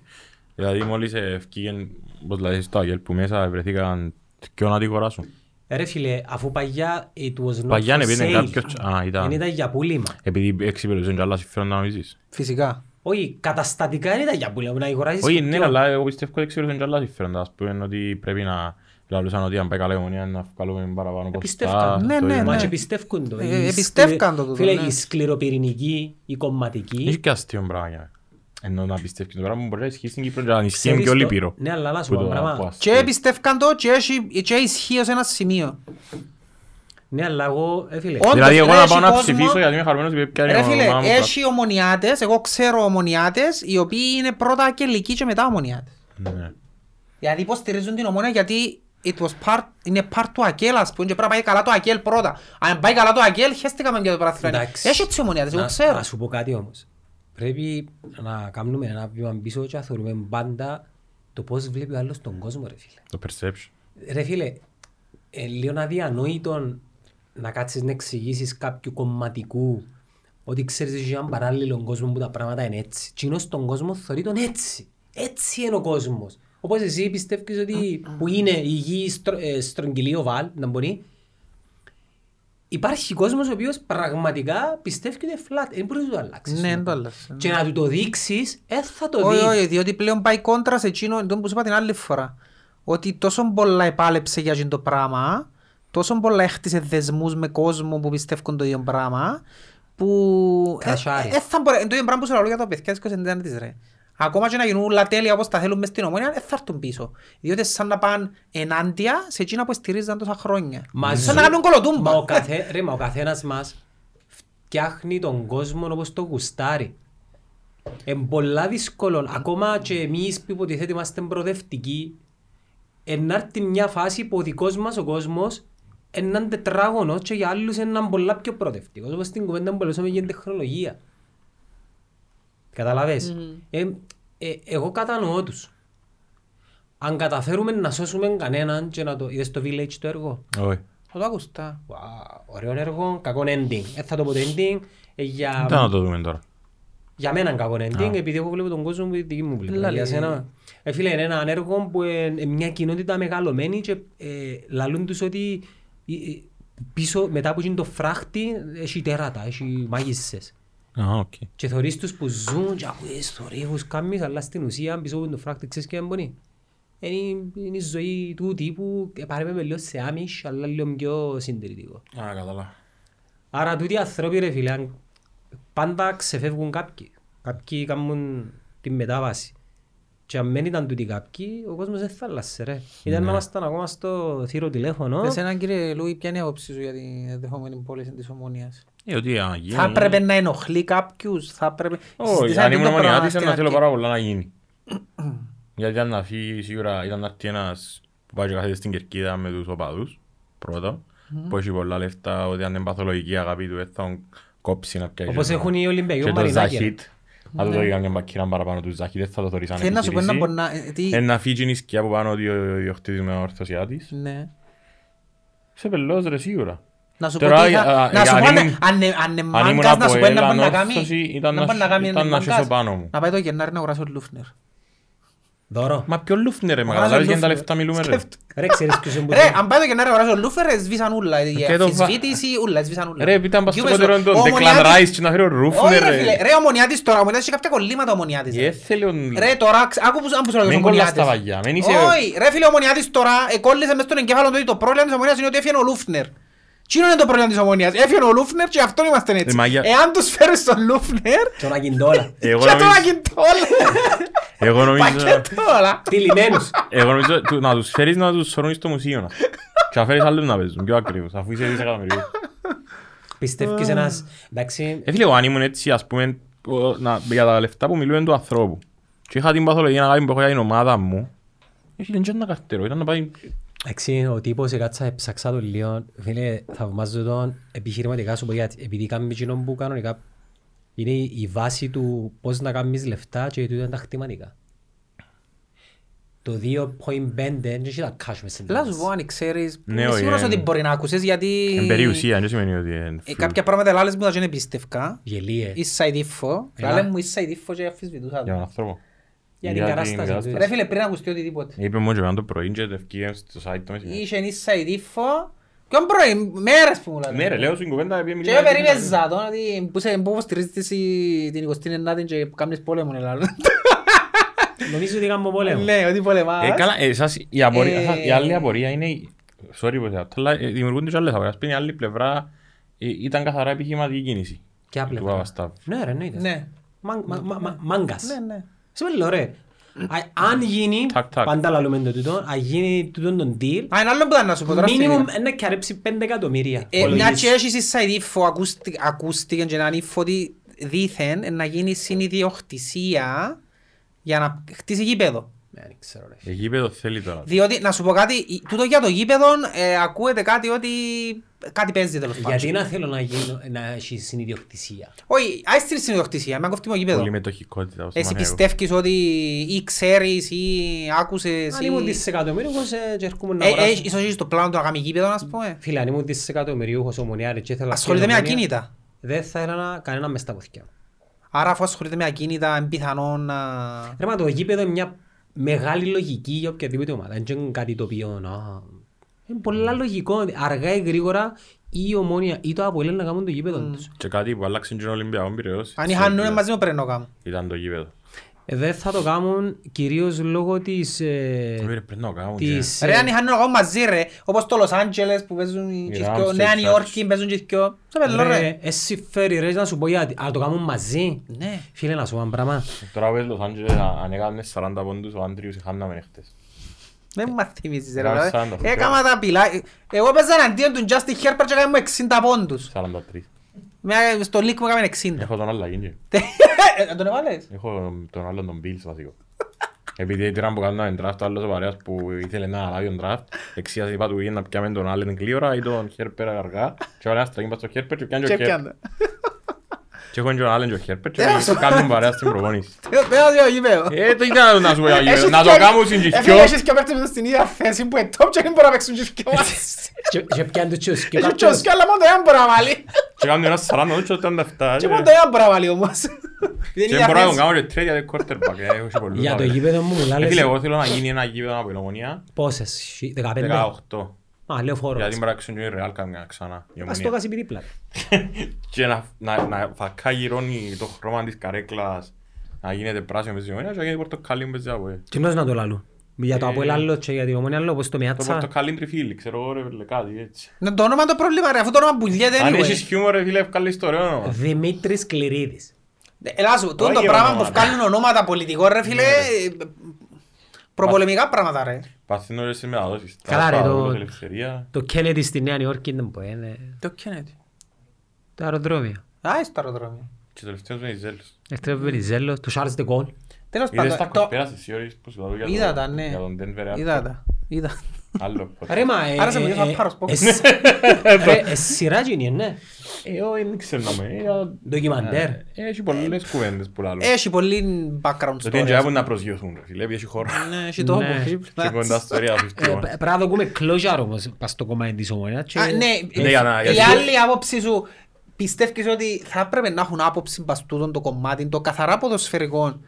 S3: Δηλαδή μόλις ευκήγεν, όπως λέει στο Αγγέλ που μέσα βρεθήκαν δυο να την κοράσουν.
S1: Ε, Ρε φίλε, αφού παγιά it was not
S3: Παγιά
S1: for
S3: ναι, πήγαινε
S1: sale.
S3: κάποιος... Α,
S1: Δεν
S3: ήταν...
S1: ήταν για πούλημα.
S3: Επειδή εξυπηρετούσαν και άλλα συμφέροντα να νομίζεις.
S2: Φυσικά.
S1: Όχι, καταστατικά δεν ήταν για πούλημα, να αγοράσεις
S3: Όχι,
S1: το
S3: ναι,
S1: πιο-
S3: αλλά εγώ πιστεύω ότι εξυπηρετούσαν και άλλα συμφέροντα. Ας πούμε ότι πρέπει να... Λαλούσαν ότι αν πάει καλά η Ομονία να βγάλουμε παραπάνω
S1: Επιστεύκαν.
S3: ποστά.
S2: Ναι, ναι,
S1: Μα
S2: ναι.
S1: και πιστεύκουν το.
S2: Ε,
S1: Οι
S2: επιστεύκαν
S1: σκληρο-
S2: το τούτο,
S1: Φίλε,
S2: ναι.
S1: η σκληροπυρηνική, η κομματική,
S3: Είχε και αστείο πράγμα για μένα. Ενώ να πιστεύει το πράγμα μπορεί να ισχύει στην Κύπρο και να ισχύει
S1: Ξέρεις
S3: και όλη η
S1: το-
S3: Πύρο.
S1: Ναι, αλλά να σου
S3: Που
S1: πω
S3: το
S1: ένα πράγμα.
S3: ακούας.
S2: Και πιστεύκαν το και, έχει, και ισχύει ως ένα σημείο.
S1: Ναι, αλλά εγώ, ε, φίλε,
S2: Ό,
S3: Δηλαδή
S2: Όντως,
S3: εγώ να
S2: έχει
S3: πάω να
S2: κόσμο-
S3: ψηφίσω γιατί είμαι χαρούμενος επειδή
S1: Ε,
S3: πιάνει
S2: Ρε φίλε,
S3: ο μάμα μου
S2: έχει ομονιάτες, εγώ ξέρω ομονιάτες, οι οποίοι είναι πρώτα ακελικοί και μετά ομονιάτες.
S3: κάτι. Ναι.
S2: Δηλαδή υποστηρίζουν την ομόνια γιατί it was part, είναι part του ΑΚΕΛ ας πούμε και πρέπει να πάει καλά το ΑΚΕΛ πρώτα. Αν πάει καλά το ΑΚΕΛ, χαίστηκαμε για το παραθυράνιο.
S1: Εντάξει.
S2: Έχει έτσι ομονιάτες, εγώ
S1: να-
S2: ξέρω.
S1: Να σου πω κάτι όμως. Πρέπει να κάνουμε ένα βήμα πίσω και να θεωρούμε πάντα το πώς βλέπει ο άλλος τον κόσμο, ρε φίλε.
S3: Το perception.
S1: Ρε φίλε, ε, λίγο αδιανόητο να κάτσεις να εξηγήσεις κάποιου κομματικού ότι ξέρεις ότι έναν παράλληλο κόσμο που τα πράγματα είναι έτσι. Τι είναι στον κόσμο θεωρεί τον έτσι. Έτσι είναι ο κόσμος. Όπως εσύ πιστεύεις ότι που είναι η γη στρο, ε, στρογγυλή οβάλ, να μπορεί, υπάρχει κόσμος ο οποίος πραγματικά πιστεύει ότι είναι flat. Δεν μπορείς να το αλλάξεις.
S2: Ναι, δεν το άλλαξε.
S1: Και να του το δείξεις, ε, θα το δει.
S2: Όχι, όχι, διότι πλέον πάει κόντρα σε εκείνο τον που σου είπα την άλλη φορά. Ότι τόσο πολλά επάλεψε για εκείνο το πράγμα, τόσο πολλά έχτισε δεσμούς με κόσμο που πιστεύουν το ίδιο πράγμα, που... ε,
S1: Κρασάρι.
S2: ε, ε, θα μπορέ- Το ίδιο πράγμα που σου λέω για τα παιδιά της 29 της ρε. Ακόμα και να γίνουν όλα τέλεια όπως τα θέλουν μες στην ομόνια, δεν θα έρθουν πίσω. Διότι σαν να πάνε ενάντια σε εκείνα που στηρίζαν τόσα χρόνια.
S1: Μα
S2: σαν
S1: ζου-
S2: να κάνουν κολοτούμπα.
S1: Μα ο, καθέ, ρε, μα ο καθένας μας φτιάχνει τον κόσμο όπως το γουστάρει. Είναι πολλά δύσκολο. Ακόμα και εμείς που υποτιθέτει είμαστε προοδευτικοί, ενάρτη μια φάση που ο δικός μας ο κόσμος είναι έναν τετράγωνο και για άλλους είναι έναν πολλά πιο προοδευτικός. Όπως στην κουβέντα που λέγαμε για την τεχνολογία. Καταλάβες. Ε, ε, εγώ κατανοώ τους. Αν καταφέρουμε να σώσουμε κανέναν και να το... Είδες το Village το έργο.
S3: Όχι.
S2: Θα το ακουστά.
S1: Wow, ωραίο έργο, κακό ending. Ε, θα το πω το ending ε, για,
S3: Τι να το δούμε τώρα.
S1: για μένα κακό ending, επειδή εγώ βλέπω τον κόσμο με τη δική μου πλευρά.
S2: Λαλή.
S1: Για σένα, ε, φίλε, είναι ένα έργο που ε, ε, μια κοινότητα μεγαλωμένη και ε, λαλούν τους ότι ε, ε, πίσω, μετά που γίνει το φράχτη, έχει τέρατα, έχει μάγισσες.
S3: Α, οκ.
S1: Και θωρείς τους που ζουν και ακούεις θορύβους κάμεις, αλλά στην ουσία πίσω από το φράχτη ξέρεις και δεν μπορεί. Είναι, είναι η ζωή του τύπου, ε, παρέμεμε λίγο σε άμυς, αλλά λίγο πιο συντηρητικό.
S3: Α, καταλά.
S1: Άρα τούτοι οι άνθρωποι ρε φίλε, αν- πάντα ξεφεύγουν κάποιοι. Κάποιοι κάνουν τη μετάβαση. Και αν δεν ήταν τούτοι κάποιοι, ο κόσμος δεν θα άλλασε ρε.
S3: Ναι.
S1: Ήταν να ήμασταν ακόμα στο θύρο τηλέφωνο.
S2: Εσένα κύριε Λούι, ποια είναι η άποψη σου για την ενδεχόμενη πώληση της ομόνιας.
S3: Ε, ότι αν γίνει.
S2: Θα έπρεπε να ενοχλεί κάποιους, θα έπρεπε...
S3: ναι. Όχι,
S2: Συζητήσαμε
S3: αν ήμουν
S2: το πράγμα
S3: ομονιάτης
S2: στην
S3: να θέλω
S2: αρχή.
S3: πάρα πολλά να γίνει. Γιατί ήταν να φύγει σίγουρα, ήταν να έρθει ένας που πάει και κάθεται στην Κερκίδα με τους οπαδούς, πρώτα, που έχει πολλά λεφτά, ότι αν είναι παθολογική η αγάπη του, έτσι θα τον κόψει να πιάσει.
S1: Όπως
S3: τον-
S1: έχουν οι Ολυμπιακοί, ο
S3: Και το
S1: Μαρινάκη,
S3: Ζαχίτ, αν το δω καμιά μπακίρα παραπάνω του Ζαχίτ, δεν θα το θωρείς αν
S2: Θέλω Ναι. να σου πω να
S3: επιχειρήσει.
S2: μπορεί να... ε, τι-
S3: Ε, να φύγει η σκιά που πάνω ότι ο ιδιοκτήτης με ορθωσιά της.
S2: Ναι.
S3: Σε πελός ρε σίγουρα.
S2: Να σου πω
S3: Τώρα,
S2: τι θα...
S3: α,
S2: Να σου
S3: αν
S2: πω αν-
S3: ήμουν-
S2: αν ε- αν ε
S3: Αν ήμουν
S2: μάγκας, να
S3: από
S2: σου πω ένα μπορεί
S3: Ελλάδο
S2: να κάνει.
S3: όρθωση ήταν
S2: Να μπορεί να
S3: να-
S2: κάνει ένα
S3: ήταν να
S2: μάγκας.
S3: χέσω πάνω μου.
S2: Να πάει το Γενάρη να αγοράσει ο Λούφνερ.
S1: Δώρο.
S3: Μα ποιο λούφνε ρε, μα
S2: Αγοράζω
S3: καταλάβεις για τα
S2: λούφνε.
S3: λεφτά μιλούμε ρε.
S2: Σκέφτομαι.
S1: Ρε ξέρεις ποιος είναι που
S2: Ρε, αν πάει το Γενάρη να αγοράσει ο Λούφνερ, ε, σβήσαν ούλα. Η
S3: Και το βα-
S2: αμφισβήτηση, ούλα, ε, σβήσαν ούλα.
S3: Ρε, ήταν πας στο
S2: Γιούβες,
S3: κότερο
S2: ο
S3: τον Declan
S2: Μονιάτης-
S3: Rice και να φέρει ο
S2: Όχι
S3: Ρούφνερ
S2: ρε φίλε,
S3: ρε.
S2: ρε ο Μονιάτης τώρα, ο Μονιάτης έχει κάποια κολλήματα ο Μονιάτης. ρε.
S3: Ε, θέλει ο...
S2: Ρε τώρα, ξ- άκου που- αν που σου λέω
S3: Μην
S2: ο
S3: κολλάς
S2: Μονιάτης.
S3: τα βαγιά, μην είσαι...
S2: Όχι, ρε φίλε ο Μονιάτης τώρα εκόλλησε μες στον εγκέφαλο του ότι το πρόβλημα της Ομονίας είναι ότι έφυγε ο Λούφνερ. Τι είναι το πρόβλημα της Ομονίας, έφυγε ο Λούφνερ και αυτόν είμαστε έτσι.
S3: Ε, μαγιά. Ε,
S2: Εάν τους φέρεις τον Λούφνερ
S1: Τον Ακιντόλα.
S3: Εγώ
S2: και τον
S3: νομίζω-
S2: Αγκιντόλα,
S3: Εγώ νομίζω...
S2: πακέτολα.
S1: Τυλιμένους.
S3: Εγώ νομίζω του- να τους φέρεις να τους σωρούν στο μουσείο να. Και να φέρεις άλλους να παίζουν, πιο ακριβώς, αφού είσαι δισεκατομμυρίου.
S1: Πιστεύεις ένας... Εντάξει,
S3: Ε, φίλε, εγώ αν ήμουν έτσι, ας πούμε, ο- να- για τα λεφτά που μιλούμε του ανθρώπου. Και είχα την παθολογία να κάνει που έχω για την ομάδα μου. Ε, φίλε, δεν να καρτερώ, ήταν να πάει...
S1: Εντάξει, ο τύπος έκατσα, έψαξα τον λίγο. Φίλε, θαυμάζω τον επιχειρηματικά σου πω γιατί. Επειδή κάνουμε εκείνο που κανονικά είναι η βάση του πώς να κάνεις λεφτά και τούτα είναι τα χτυματικά. Το 2.5 δεν έχει τα cash μέσα. στην
S2: Λα
S1: τράπεζα.
S2: σου πω αν ξέρεις, που
S3: Ναι,
S2: είμαι
S3: όχι,
S2: σίγουρος
S3: ε,
S2: ότι μπορεί να ακούσεις γιατί...
S3: Εν περιουσία, δεν σημαίνει ότι... εν
S2: Ε,
S3: φλου.
S2: Κάποια πράγματα λάλες μου τα δεν εμπιστευκά.
S1: Γελίες.
S2: Ίσα η τύφο.
S1: Έλα.
S2: Λάλες μου ίσα η τύφο και αφισβητούσα.
S3: Για τον άνθρωπο.
S1: Για την
S3: την
S1: κατάσταση του.
S2: Ρε φίλε πριν ακουστεί οτιδήποτε.
S3: Είπε μου και εμένα το πρωί και ευκήγε στο site το μεσημέρι.
S2: Είχε ίσα η τύφο. Ποιον πρωί, μέρες που μου λάλε.
S3: Ναι ρε, λέω στην κουβέντα επειδή
S2: Και
S3: μιλάμε...
S2: περίμεζα τον ότι που σε που στηρίζεις την 29η και κάνεις πόλεμο Ελλάδα.
S1: Νομίζω ότι
S2: Ναι.
S1: κάνουμε πόλεμο.
S2: Λέει ότι
S3: Ε,
S2: πολεμάς.
S3: καλά, εσάς η, απορία,
S2: Ε,
S3: σας- η άλλη απορία είναι... η- Sorry που σε αυτό, αλλά ε, δημιουργούνται και άλλες απορίες. Πριν η άλλη πλευρά ε, ήταν καθαρά επιχειρηματική κίνηση.
S1: Ποια
S3: Του
S1: πλευρά?
S3: Παπασταύρου.
S1: Ναι ρε, ναι.
S2: Ναι.
S1: Μαγ- μα- μα- μα- Μάγκας.
S2: Ναι, ναι.
S1: Σημαίνει λέω ρε. Α- Αν γίνει,
S3: Τακ, τακ.
S1: πάντα λαλούμε το τούτο, αν γίνει τούτον τον deal,
S2: Α, ένα άλλο που ήταν να σου πω τώρα.
S1: μίνιμουμ
S2: φίλε.
S1: να καρέψει 5 εκατομμύρια.
S2: Ε, Μια
S1: Υπολογίζεις.
S2: και έχεις inside info, ακούστη- ακούστηκε και έναν info ότι δήθεν ε, να γίνει συνειδιοκτησία για να χτίσει γήπεδο.
S1: Ε, Δεν ξέρω ρε.
S3: Ε, γήπεδο θέλει τώρα.
S2: Διότι, να σου πω κάτι, η- τούτο για το γήπεδο ε, ακούεται κάτι ότι κάτι παίζει τέλος πάντων.
S1: Γιατί να θέλω να, γίνω, να έχει συνειδιοκτησία.
S2: Όχι, άσε την συνειδιοκτησία, με κοφτεί μου γήπεδο.
S3: Πολύ μετοχικότητα. ως
S2: Ε, Εσύ
S3: Παναθηναϊκός.
S2: πιστεύεις ότι ή ξέρεις ή άκουσες
S1: Αν ήμουν
S2: ή...
S1: δισεκατομμυρίουχος ε, και έρχομαι να
S2: Ε, ε,
S1: αγοράσω.
S2: Ίσως έχεις το πλάνο του να κάνει γήπεδο, ας πούμε.
S1: Φίλε, αν ήμουν δισεκατομμυρίουχος ομονιάρης και ήθελα...
S2: Ασχολείται με
S1: ομονία,
S2: ακίνητα.
S1: Δεν θα ήθελα κανένα μες στα ποθηκιά.
S2: Άρα αφού ασχολείται με ακίνητα, είναι πιθανό να...
S1: Ρε μα το γήπεδο είναι μια μεγάλη λογική για οποιαδήποτε ομάδα. Δεν είναι κάτι το οποίο... να- Είναι πολλά
S2: Mm.
S1: λογικό. Αργά ή γρήγορα ή η ομόνια ή το Αποέλ να κάνουν το
S2: Mm.
S1: γήπεδο τους.
S3: Και κάτι που άλλαξε και τον Ολυμπιακό Πειραιώς.
S2: Αν είχαν νου, μαζί μου πρέπει να κάνω.
S3: Ήταν το γήπεδο.
S1: Ε, Δεν θα το κάνουν κυρίως λόγω της... ε,
S3: Ρε, πρέπει να το κάνουν, και-
S1: της
S2: Ρε, αν
S1: ε,
S2: είχαν νου εγώ μαζί ρε, όπως το Λος Άντζελες που παίζουν οι
S3: Οι
S2: τσιθκιό,
S3: Rams, Ναι.
S2: Νέα
S3: οι
S2: Νιόρκη παίζουν τσιθκιό. Σε πέλω ρε.
S1: Ρε, εσύ φέρει ρε, να σου πω γιατί. Αλλά το κάνουν μαζί.
S2: Ναι.
S1: Φίλε, να σου πω ένα πράγμα.
S3: Τώρα πες Λος Άντζελες, α- αν έκαμε 40 πόντους, ο Άντριους χάναμε χτες.
S2: Δεν μας θυμίζεις ρε.
S3: Rams
S2: δηλαδή.
S3: σαν το
S2: Έκαμα τα πυλά. Εγώ παίζα εναντίον του Justin Herbert και έκαμε 60 πόντους.
S3: 43.
S2: Μια- Στο league μου έκαμε 60.
S3: Έχω τον άλλα γίνει.
S2: Ε, Να τον έβαλες.
S3: Έχω τον άλλον τον Bills βασικό. Επειδή ήταν που κάναμε draft, ο άλλος ο παρέας που ήθελε να αναλάβει τον draft, εξίασε είπα του «Ή να πιάμε τον Allen γλύωρα ή τον Herbert αργά και έβαλε ένα στραγγί πάνω στο Herbert και πιάνε και ο
S2: Και
S3: Herbert.
S2: πιάντα.
S3: Και έχω και τον Allen και ο Herbert και κάνουν παρέα στην προπόνηση.
S2: Πέρα δύο γήπεδο.
S3: Ε, το ήταν να σου πω,
S2: Έχεις
S3: να το
S2: και-
S3: κάνουν
S2: Έφυγε,
S3: συγκεκριό.
S2: έχεις και ο παίκτης μέσα στην ίδια θέση που είναι top και δεν μπορεί να παίξουν και οι δυο
S3: Ε,
S2: μας.
S1: Και- Και πιάνει το τσιωσκή.
S2: Έχει και ο Σκιά, αλλά μόνο το έναν μπορεί να βάλει.
S3: Και κάνουν ένα 40 ούτε 37.
S2: Και μόνο το έναν μπορεί να βάλει όμως. Δεν
S3: ε. Και
S2: είναι
S3: μπορώ να τον
S2: διαθέσεις.
S3: κάνω και trade για τον quarterback. ε, έχω και πολλούς
S1: Για το
S3: άλλους.
S1: γήπεδο μου
S3: Ε,
S1: μιλάλες
S3: Φίλε, εγώ θέλω να γίνει ένα γήπεδο από την Ομονία,
S1: πόσες, 15.
S3: 18.
S1: Α, λέω φόρο.
S3: Γιατί μπορεί να ξενιώνει η Real καμιά ξανά η
S1: Ας το
S3: Ομονία.
S1: κάσει δίπλα.
S3: Και να- να- να φακά γυρώνει το χρώμα της καρέκλας, να γίνεται πράσινο μες στην Ομονία και να γίνεται πορτοκαλί μες στην Αποέλ.
S1: Τι νόησε να το λαλούν. Για το
S3: Ε,
S1: Αποέλ άλλο και για την Ομόνια άλλο, όπως το
S3: Το
S1: Μιάτσα.
S3: πορτοκαλί τριφύλλι, ξέρω εγώ, ρε, φίλε, κάτι έτσι.
S2: Ναι, Το όνομα είναι το πρόβλημα ρε, αφού το όνομα πουλιέται
S3: Αν
S2: anyway.
S3: έχεις χιούμορ, ρε, φίλε, βγάλεις το ωραίο όνομα.
S1: Δημήτρης Κληρίδης.
S2: Ναι, Ελά σου, τούτο το
S3: Όχι Ναι,
S2: πράγμα
S3: ονόματα.
S2: που βγάλουν ονόματα πολιτικών ρε φίλε, ε, προπολεμικά πράγματα ρε.
S3: Παθαίνω, ρε, σε μεταδόσεις. Τα
S1: Καλά, ρε, το-
S3: παρόλο της ελευθερίας.
S1: Το Kennedy στη Νέα Νιόρκη δεν μπορεί, είναι
S2: Το Kennedy.
S1: το αεροδρόμιο.
S2: Α, στο αεροδρόμιο.
S3: Και το τελευταίο είναι η Ζέλος.
S1: Έρχεται ο Βενιζέλος, του Charles de Gaulle.
S2: Τέλος
S3: Είδες τα
S2: πάντων, ε, το-
S3: conspiracy theories που σου λέω για το-
S2: είδα τα ναι,
S3: για τον Denver Broncos.
S2: είδα τα. είδα.
S3: Άλλο podcast.
S1: Ρε μα, ε,
S2: Άρα σε μιλήσω να πάρω σπόκο.
S1: σειρά γίνει, ναι.
S3: Ε, όχι, δεν ξέρω να με. Είδα-
S1: Ντοκιμαντέρ.
S3: Ε, Έχει πολλές κουβέντες που λαλούν.
S2: Έχει πολύ background
S3: Ναι. Το τι είναι
S2: story.
S3: που να προσγειωθούν, ρε φίλε, επειδή έχει χώρο.
S2: Ναι, Ε, έχει το
S1: Ναι.
S3: Και κοντά
S2: όμπο.
S3: στο ωρία φυστήμα.
S1: Πρέπει Ε, να δούμε closure όμως, πας στο κομμάτι της Ομόνιας. και-
S2: Α, Ναι,
S1: ε,
S3: Ναι, για να-
S2: η
S3: για-
S2: άλλη άποψη σου πιστεύεις ότι θα έπρεπε να έχουν άποψη μπαστούτον το κομμάτι, το καθαρά ποδοσφαιρικό.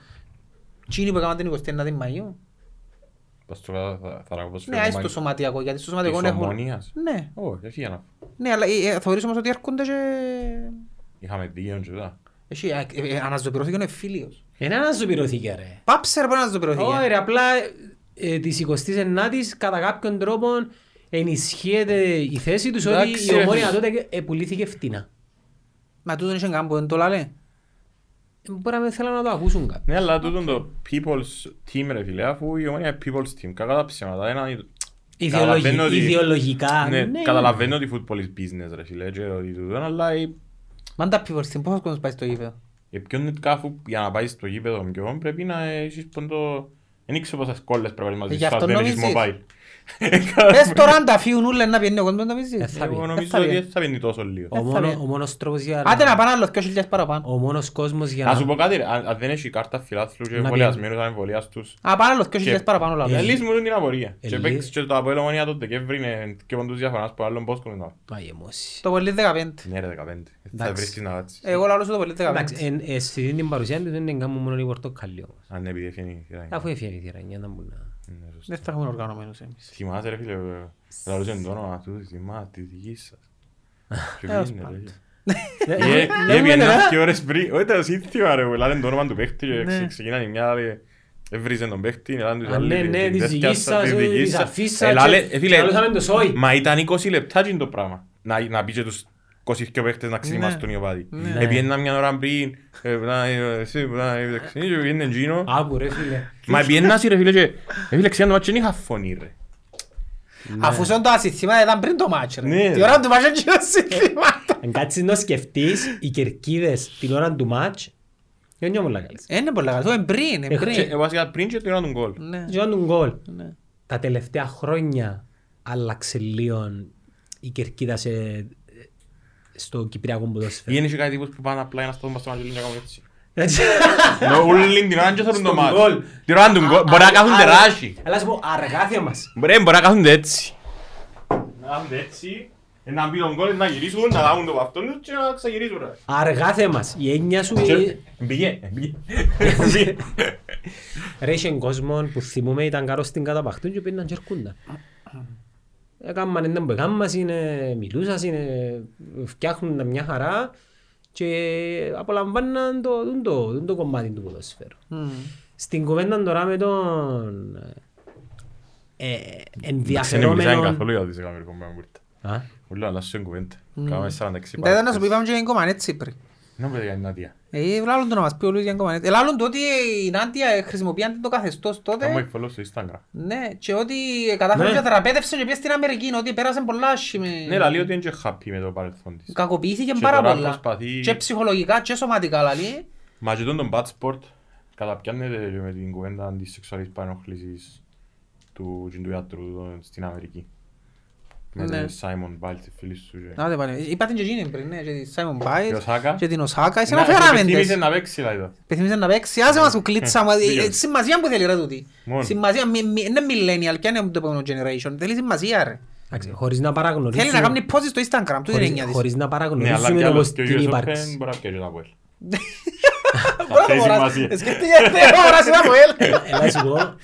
S2: Τι είναι που έκαναν την 29η Μαΐου.
S3: Θα στο θα- θα- θα ραγώ στο
S2: Ναι, άσε το
S3: φεγγάρι.
S2: σωματιακό, γιατί στο σωματιακό
S3: Της
S2: έχουν...
S3: ομονίας.
S2: Ναι,
S3: Όχι, έφυγε να
S2: ναι, αλλά ε, ε, θεωρείς όμως ότι έρχονται και...
S3: Είχαμε δύο και τούτα.
S2: Εσύ, ε, ε, ε, αναζωπυρώθηκε ο εφήλιος.
S1: Είναι αναζωπηρωθήκε ρε.
S2: Πάψε ρε μπορεί να αναζωπυρώθηκε.
S1: Όχι ρε, απλά ε, της 29ης κατά κάποιον τρόπο ενισχύεται η θέση τους ότι
S3: Εντάξει,
S1: η
S3: ρε,
S1: ομόνια
S3: φίλε.
S1: τότε ε, πουλήθηκε φτηνά.
S2: Μα τούτον είχε κάμπο, δεν το λαλέ.
S1: Ε, Μπορεί να μην θέλουν να το ακούσουν κάποιοι.
S3: Ναι, αλλά τούτον το people's team ρε φίλε, αφού η ομόνια είναι people's team, κακά τα ψέματα. Ένα-
S1: Ιδεολογι-
S3: Καταλαβαίνω ότι-
S1: Ιδεολογικά.
S3: Ναι,
S1: ναι.
S3: καταλαβαίνω ότι football is business ρε φίλε, και ότι τούτον, αλλά η-
S2: Μα αν τα πει στην πόσο κόσμος πάει στο γήπεδο.
S3: η ποιον είναι κάφου για να πάει στο γήπεδο ποιον, πρέπει να έχεις πόντο... Δεν ξέρω πόσες κόλλες πρέπει να
S2: Ε,
S3: μαζίσεις,
S2: γι' αυτό
S3: αν δεν έχεις
S2: νομίζεις.
S3: mobile.
S2: Πες τώρα αν τα φύγουν όλα να πιένει ο κόσμος να
S1: Ε,
S2: πεις.
S1: θα πει.
S3: Εγώ
S2: θα
S3: νομίζω
S2: πει.
S3: ότι δεν θα πίνει τόσο λίγο.
S1: Ο, μόνο, ο μόνος τρόπος για
S2: Άντε να πάνε άλλος 2.000 παραπάνω.
S1: Ο μόνος κόσμος για
S3: Να
S1: να...
S3: σου πω κάτι, ρε, αν αν δεν έχει κάρτα φιλάθλου και
S1: Να
S3: εμβολιασμένους ανεμβολιάς τους,
S2: Α, πάνε άλλος 2.000
S3: Και-
S2: παραπάνω λαλέ.
S3: Ε, λύσουμε την απορία.
S1: Ε,
S3: Και
S1: λύ-
S3: παίξεις και το Αποέλ Ομόνια το Δεκέμβρη είναι και πόντους διαφοράς που άλλον πώς κομμενά.
S1: Του αγεμώσει.
S2: Το πολύ 15.
S3: Ναι ρε 15.
S1: Εντάξει. Ε,
S3: Θα βρίσκεις να κάτσεις.
S2: Εγώ λαλώ σου το πολύ 15.
S1: Εντάξει, εν- ε, στην την παρουσία τους δεν κάνουν μόνο οι πορτοκαλί όμως.
S3: Αν επειδή έφυγε η σειρά.
S1: Αφού έφυγε η θηρανιά να μπουν να...
S3: Ναι, σωστά.
S2: Δεν θα έχουμε οργανωμένους εμείς.
S3: Θυμάσαι ρε φίλε, ε, λαλούσαν το όνομα του, θυμάσαι τη δική σας. Και
S2: Τέλος
S3: βγήκε, ρε,
S2: πάντων.
S3: φίλε.
S1: Δεν-
S3: Ε,
S1: δεν-
S3: ε,
S1: δεν-
S3: Έβγαινε
S1: δεν-
S3: ένα δύο ώρες πριν, όχι ήταν σύνθημα ρε, λένε το όνομα του παίχτη και ξε- ξεκινάνε μια άλλη. Έβριζε τον παίχτη, έλανε τους
S1: Ναι. Α,
S3: άλλους,
S1: ναι,
S3: τη-
S1: ναι,
S3: τη
S1: της
S3: δέσκια
S1: δικής σας,
S3: τη
S1: ε,
S3: δικής
S1: της
S3: σας.
S1: αφής σας
S3: Ε, λάλε,
S1: και-
S3: ε, φίλε,
S1: λαλούσαμε το σόι.
S3: Μα ήταν 20 λεπτά τζιν το πράγμα. Να, να πει και τους 22 παίχτες να ξετοιμαστούν οι οπαδοί.
S2: Ναι.
S3: Επιέννα μια ώρα πριν, ε, να- ε, εσύ, να- ε, δεξί, και επιέννα εκείνο.
S1: Άκου ρε φίλε.
S3: Μα επιέννας ρε φίλε και ε, φίλε ξέρετε, το μάτσο δεν είχα φωνή ρε.
S2: Αφού σαν το ασυστήμα ήταν πριν το μάτς ρε.
S3: Ναι.
S2: Τη ώρα του μάτς έτσι το ασυστήμα.
S1: Αν κάτσεις να σκεφτείς, οι κερκίδες την ώρα του μάτς, δεν νιώμουν να καλείς.
S2: Ε, Είναι πολύ καλό, είναι πριν, είναι
S1: Έχω
S3: Και,
S2: πριν.
S3: ε, βασικά, πριν και την ώρα του γκολ.
S2: Ναι.
S1: Γιώνουν γκολ.
S2: Ναι.
S1: Τα τελευταία χρόνια άλλαξε λίγο η κερκίδα σε, στο Κυπριακό ποδόσφαιρο.
S3: Βγαίνει και κάτι τύπους που πάνε απλά ένας στον παστόμα και λένε να κάνουν έτσι.
S1: Έτσι.
S3: Ναι, Όλοι την ώρα και θέλουν το
S1: Στον
S3: μάτι.
S1: γκολ.
S3: Την ώρα του γκολ. Μπορεί να κάθονται
S1: Άρα-
S3: ράχοι.
S1: Αλλά σου πω, αργάθια μας.
S3: Μπορεί μπορεί να κάθονται έτσι. Να κάθονται έτσι. ε, Να μπει τον γκολ, να γυρίσουν, να λάβουν το παυτό τους και να ξαγυρίσουν. ρε.
S1: Αργάθε μας. Η έννοια
S2: Ε,
S1: σου
S3: Και- ε,
S1: είναι-
S3: Μπήκε, μπήκε.
S1: ρε είχε κόσμος που θυμούμε ήταν καρό στην καταπαχτούν και πήγαιναν και Ε, ερκούνταν. Έκαναν έναν που έκαναν, είναι μιλούσαν, είναι φτιάχνουν μια χαρά και απολαμβάναν το, τον το, τον το κομμάτι του ποδοσφαίρου. Στην κουβέντα τώρα με τον ε,
S3: Συνομιλήσαμε
S1: ενδιαφερόμενο...
S3: καθόλου για τις καμερικό πράγμα που ήρθα.
S1: Α,
S3: Ούλα, αλλά σου είναι κουβέντα. Κάμε 46
S2: Τα Ναι. ήταν να
S3: παράτες.
S2: σου πω, είπαμε και για την Κομανέτσι πριν.
S3: Να μου πείτε για την Νάντια.
S2: Ε, λάλλον το να μας πει ο Λουίς για την Κομανέτσι. Ε, λάλλον το ότι η Νάντια ε, χρησιμοποιάνται το καθεστώς
S3: Κάμε
S2: τότε.
S3: εκφολό στο Instagram.
S2: Ναι, και ότι κατάφερε
S1: Ναι.
S2: και θεραπεύτευσε και πήγε στην Αμερική, είναι ότι πέρασαν πολλά άσχημη.
S3: Ναι, αλλά λέει ότι είναι και happy με το παρελθόν της.
S2: Κακοποιήθηκε
S3: Και
S2: πάρα
S3: τώρα
S2: πολλά.
S3: προσπαθεί-
S2: Και ψυχολογικά και σωματικά, λαλεί.
S3: Μα και τον τον bad sport καταπιάνεται και με την κουβέντα της σεξουαλικής παρενόχλησης του και του ιατρού τον- στην Αμερική. Με
S2: Ναι.
S3: τον Σάιμον Μπάλτ, φίλους του. και-
S2: Να το πάνε. Είπατε και εκείνη πριν, ναι, και τη Σάιμον Πάις
S3: Και ο Σάκα.
S2: και την Οσάκα. Εσύ
S3: Να,
S2: να φέραμε
S3: επιθύμησε
S2: τες.
S3: να παίξει, λέει, εδώ.
S2: Επιθυμήσε να παίξει, άσε μας που κλίτσα μας. Ε, ε,
S3: Δίκαιος.
S2: Σημασία που θέλει ρε τούτη.
S3: Μόνο.
S2: Σημασία, μη- μη- είναι millennial, ποια είναι το επόμενο generation. Θέλει σημασία ρε.
S1: εντάξει, χωρίς να
S2: Θέλει
S1: παραγνωρίσουμε...
S2: να κάνει poses στο Instagram, τούτη είναι η
S1: χωρίς-
S2: έννοια της.
S1: Χωρίς να
S3: Ναι, αλλά
S1: παραγνωρίσουμε
S3: και
S1: όπως
S3: άλλος και ο
S1: την
S3: Γιώσοφ
S1: ύπαρξη.
S3: μπορεί να πιέζει το Αποέλ.
S2: Πρώτα
S3: Θέλει
S2: φορά,
S3: σημασία.
S2: ε, σκέφτηκε, ε, ώρα, σειρά από ελ.
S1: Έλα σου πω,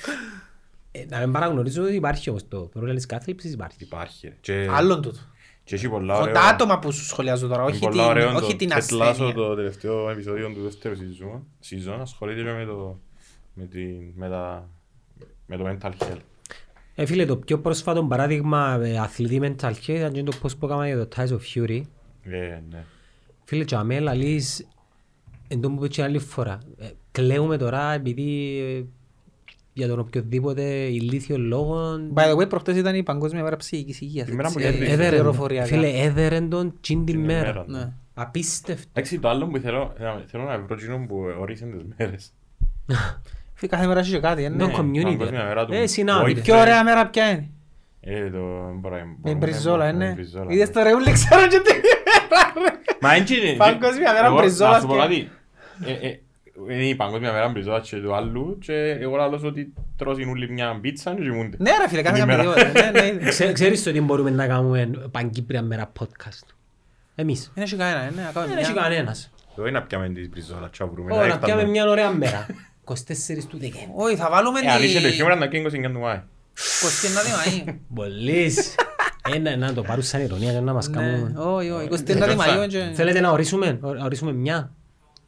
S1: ε, να μην παραγνωρίζω ότι υπάρχει όμως το πρόβλημα της κάθλιψης υπάρχει.
S3: Υπάρχει. ρε. Και-
S2: Άλλον τούτο.
S3: και έχει πολλά
S2: Ο-
S3: ωραία-
S2: Τα άτομα που σου σχολιάζω τώρα,
S3: είναι
S2: όχι
S3: πολλά
S2: την-
S3: ωραίο
S2: όχι
S3: το
S2: την
S3: Ted Lasso,
S2: ασθένεια.
S3: το τελευταίο επεισόδιο του δεύτερου season- season ασχολείται και με το- με την- με τα- με το mental health.
S1: Ε, φίλε, το πιο πρόσφατο παράδειγμα ε, αθλητή mental health ήταν και το πώς που έκανα για το Ties of Fury.
S3: Ε, ναι.
S1: Φίλε, και αμέ, λαλείς, εν τω που είπα και άλλη φορά, ε, κλαίουμε τώρα επειδή ε, για τον οποιοδήποτε ηλίθιο λόγο...
S2: By the way, προχτές ήταν η Παγκόσμια Μέρα Ψυχικής Υγείας.
S3: Τη μέρα που
S2: έτσι,
S3: κέρδισε.
S2: ε,
S1: Έδερεν τον.
S2: πληροφοριακά.
S1: Φίλε, έδερεν τον τσιν την
S3: Την ημέρα,
S1: μέρα.
S3: ναι.
S2: Ναι.
S1: Απίστευτο.
S3: Εντάξει, το άλλο που θέλω, θέλω να βρω εκείνον που ορίσαν τις μέρες.
S2: Φίλε, Κάθε μέρα έχει και κάτι, ε, ναι.
S3: Eh,
S1: No community.
S3: παγκόσμια μέρα του
S1: Ε, συνάδελφε.
S3: Boy.
S2: Πιο ωραία μέρα ποια είναι.
S3: Ε, το μπορούμε...
S2: Με μπριζόλα, ε,
S3: με
S2: ναι.
S3: μπριζόλα,
S2: Είδες
S3: ναι.
S2: το ρεούλι, ξέρω και τι μέρα, ρε.
S3: Μα έτσι είναι.
S2: Παγκόσμια μέρα
S3: Εγώ,
S2: μπριζόλας
S3: Να σου πω
S2: και-
S3: κάτι. Ε, ε, Είναι η παγκόσμια μέρα μπριζόλας και του άλλου και εγώ λαλώς ότι τρώσουν όλοι μια πίτσα και κοιμούνται.
S2: Ναι ρε φίλε, κάθε
S3: Την ημέρα.
S2: καμπιδιό. Ναι, ναι, είδα.
S1: Ξέ- Ε, Ξέρεις το τι μπορούμε να κάνουμε παγκύπρια μέρα podcast. Εμείς.
S2: Δεν έχει κανένα, ε, ναι, ακόμα
S1: Δεν
S2: μια.
S1: έχει κανένας.
S3: Εδώ είναι να πιάμε τις μπριζόλα και να βρούμε.
S1: Ω, να
S3: έρθαμε.
S1: πιάμε μια ωραία μέρα. 24 του Δεκέμβρη.
S2: Όχι, θα βάλουμε
S3: Ε, αν είσαι το
S2: την
S3: χειμώνα να κίνγκω συγκέντου μάι.
S2: 29 Μαΐου.
S1: Μολύς. Ένα, να το πάρουν σαν ηρωνία και να μας κάνουν.
S2: Ναι, όχι, όχι,
S3: Ε,
S2: 29 Μαΐου και-
S1: Θέλετε να ορίσουμε, να ορίσουμε μια.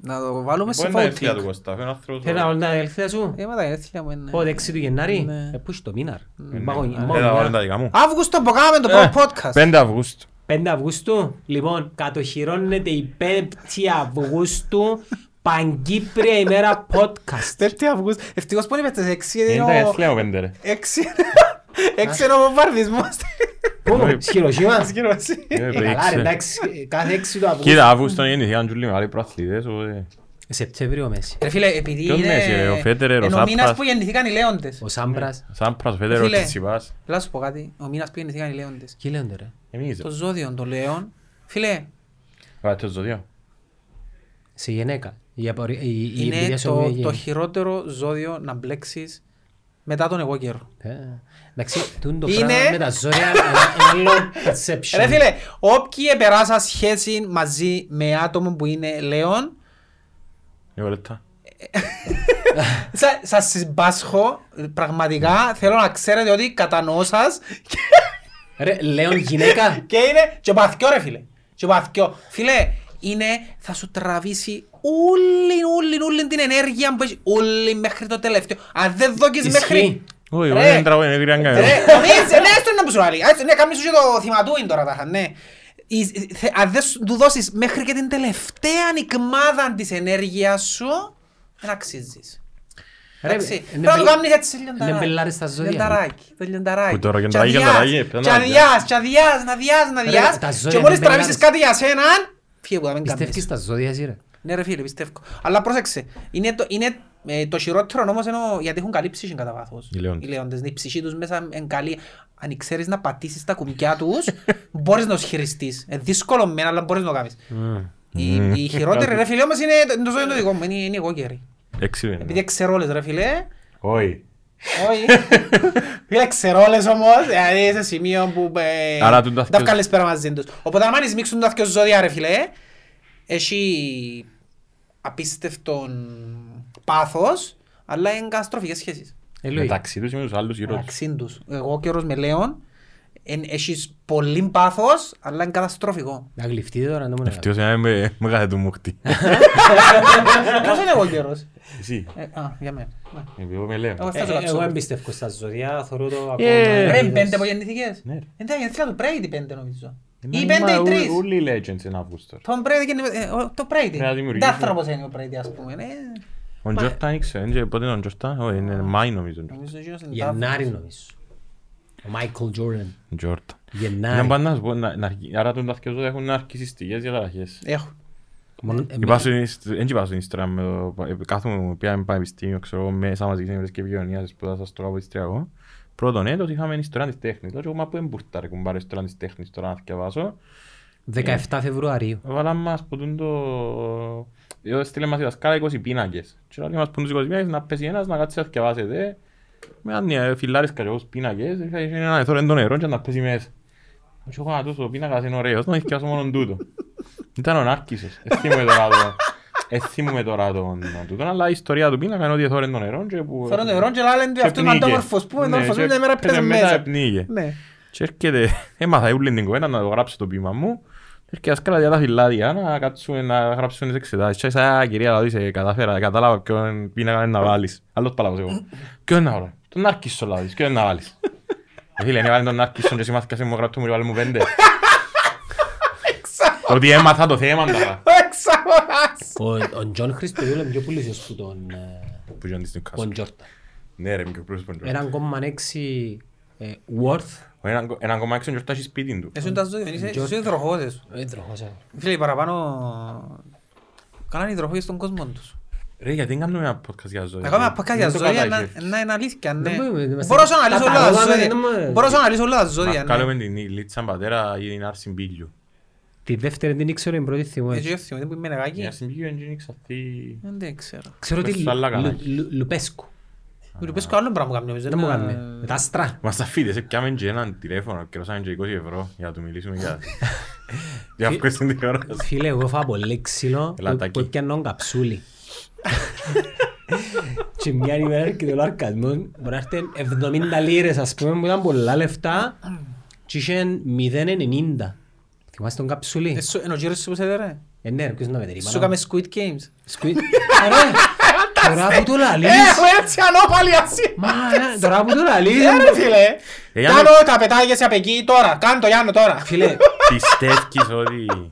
S2: Να το βάλουμε σε
S3: Μπορεί να έρθει για
S2: voting.
S3: το Κώστα. Είναι άνθρωπος...
S1: Θέλω να
S3: τώρα.
S1: ορίσουμε τα ελευθεία σου.
S2: Ε, μα τα γενέθλια μου είναι.
S1: Πότε 6 του Γενάρη.
S2: Ναι.
S1: Ε, πού είσαι το μήνα. ρε.
S3: Ε, ναι.
S1: Μπαγω-
S3: Ε,
S1: μπαγω-
S3: τα
S1: μια.
S3: βάλουν τα δικά μου.
S2: Αύγουστο που κάναμε το
S3: Ε,
S2: πρώτο podcast.
S3: 5 Αυγούστου.
S1: 5 Αυγούστου. Λοιπόν, κατοχυρώνεται η 5η Αυγούστου Παγκύπρια ημέρα podcast.
S2: 5 Αυγούστου. Ευτυχώς που είναι στις 6
S3: Είναι
S2: είναι
S3: τα
S2: ο...
S3: γενέθλια μου πέντε ρε.
S2: 6 6 ε, είναι ο βομβαρδισμός.
S1: Πού, σχηροσύμα.
S2: Σκύρωση.
S3: Ε,
S1: Καλά, ρε,
S3: παίξε.
S1: εντάξει, κάθε 6 του Αυγούστου.
S3: Κοίτα, Αύγουστο γεννήθηκαν και όλοι οι μεγάλοι προαθλητές, ε, οπότε...
S1: Σεπτέμβριο μέση.
S2: Ρε φίλε, επειδή
S3: Ποιον
S2: είναι...
S3: μέση, ρε, ο Φέτερερ, ο
S2: είναι ο μήνας
S3: Σάπρας.
S2: που γεννηθήκαν οι λέοντες.
S1: Ο Σάμπρας.
S2: Ναι.
S3: Σάμπρας, Φέτερο,
S2: Φίλε.
S3: Τσιτσιπάς.
S2: Λάς σου πω κάτι. Ο μήνας που γεννηθήκαν οι λέοντες.
S1: Τι λένε τώρα.
S3: Εμείς.
S2: Το ζώδιο των λέων. Φίλε,
S3: Α, το ζώδιο.
S1: Σε γυναίκα. Η, απορ- η, η
S2: είναι
S1: εμπειρία σου με
S2: το,
S1: γυναίκα.
S2: το χειρότερο ζώδιο να μπλέξεις μετά τον εγώ καιρό.
S1: Ε, Εντάξει, τούν το
S2: Είναι-
S1: πράγμα με τα ζώρια είναι ένα άλλο perception.
S2: Ρε φίλε, όποιοι επεράσα σχέση μαζί με άτομο που είναι λέον,
S3: Λίγο λεπτά.
S2: σα- σας συμπάσχω, πραγματικά, θέλω να ξέρετε ότι κατανοώ σας και,
S1: Ρε, λέω γυναίκα.
S2: και είναι και παθιό ρε φίλε. Και παθιό. Φίλε, είναι, θα σου τραβήσει όλη, όλη, όλη την ενέργεια που έχει, όλη μέχρι το τελευταίο. Αν δεν δόκεις μέχρι...
S1: Ισχύει.
S3: Όχι,
S2: Ρε.
S3: όχι, δεν τραγούδι, δεν κρίναν
S2: Ρε,
S3: κανένα.
S2: ναι, νομίζεις, ναι, αυτό είναι που σου λέει. Ναι, κάμνεις σου και το θυματούιν τώρα, τάχα, ναι. η- θε- Αν δεν σου- του δώσεις μέχρι και την τελευταία νικμάδα της ενέργειας σου, δεν αξίζεις.
S1: Ρε, ε,
S2: Εντάξει,
S1: είναι
S2: πρέπει να το
S1: μπελ-
S2: κάνεις έτσι
S1: είναι
S2: λιονταράκι.
S1: μπελάρες στα ζώδια.
S2: Λιονταράκι, το λιονταράκι.
S3: Που τώρα
S2: Κι
S3: λιονταράκι,
S2: αδειάς,
S3: λιονταράκι, πιθανά,
S2: κι
S3: ναι.
S2: αδειάς, κι αδειάς, να αδειάς, να αδειάς.
S1: τα ζώδια
S2: Και
S1: είναι
S2: μόλις τραβήσεις
S1: μπελάρες.
S2: κάτι για σέναν, φύγε που θα μην
S1: Πιστεύεις
S2: κάνεις.
S1: στα ζώδια εσύ ρε.
S2: Ναι ρε φίλε, πιστεύω. Αλλά πρόσεξε, είναι το, είναι, ε, το χειρότερο όμως ενώ, γιατί έχουν καλή ψυχή κατά βάθος.
S3: Οι Λεόντες.
S2: Οι Λεόντες, ναι, η ψυχή τους μέσα εν καλή. Αν ξέρεις να πατήσεις τα κουμπιά τους, μπορείς να τους χειριστείς. Ε, δύσκολο μεν, αλλά μπορείς να το κάνεις.
S3: Mm.
S2: Η, η χειρότερη ρε φίλε όμως είναι το- το ζώδιο το δικό μου, είναι, είναι εγώ καιρή.
S3: Έξι είναι.
S2: Επειδή ξέρω όλες ρε φίλε,
S3: Όχι.
S2: όχι. Φίλε ξέρω όλες όμως, δηλαδή σε σημείο που ε,
S3: Άρα τούτα
S2: τα
S3: θκυο-
S2: βγάλεις πέρα μαζί τους. Οπότε αν μάνεις μίξουν τα δυο ζώδια ρε φίλε, έχει απίστευτον πάθος, αλλά είναι καταστροφικές σχέσεις.
S1: Ε, Λουί,
S3: Μεταξύ τους ή με τους άλλους γύρω τους.
S2: Μεταξύ τους. Εγώ καιρός με λέον, εν- έχεις πολύ πάθος, αλλά είναι καταστροφικό.
S1: να γλυφτείτε τώρα, να μου
S3: Ευτυχώς είναι με μεγάλη του μούχτη.
S2: Ποιος είναι εγώ καιρός.
S3: Εσύ.
S2: Ε, Α, για μένα. Ναι.
S3: Εγώ με λέω.
S2: Εγώ στάζω να
S1: Ε, Εγώ
S2: ξέρω.
S1: δεν πιστεύω στα ζώδια, θωρώ το ακόμα.
S3: Ε,
S2: Ρε,
S1: είδος.
S2: είναι πέντε που γεννηθήκες.
S3: Ναι, ρε.
S2: Ε, τα γεννηθήκα του Brady πέντε νομίζω. Ή
S3: Μα,
S2: πέντε ή
S3: ο-
S2: τρεις.
S3: Όλοι οι legends είναι Αύγουστο.
S2: Τον Brady γεννη- ε, ο- Το Brady.
S3: να δημιουργήσουμε.
S2: Τάθρωπος είναι ο Brady ας πούμε. ε.
S3: Ο Τζόρταν ήξερε, δεν ξέρω πότε είναι ο Τζόρταν. Όχι, είναι Μάη νομίζω. ο Τζόρταν.
S2: Νομίζω ότι είναι
S1: Γενάρη
S2: τάθρωπος.
S1: νομίζω. Ο Μάικλ Τζόρνταν.
S3: Τζόρταν. Να
S1: Γενάρη.
S3: πάνε να σου πω, να- να αρχι- άρα τον ταθιόζω έχουν αρχισιστικές διαταραχές.
S2: Έχω.
S1: Μόνο- ε,
S3: Υπάσουν οι ιστ- Δεν υπάσουν ύστερα με το... ε, Κάθομαι πια με πανεπιστήμιο, ξέρω εγώ, μέσα μαζί με και επικοινωνίας, σπουδάσα στο κάπου ιστριακό. Πρώτον είναι ότι είχαμε ιστορία της τέχνης. Τότε εγώ, μα πού εμπουρτά ρε κουμπάρε ιστορία της τέχνης τώρα να θυκευάσω.
S1: 17 Φεβρουαρίου.
S3: Βάλαμε μας που τούν το... ε, Στείλε μας η δασκάλα 20 πίνακες. Και όλοι μας πούν τους 20 πίνακες να πέσει ένας να κάτσει να θυκευάσετε. Με αν ε, φιλάρεις καλώς πίνακες, είχα είχε ένα εθόρεν το νερό και να πέσει μέσα. Και εγώ να τους ο πίνακας είναι ωραίος, να θυκευάσω μόνο τούτο. Ήταν ο Νάρκησος. Εθύμουμε τώρα το... Εθύμουμε τώρα τον τούτο, αλλά η ιστορία του πίνακα είναι ότι εθόρεν το νερό και που...
S2: Θέλω νερό και λένε του
S3: και
S2: αυτού είναι
S3: πνίγε.
S2: αντόμορφος. Πού είναι
S3: Ναι,
S2: αντόμορφος,
S3: και
S2: μια μέρα
S3: έπαιρνε
S2: πέφτει
S3: Μετά
S2: μέσα.
S3: πνίγε.
S2: Ναι.
S1: Ε,
S3: Και έρχεται, έμαθα ούλη την κουβέντα να το γράψω το ποίημα μου. Και έρχεται ασκάλα για τα φυλάδια να κάτσουμε να γράψουν τις εξετάσεις. Και ίσα, «Α, κυρία, δηλαδή σε κατάφερα, κατάλαβα ποιον πίνακα είναι να βάλεις. Άλλος παλάβος εγώ. Ποιον να βάλω. Τον Νάρκισσο λάδεις, ποιον να βάλεις. Ε, Φίλε, είναι βάλει τον Νάρκισσο και εσύ μάθηκες μου γράψω μου και βάλει μου πέντε. Ότι έμαθα το θέμα τώρα.
S2: Εξαγοράς.
S1: Ο- Ο Τζον Χριστοδούλου είναι πιο πλούσιος που τον ε,
S3: Που γιον της
S1: που τον
S3: Newcastle.
S1: Τζόρνταν.
S3: Ναι ρε, μικρό πλούσιος ποντζόρ.
S1: 1,6 ε, worth.
S3: Έναν κομμάτι ξέρω ότι έχεις σπίτι του.
S2: Εσύ είναι τα ζώδια, είσαι- εσύ είναι υδροχόζες.
S1: Ε, τροχός, ε.
S2: Φίλε, οι παραπάνω... Κάναν υδροχόζες στον κόσμο τους.
S3: Ρε, γιατί δεν κάνουμε ένα podcast για
S2: Να
S3: ζώδια.
S2: κάνουμε από
S3: Ε, Δεν
S2: κάποια
S3: το
S2: ζώδια
S3: κατάχερες.
S2: να- να είναι αλήθεια, ναι.
S1: Δεν μπορούμε, είμαστε-
S2: Μπορώ να αναλύσω όλα τα
S1: Καταλάβαμε,
S2: ζώδια.
S1: δεν μπορούμε.
S2: Μπορώ να αναλύσω όλα τα
S3: Να
S2: ζώδια, ναι.
S3: κάνουμε την Λίτσα πατέρα ή την Άρσιν Πίλιου.
S1: Τη δεύτερη δεν ήξερα, την πρώτη θυμώ.
S2: Έτσι, έτσι, δεν είμαι
S3: Η
S2: νεγάκι.
S3: Άρσιν Πίλιου έγινε ξαφνή...
S2: Δεν ξέρω.
S1: Ξέρω ότι
S3: Μες στα άλλα καλά.
S1: Λου- Λου- Λουπέσκου.
S2: Μου το πες καλό πράγμα κάνει νομίζω.
S1: Δεν μου
S2: να-
S1: κάνει. Με τα άστρα.
S3: Μας τα φίδες, έπιαμε και έναν τηλέφωνο και δώσαμε και 20 ευρώ για να του μιλήσουμε για... Για να την τηλεόραση.
S1: Φίλε, εγώ φάω πολύ ξύλο που-
S3: Ελατάκι.
S1: που έπιαναν καψούλι. Και μια ημέρα έρχεται ο αρκασμός, μπορεί να έρθει 70 λίρες ας πούμε που ήταν πολλά λεφτά και είχε 0,90. Θυμάσαι τον καψούλι.
S2: Ε, σου- Ενώ γύρω σου πώς έδερε.
S1: Ε, ναι, ρε, ποιος να μετρήσει.
S2: Σου έκαμε Squid Games.
S1: Squid. Ε, ρε, Τώρα που το
S2: Ε,
S1: λαλείς.
S2: έτσι ανώπαλη ασύ.
S1: Μα, ε, τώρα που το λαλείς.
S2: ρε φίλε.
S3: Ε, Γιάννη.
S2: Κάνω τα πετάγεσαι απ' εκεί τώρα. Κάνω το Γιάννο τώρα.
S1: Φίλε,
S3: Πιστεύεις ότι...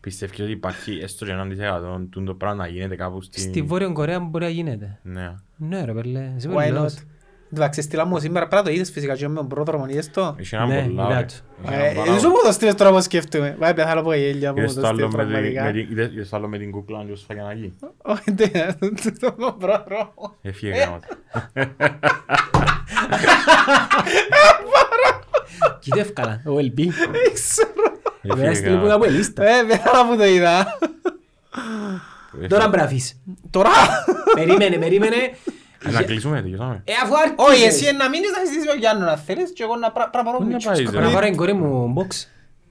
S3: Πιστεύεις ότι υπάρχει έστω και έναν δισεκατόν τούν το πράγμα να γίνεται κάπου στην...
S1: στη Βόρεια Κορέα μπορεί να γίνεται.
S3: Ναι.
S1: Ναι ρε πέλε, είσαι
S2: Why not.
S1: πολύ
S2: Εντάξει, στείλα μου σήμερα πράγμα το είδες φυσικά και με τον πρόδρομο, είδες το.
S3: Είχε έναν
S1: Ναι,
S3: πολλά.
S1: είδα
S3: ρε.
S1: του.
S3: Είχε
S2: Ε,
S3: έναν πάρα
S2: ε, Σου μου το στείλες τώρα όπως σκέφτομαι. Βάει πεθάνω από γέλια που
S3: πολλά.
S2: μου
S3: Είδες το
S2: το
S3: άλλο
S2: στείλες
S3: με την-
S2: πραγματικά.
S3: με την- είδες- είδες το άλλο με την κούκλα και τους φαγιανακή.
S2: Όχι, δεν το τον πρόδρομο.
S3: Έφυγε γράμματα.
S1: Κοίτα ευκαλά, ο LP.
S2: Δεν ξέρω.
S1: Βέβαια
S3: Έφυγε
S1: στείλει που κάπου
S3: γράμματα.
S1: η λίστα.
S2: Ε, πεθάνω που το είδα.
S1: Τώρα μπραφείς.
S2: Τώρα.
S1: Περίμενε, περίμενε.
S3: Να κλείσουμε, τελειώσαμε.
S1: Ε, αφού άρχισες.
S2: Όχι, εσύ να μείνεις να συζητήσεις με τον Γιάννο να θέλεις και εγώ να πρα- πράγμα
S3: Πού να πάεις, ρε.
S1: Να πάρω την κόρη μου box.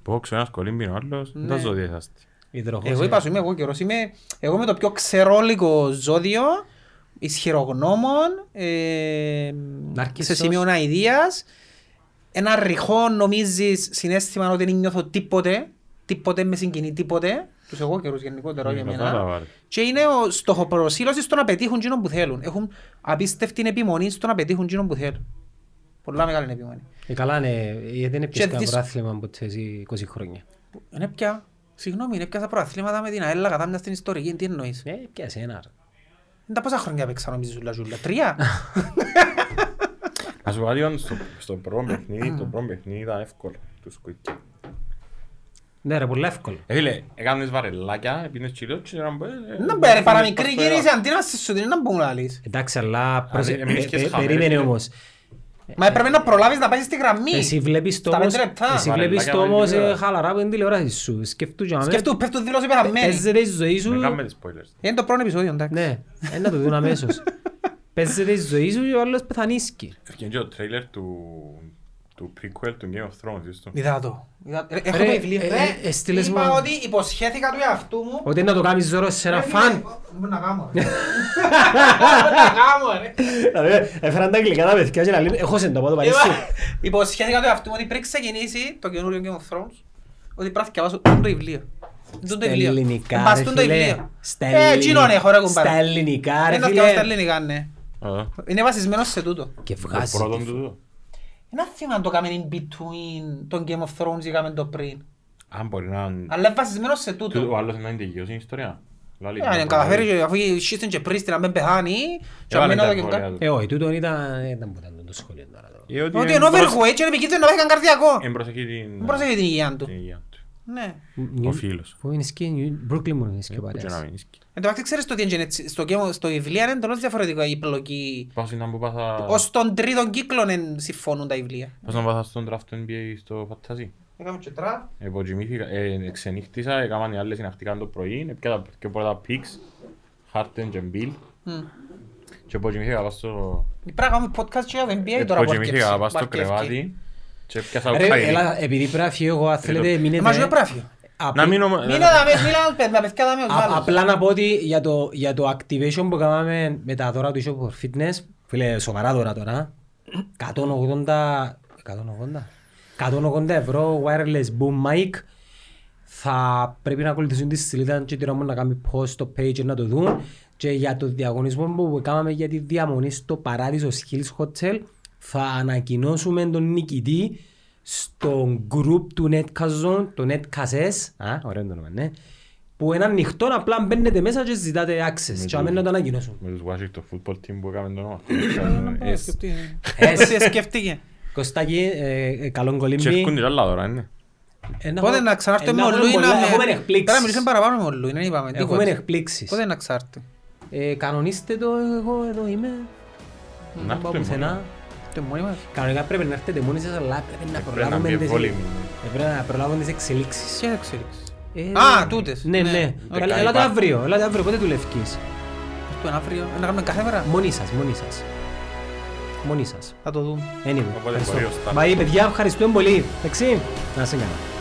S3: Πόξο, ένας κολύμπινο, άλλος. Δεν τα ζώδια είσαστε.
S1: Υδροχός.
S2: Εγώ είπα σου, είμαι εγώ καιρός. Είμαι, εγώ είμαι το πιο ξερόλικο ζώδιο, ισχυρογνώμων, ε, σε
S1: Ναρκισσός.
S2: σημείο αηδίας. Ένα ρηχό νομίζεις συνέστημα ότι δεν νιώθω τίποτε, τίποτε με συγκινεί τίποτε. Τους εγώ καιρούς γενικότερα για μένα.
S3: Κατάλαβα, ρε.
S2: Και είναι ο στοχοπροσύλωσης στο να πετύχουν εκείνο που θέλουν. Έχουν απίστευτη επιμονή στο να πετύχουν εκείνο που θέλουν. Πολλά μεγάλη επιμονή.
S1: Ε, Καλά ναι, γιατί δεν
S2: Και
S1: έπιες κανένα
S2: δυσ-
S1: πράθλημα από τις 20 χρόνια.
S2: Είναι πια. Συγγνώμη, είναι πια στα προαθλήματα με την ΑΕΛΑ κατά μια στην ιστορική. Τι εννοείς.
S1: Ε, πιάσε ένα.
S2: Είναι τα πόσα χρόνια παίξα νομίζεις ζούλα ζούλα. Τρία.
S3: Ας σου πω κάτι, Ιωάννη, στο, στο πρώτο παιχνίδι, το πρώτο παιχνίδι ήταν εύκολο του Squid Game.
S1: Ναι ρε, πολύ εύκολο.
S3: Ε, φίλε, έκανες βαρελάκια, πίνες τσιλό, ξέρω να μπω, ε,
S2: Να μπέρε
S3: ε,
S2: παραμικρή
S3: ε,
S2: γύρισε αντί να σε σου την να μπουν λαλείς.
S1: Εντάξει, αλλά προσε-
S3: εμείς
S1: πε-
S3: και
S1: πε-
S3: χαμένες,
S1: περίμενε
S3: ναι.
S1: όμως.
S2: Μα έπρεπε να προλάβεις να πάεις στη
S1: Ε, Εσύ
S2: γραμμή.
S1: βλέπεις το
S2: Ε, Στα
S1: όμως,
S2: πέντε λεπτά.
S1: εσύ
S3: Βαρελάκια
S1: βλέπεις το
S3: βάλει
S1: όμως
S3: την ώρα.
S1: ε, χαλαρά από την τηλεόραση σου. Σκεφτού και να με-
S2: Σκεφτού, πέφτουν δήλωση
S1: Ε,
S2: περαμένη.
S1: Παίζεται η ζωή σου.
S3: Δεν κάνουμε spoilers.
S2: Είναι το πρώτο επεισόδιο, εντάξει.
S1: Ναι, ε, να το δουν αμέσως. Παίζεται η ζωή σου και ο άλλος πεθανίσκει.
S3: Έρχεται και το τρέιλερ του, του prequel του Game of Thrones, ίσως το.
S2: Είδα το. Είδα- Ρε, Έχω
S1: Ναι. Ρε,
S2: το βιβλίο.
S1: ε,
S2: Ρε,
S1: ε, ε, στείλες
S2: Είπα
S1: μου.
S2: ότι υποσχέθηκα του εαυτού μου.
S1: Ότι να το κάνεις ζώρο σε ένα
S2: Ρε, ναι.
S1: φαν.
S2: φίλε, Μπορεί να κάνω. ρε. Μπορεί να κάνω, ρε.
S1: Έφεραν τα αγγλικά τα παιδιά και να λένε «Έχω σεντοπά το
S2: Είπα-
S1: παρίσι».
S2: Υποσχέθηκα του εαυτού μου ότι πριν ξεκινήσει το καινούριο Game of Thrones ότι πρέπει να διαβάσω τούτο το βιβλίο. Τούτο το
S1: Στα
S2: βιβλίο.
S1: ελληνικά ρε
S2: Μπαστούν το
S1: φίλε.
S2: βιβλίο.
S1: Στα
S2: Ε, εκείνον έχω, ρε,
S1: ελληνικά.
S2: κουμπάρε.
S1: Στα ελληνικά ρε
S2: Δεν τα διαβάζω στα
S1: φίλε.
S2: ελληνικά, ναι. Ε,
S3: Α,
S2: Είναι βασισμένος σε τούτο.
S1: Και
S3: Το
S1: βγάζει.
S3: πρώτο του τούτο.
S2: Δεν θυμάμαι αν το κάμεν in between τον Game of Thrones ή κάμεν το πριν.
S3: Αν μπορεί να... είναι-
S2: Αλλά είναι βασισμένος σε
S3: Τούτο,
S2: τούτο.
S3: Ο άλλος να είναι τελειώσει η ιστορία. Λάλη,
S2: Ε, Αν
S3: να
S2: καταφέρει
S3: μπορεί.
S2: και αφού σύστην και πρίστη να μην πεθάνει και να
S3: Έβαλε
S2: μην
S3: τα
S2: όδο και
S3: εμβόλια
S2: βγάλει.
S3: του.
S1: Ε, όχι, τούτο ήταν... ήταν που ήταν το σχολείο τώρα. το-
S3: Ε, ότι
S2: Ότι
S3: εν
S2: είναι
S3: προσ-
S2: overweight και είναι επικίνδυνο να πάει καν καρδιακό.
S3: εν προσεχεί την...
S2: Δεν Πρόσεχε την υγεία
S3: την
S2: του.
S3: υγεία του.
S2: Ναι.
S3: Ο
S1: Νιου-
S3: φίλος.
S1: Πού είναι σκι, Νιου- Brooklyn μου είναι σκι
S3: Που και να
S1: παρέας.
S3: μην ίσκει.
S2: Εν τω μεταξύ ξέρεις το τι έγινε έτσι. στο game- στο βιβλίο είναι εντελώς διαφορετικό η πλοκή.
S3: Πάω στην να που πάθα...
S2: Ως τον τρίτο κύκλο δεν συμφωνούν τα βιβλία.
S3: Πάω να πάθα στον draft NBA στο Fantasy.
S2: Έκαμε και τρα.
S3: Υποτιμήθηκα, ε, ξενύχτησα, έκαναν οι άλλες συναυτικά το πρωί, έπια τα πιο πρώτα picks, Harden και Bill. Και υποτιμήθηκα να πάω στο...
S2: Πρέπει να κάνουμε podcast και για το
S3: Ε,
S2: NBA τώρα που
S3: Υποτιμήθηκα να πάω
S2: έρχεται.
S3: στο κρεβάτι και έπιασα ο
S1: Ρε,
S3: Kyrie.
S1: έλα, επειδή πρέπει να φύγω εγώ, αν θέλετε,
S2: Ε,
S1: μείνετε.
S2: Μας λέω πράφιο.
S1: Απλ-
S3: Να μην ομα-
S2: Μίλα τα μες, μίλα τα μες, τα παιδιά τα μες, τους
S1: Α-
S2: άλλους.
S1: Απλά να πω ότι για το, για το activation που κάναμε με τα δώρα του Shop for Fitness, φίλε, σοβαρά δώρα τώρα, 180, 180, 180 ευρώ wireless boom mic, θα πρέπει να ακολουθήσουν τη σελίδα και τη μου να κάνει post στο page να το δουν και για το διαγωνισμό που κάναμε για τη διαμονή στο παράδεισο Skills Hotel θα ανακοινώσουμε τον νικητή στο group του Netcast Zone, το Netcast S, α, ωραίο το όνομα, ναι, που είναι ανοιχτό, απλά μπαίνετε μέσα και ζητάτε access και αμένω να το ανακοινώσουν.
S3: Με τους Washington Football Team που έκαμε το όνομα.
S2: Ε, σκεφτεί-
S1: Ε,
S2: Εσύ σκέφτηκε.
S1: Κωστάκη, ε, ε, καλόν
S3: Και έρχονται
S1: κολύμπι.
S3: τα άλλα τώρα, είναι.
S2: Πότε να ξανάρθω με ο Λουί να με...
S1: Έχουμε
S2: Τώρα μιλήσαμε
S1: εκπλήξεις.
S2: παραπάνω με ο Λουί, δεν είπαμε
S1: Έχουμε
S2: τίποτα.
S1: εκπλήξεις.
S2: Πότε να ξανάρθει.
S1: Ε, κανονίστε το, εγώ εδώ είμαι.
S3: Να
S1: Δεν πάω
S3: έρθουμε
S1: πουθενά.
S3: μόνοι.
S2: Το μόνοι μας.
S1: Κανονικά πρέπει να έρθετε μόνοι σας, αλλά Ε, πρέπει να
S3: Πρέπει να
S1: προλάβουμε
S3: μπει
S1: τις,
S3: ευόλυμη.
S1: ε, πρέπει να προλάβουμε τις εξελίξεις.
S2: Ποια εξέλιξη.
S1: Ε,
S2: Α, τούτες.
S1: Ναι,
S2: Ναι.
S1: ναι.
S2: Οκ.
S1: Έλα- Ελάτε αύριο, ελάτε αύριο, πότε δουλευκείς.
S2: Το ένα αύριο, να κάνουμε κάθε μέρα.
S1: Μόνοι σας, μόνοι σας. Μόνοι σας.
S2: Θα το δούμε.
S1: Anyway,
S3: Οπότε μπορεί ο
S1: ευχαριστώ.
S3: Στάνης.
S1: Μα παιδιά, ευχαριστούμε πολύ. Εντάξει, να σε καλά.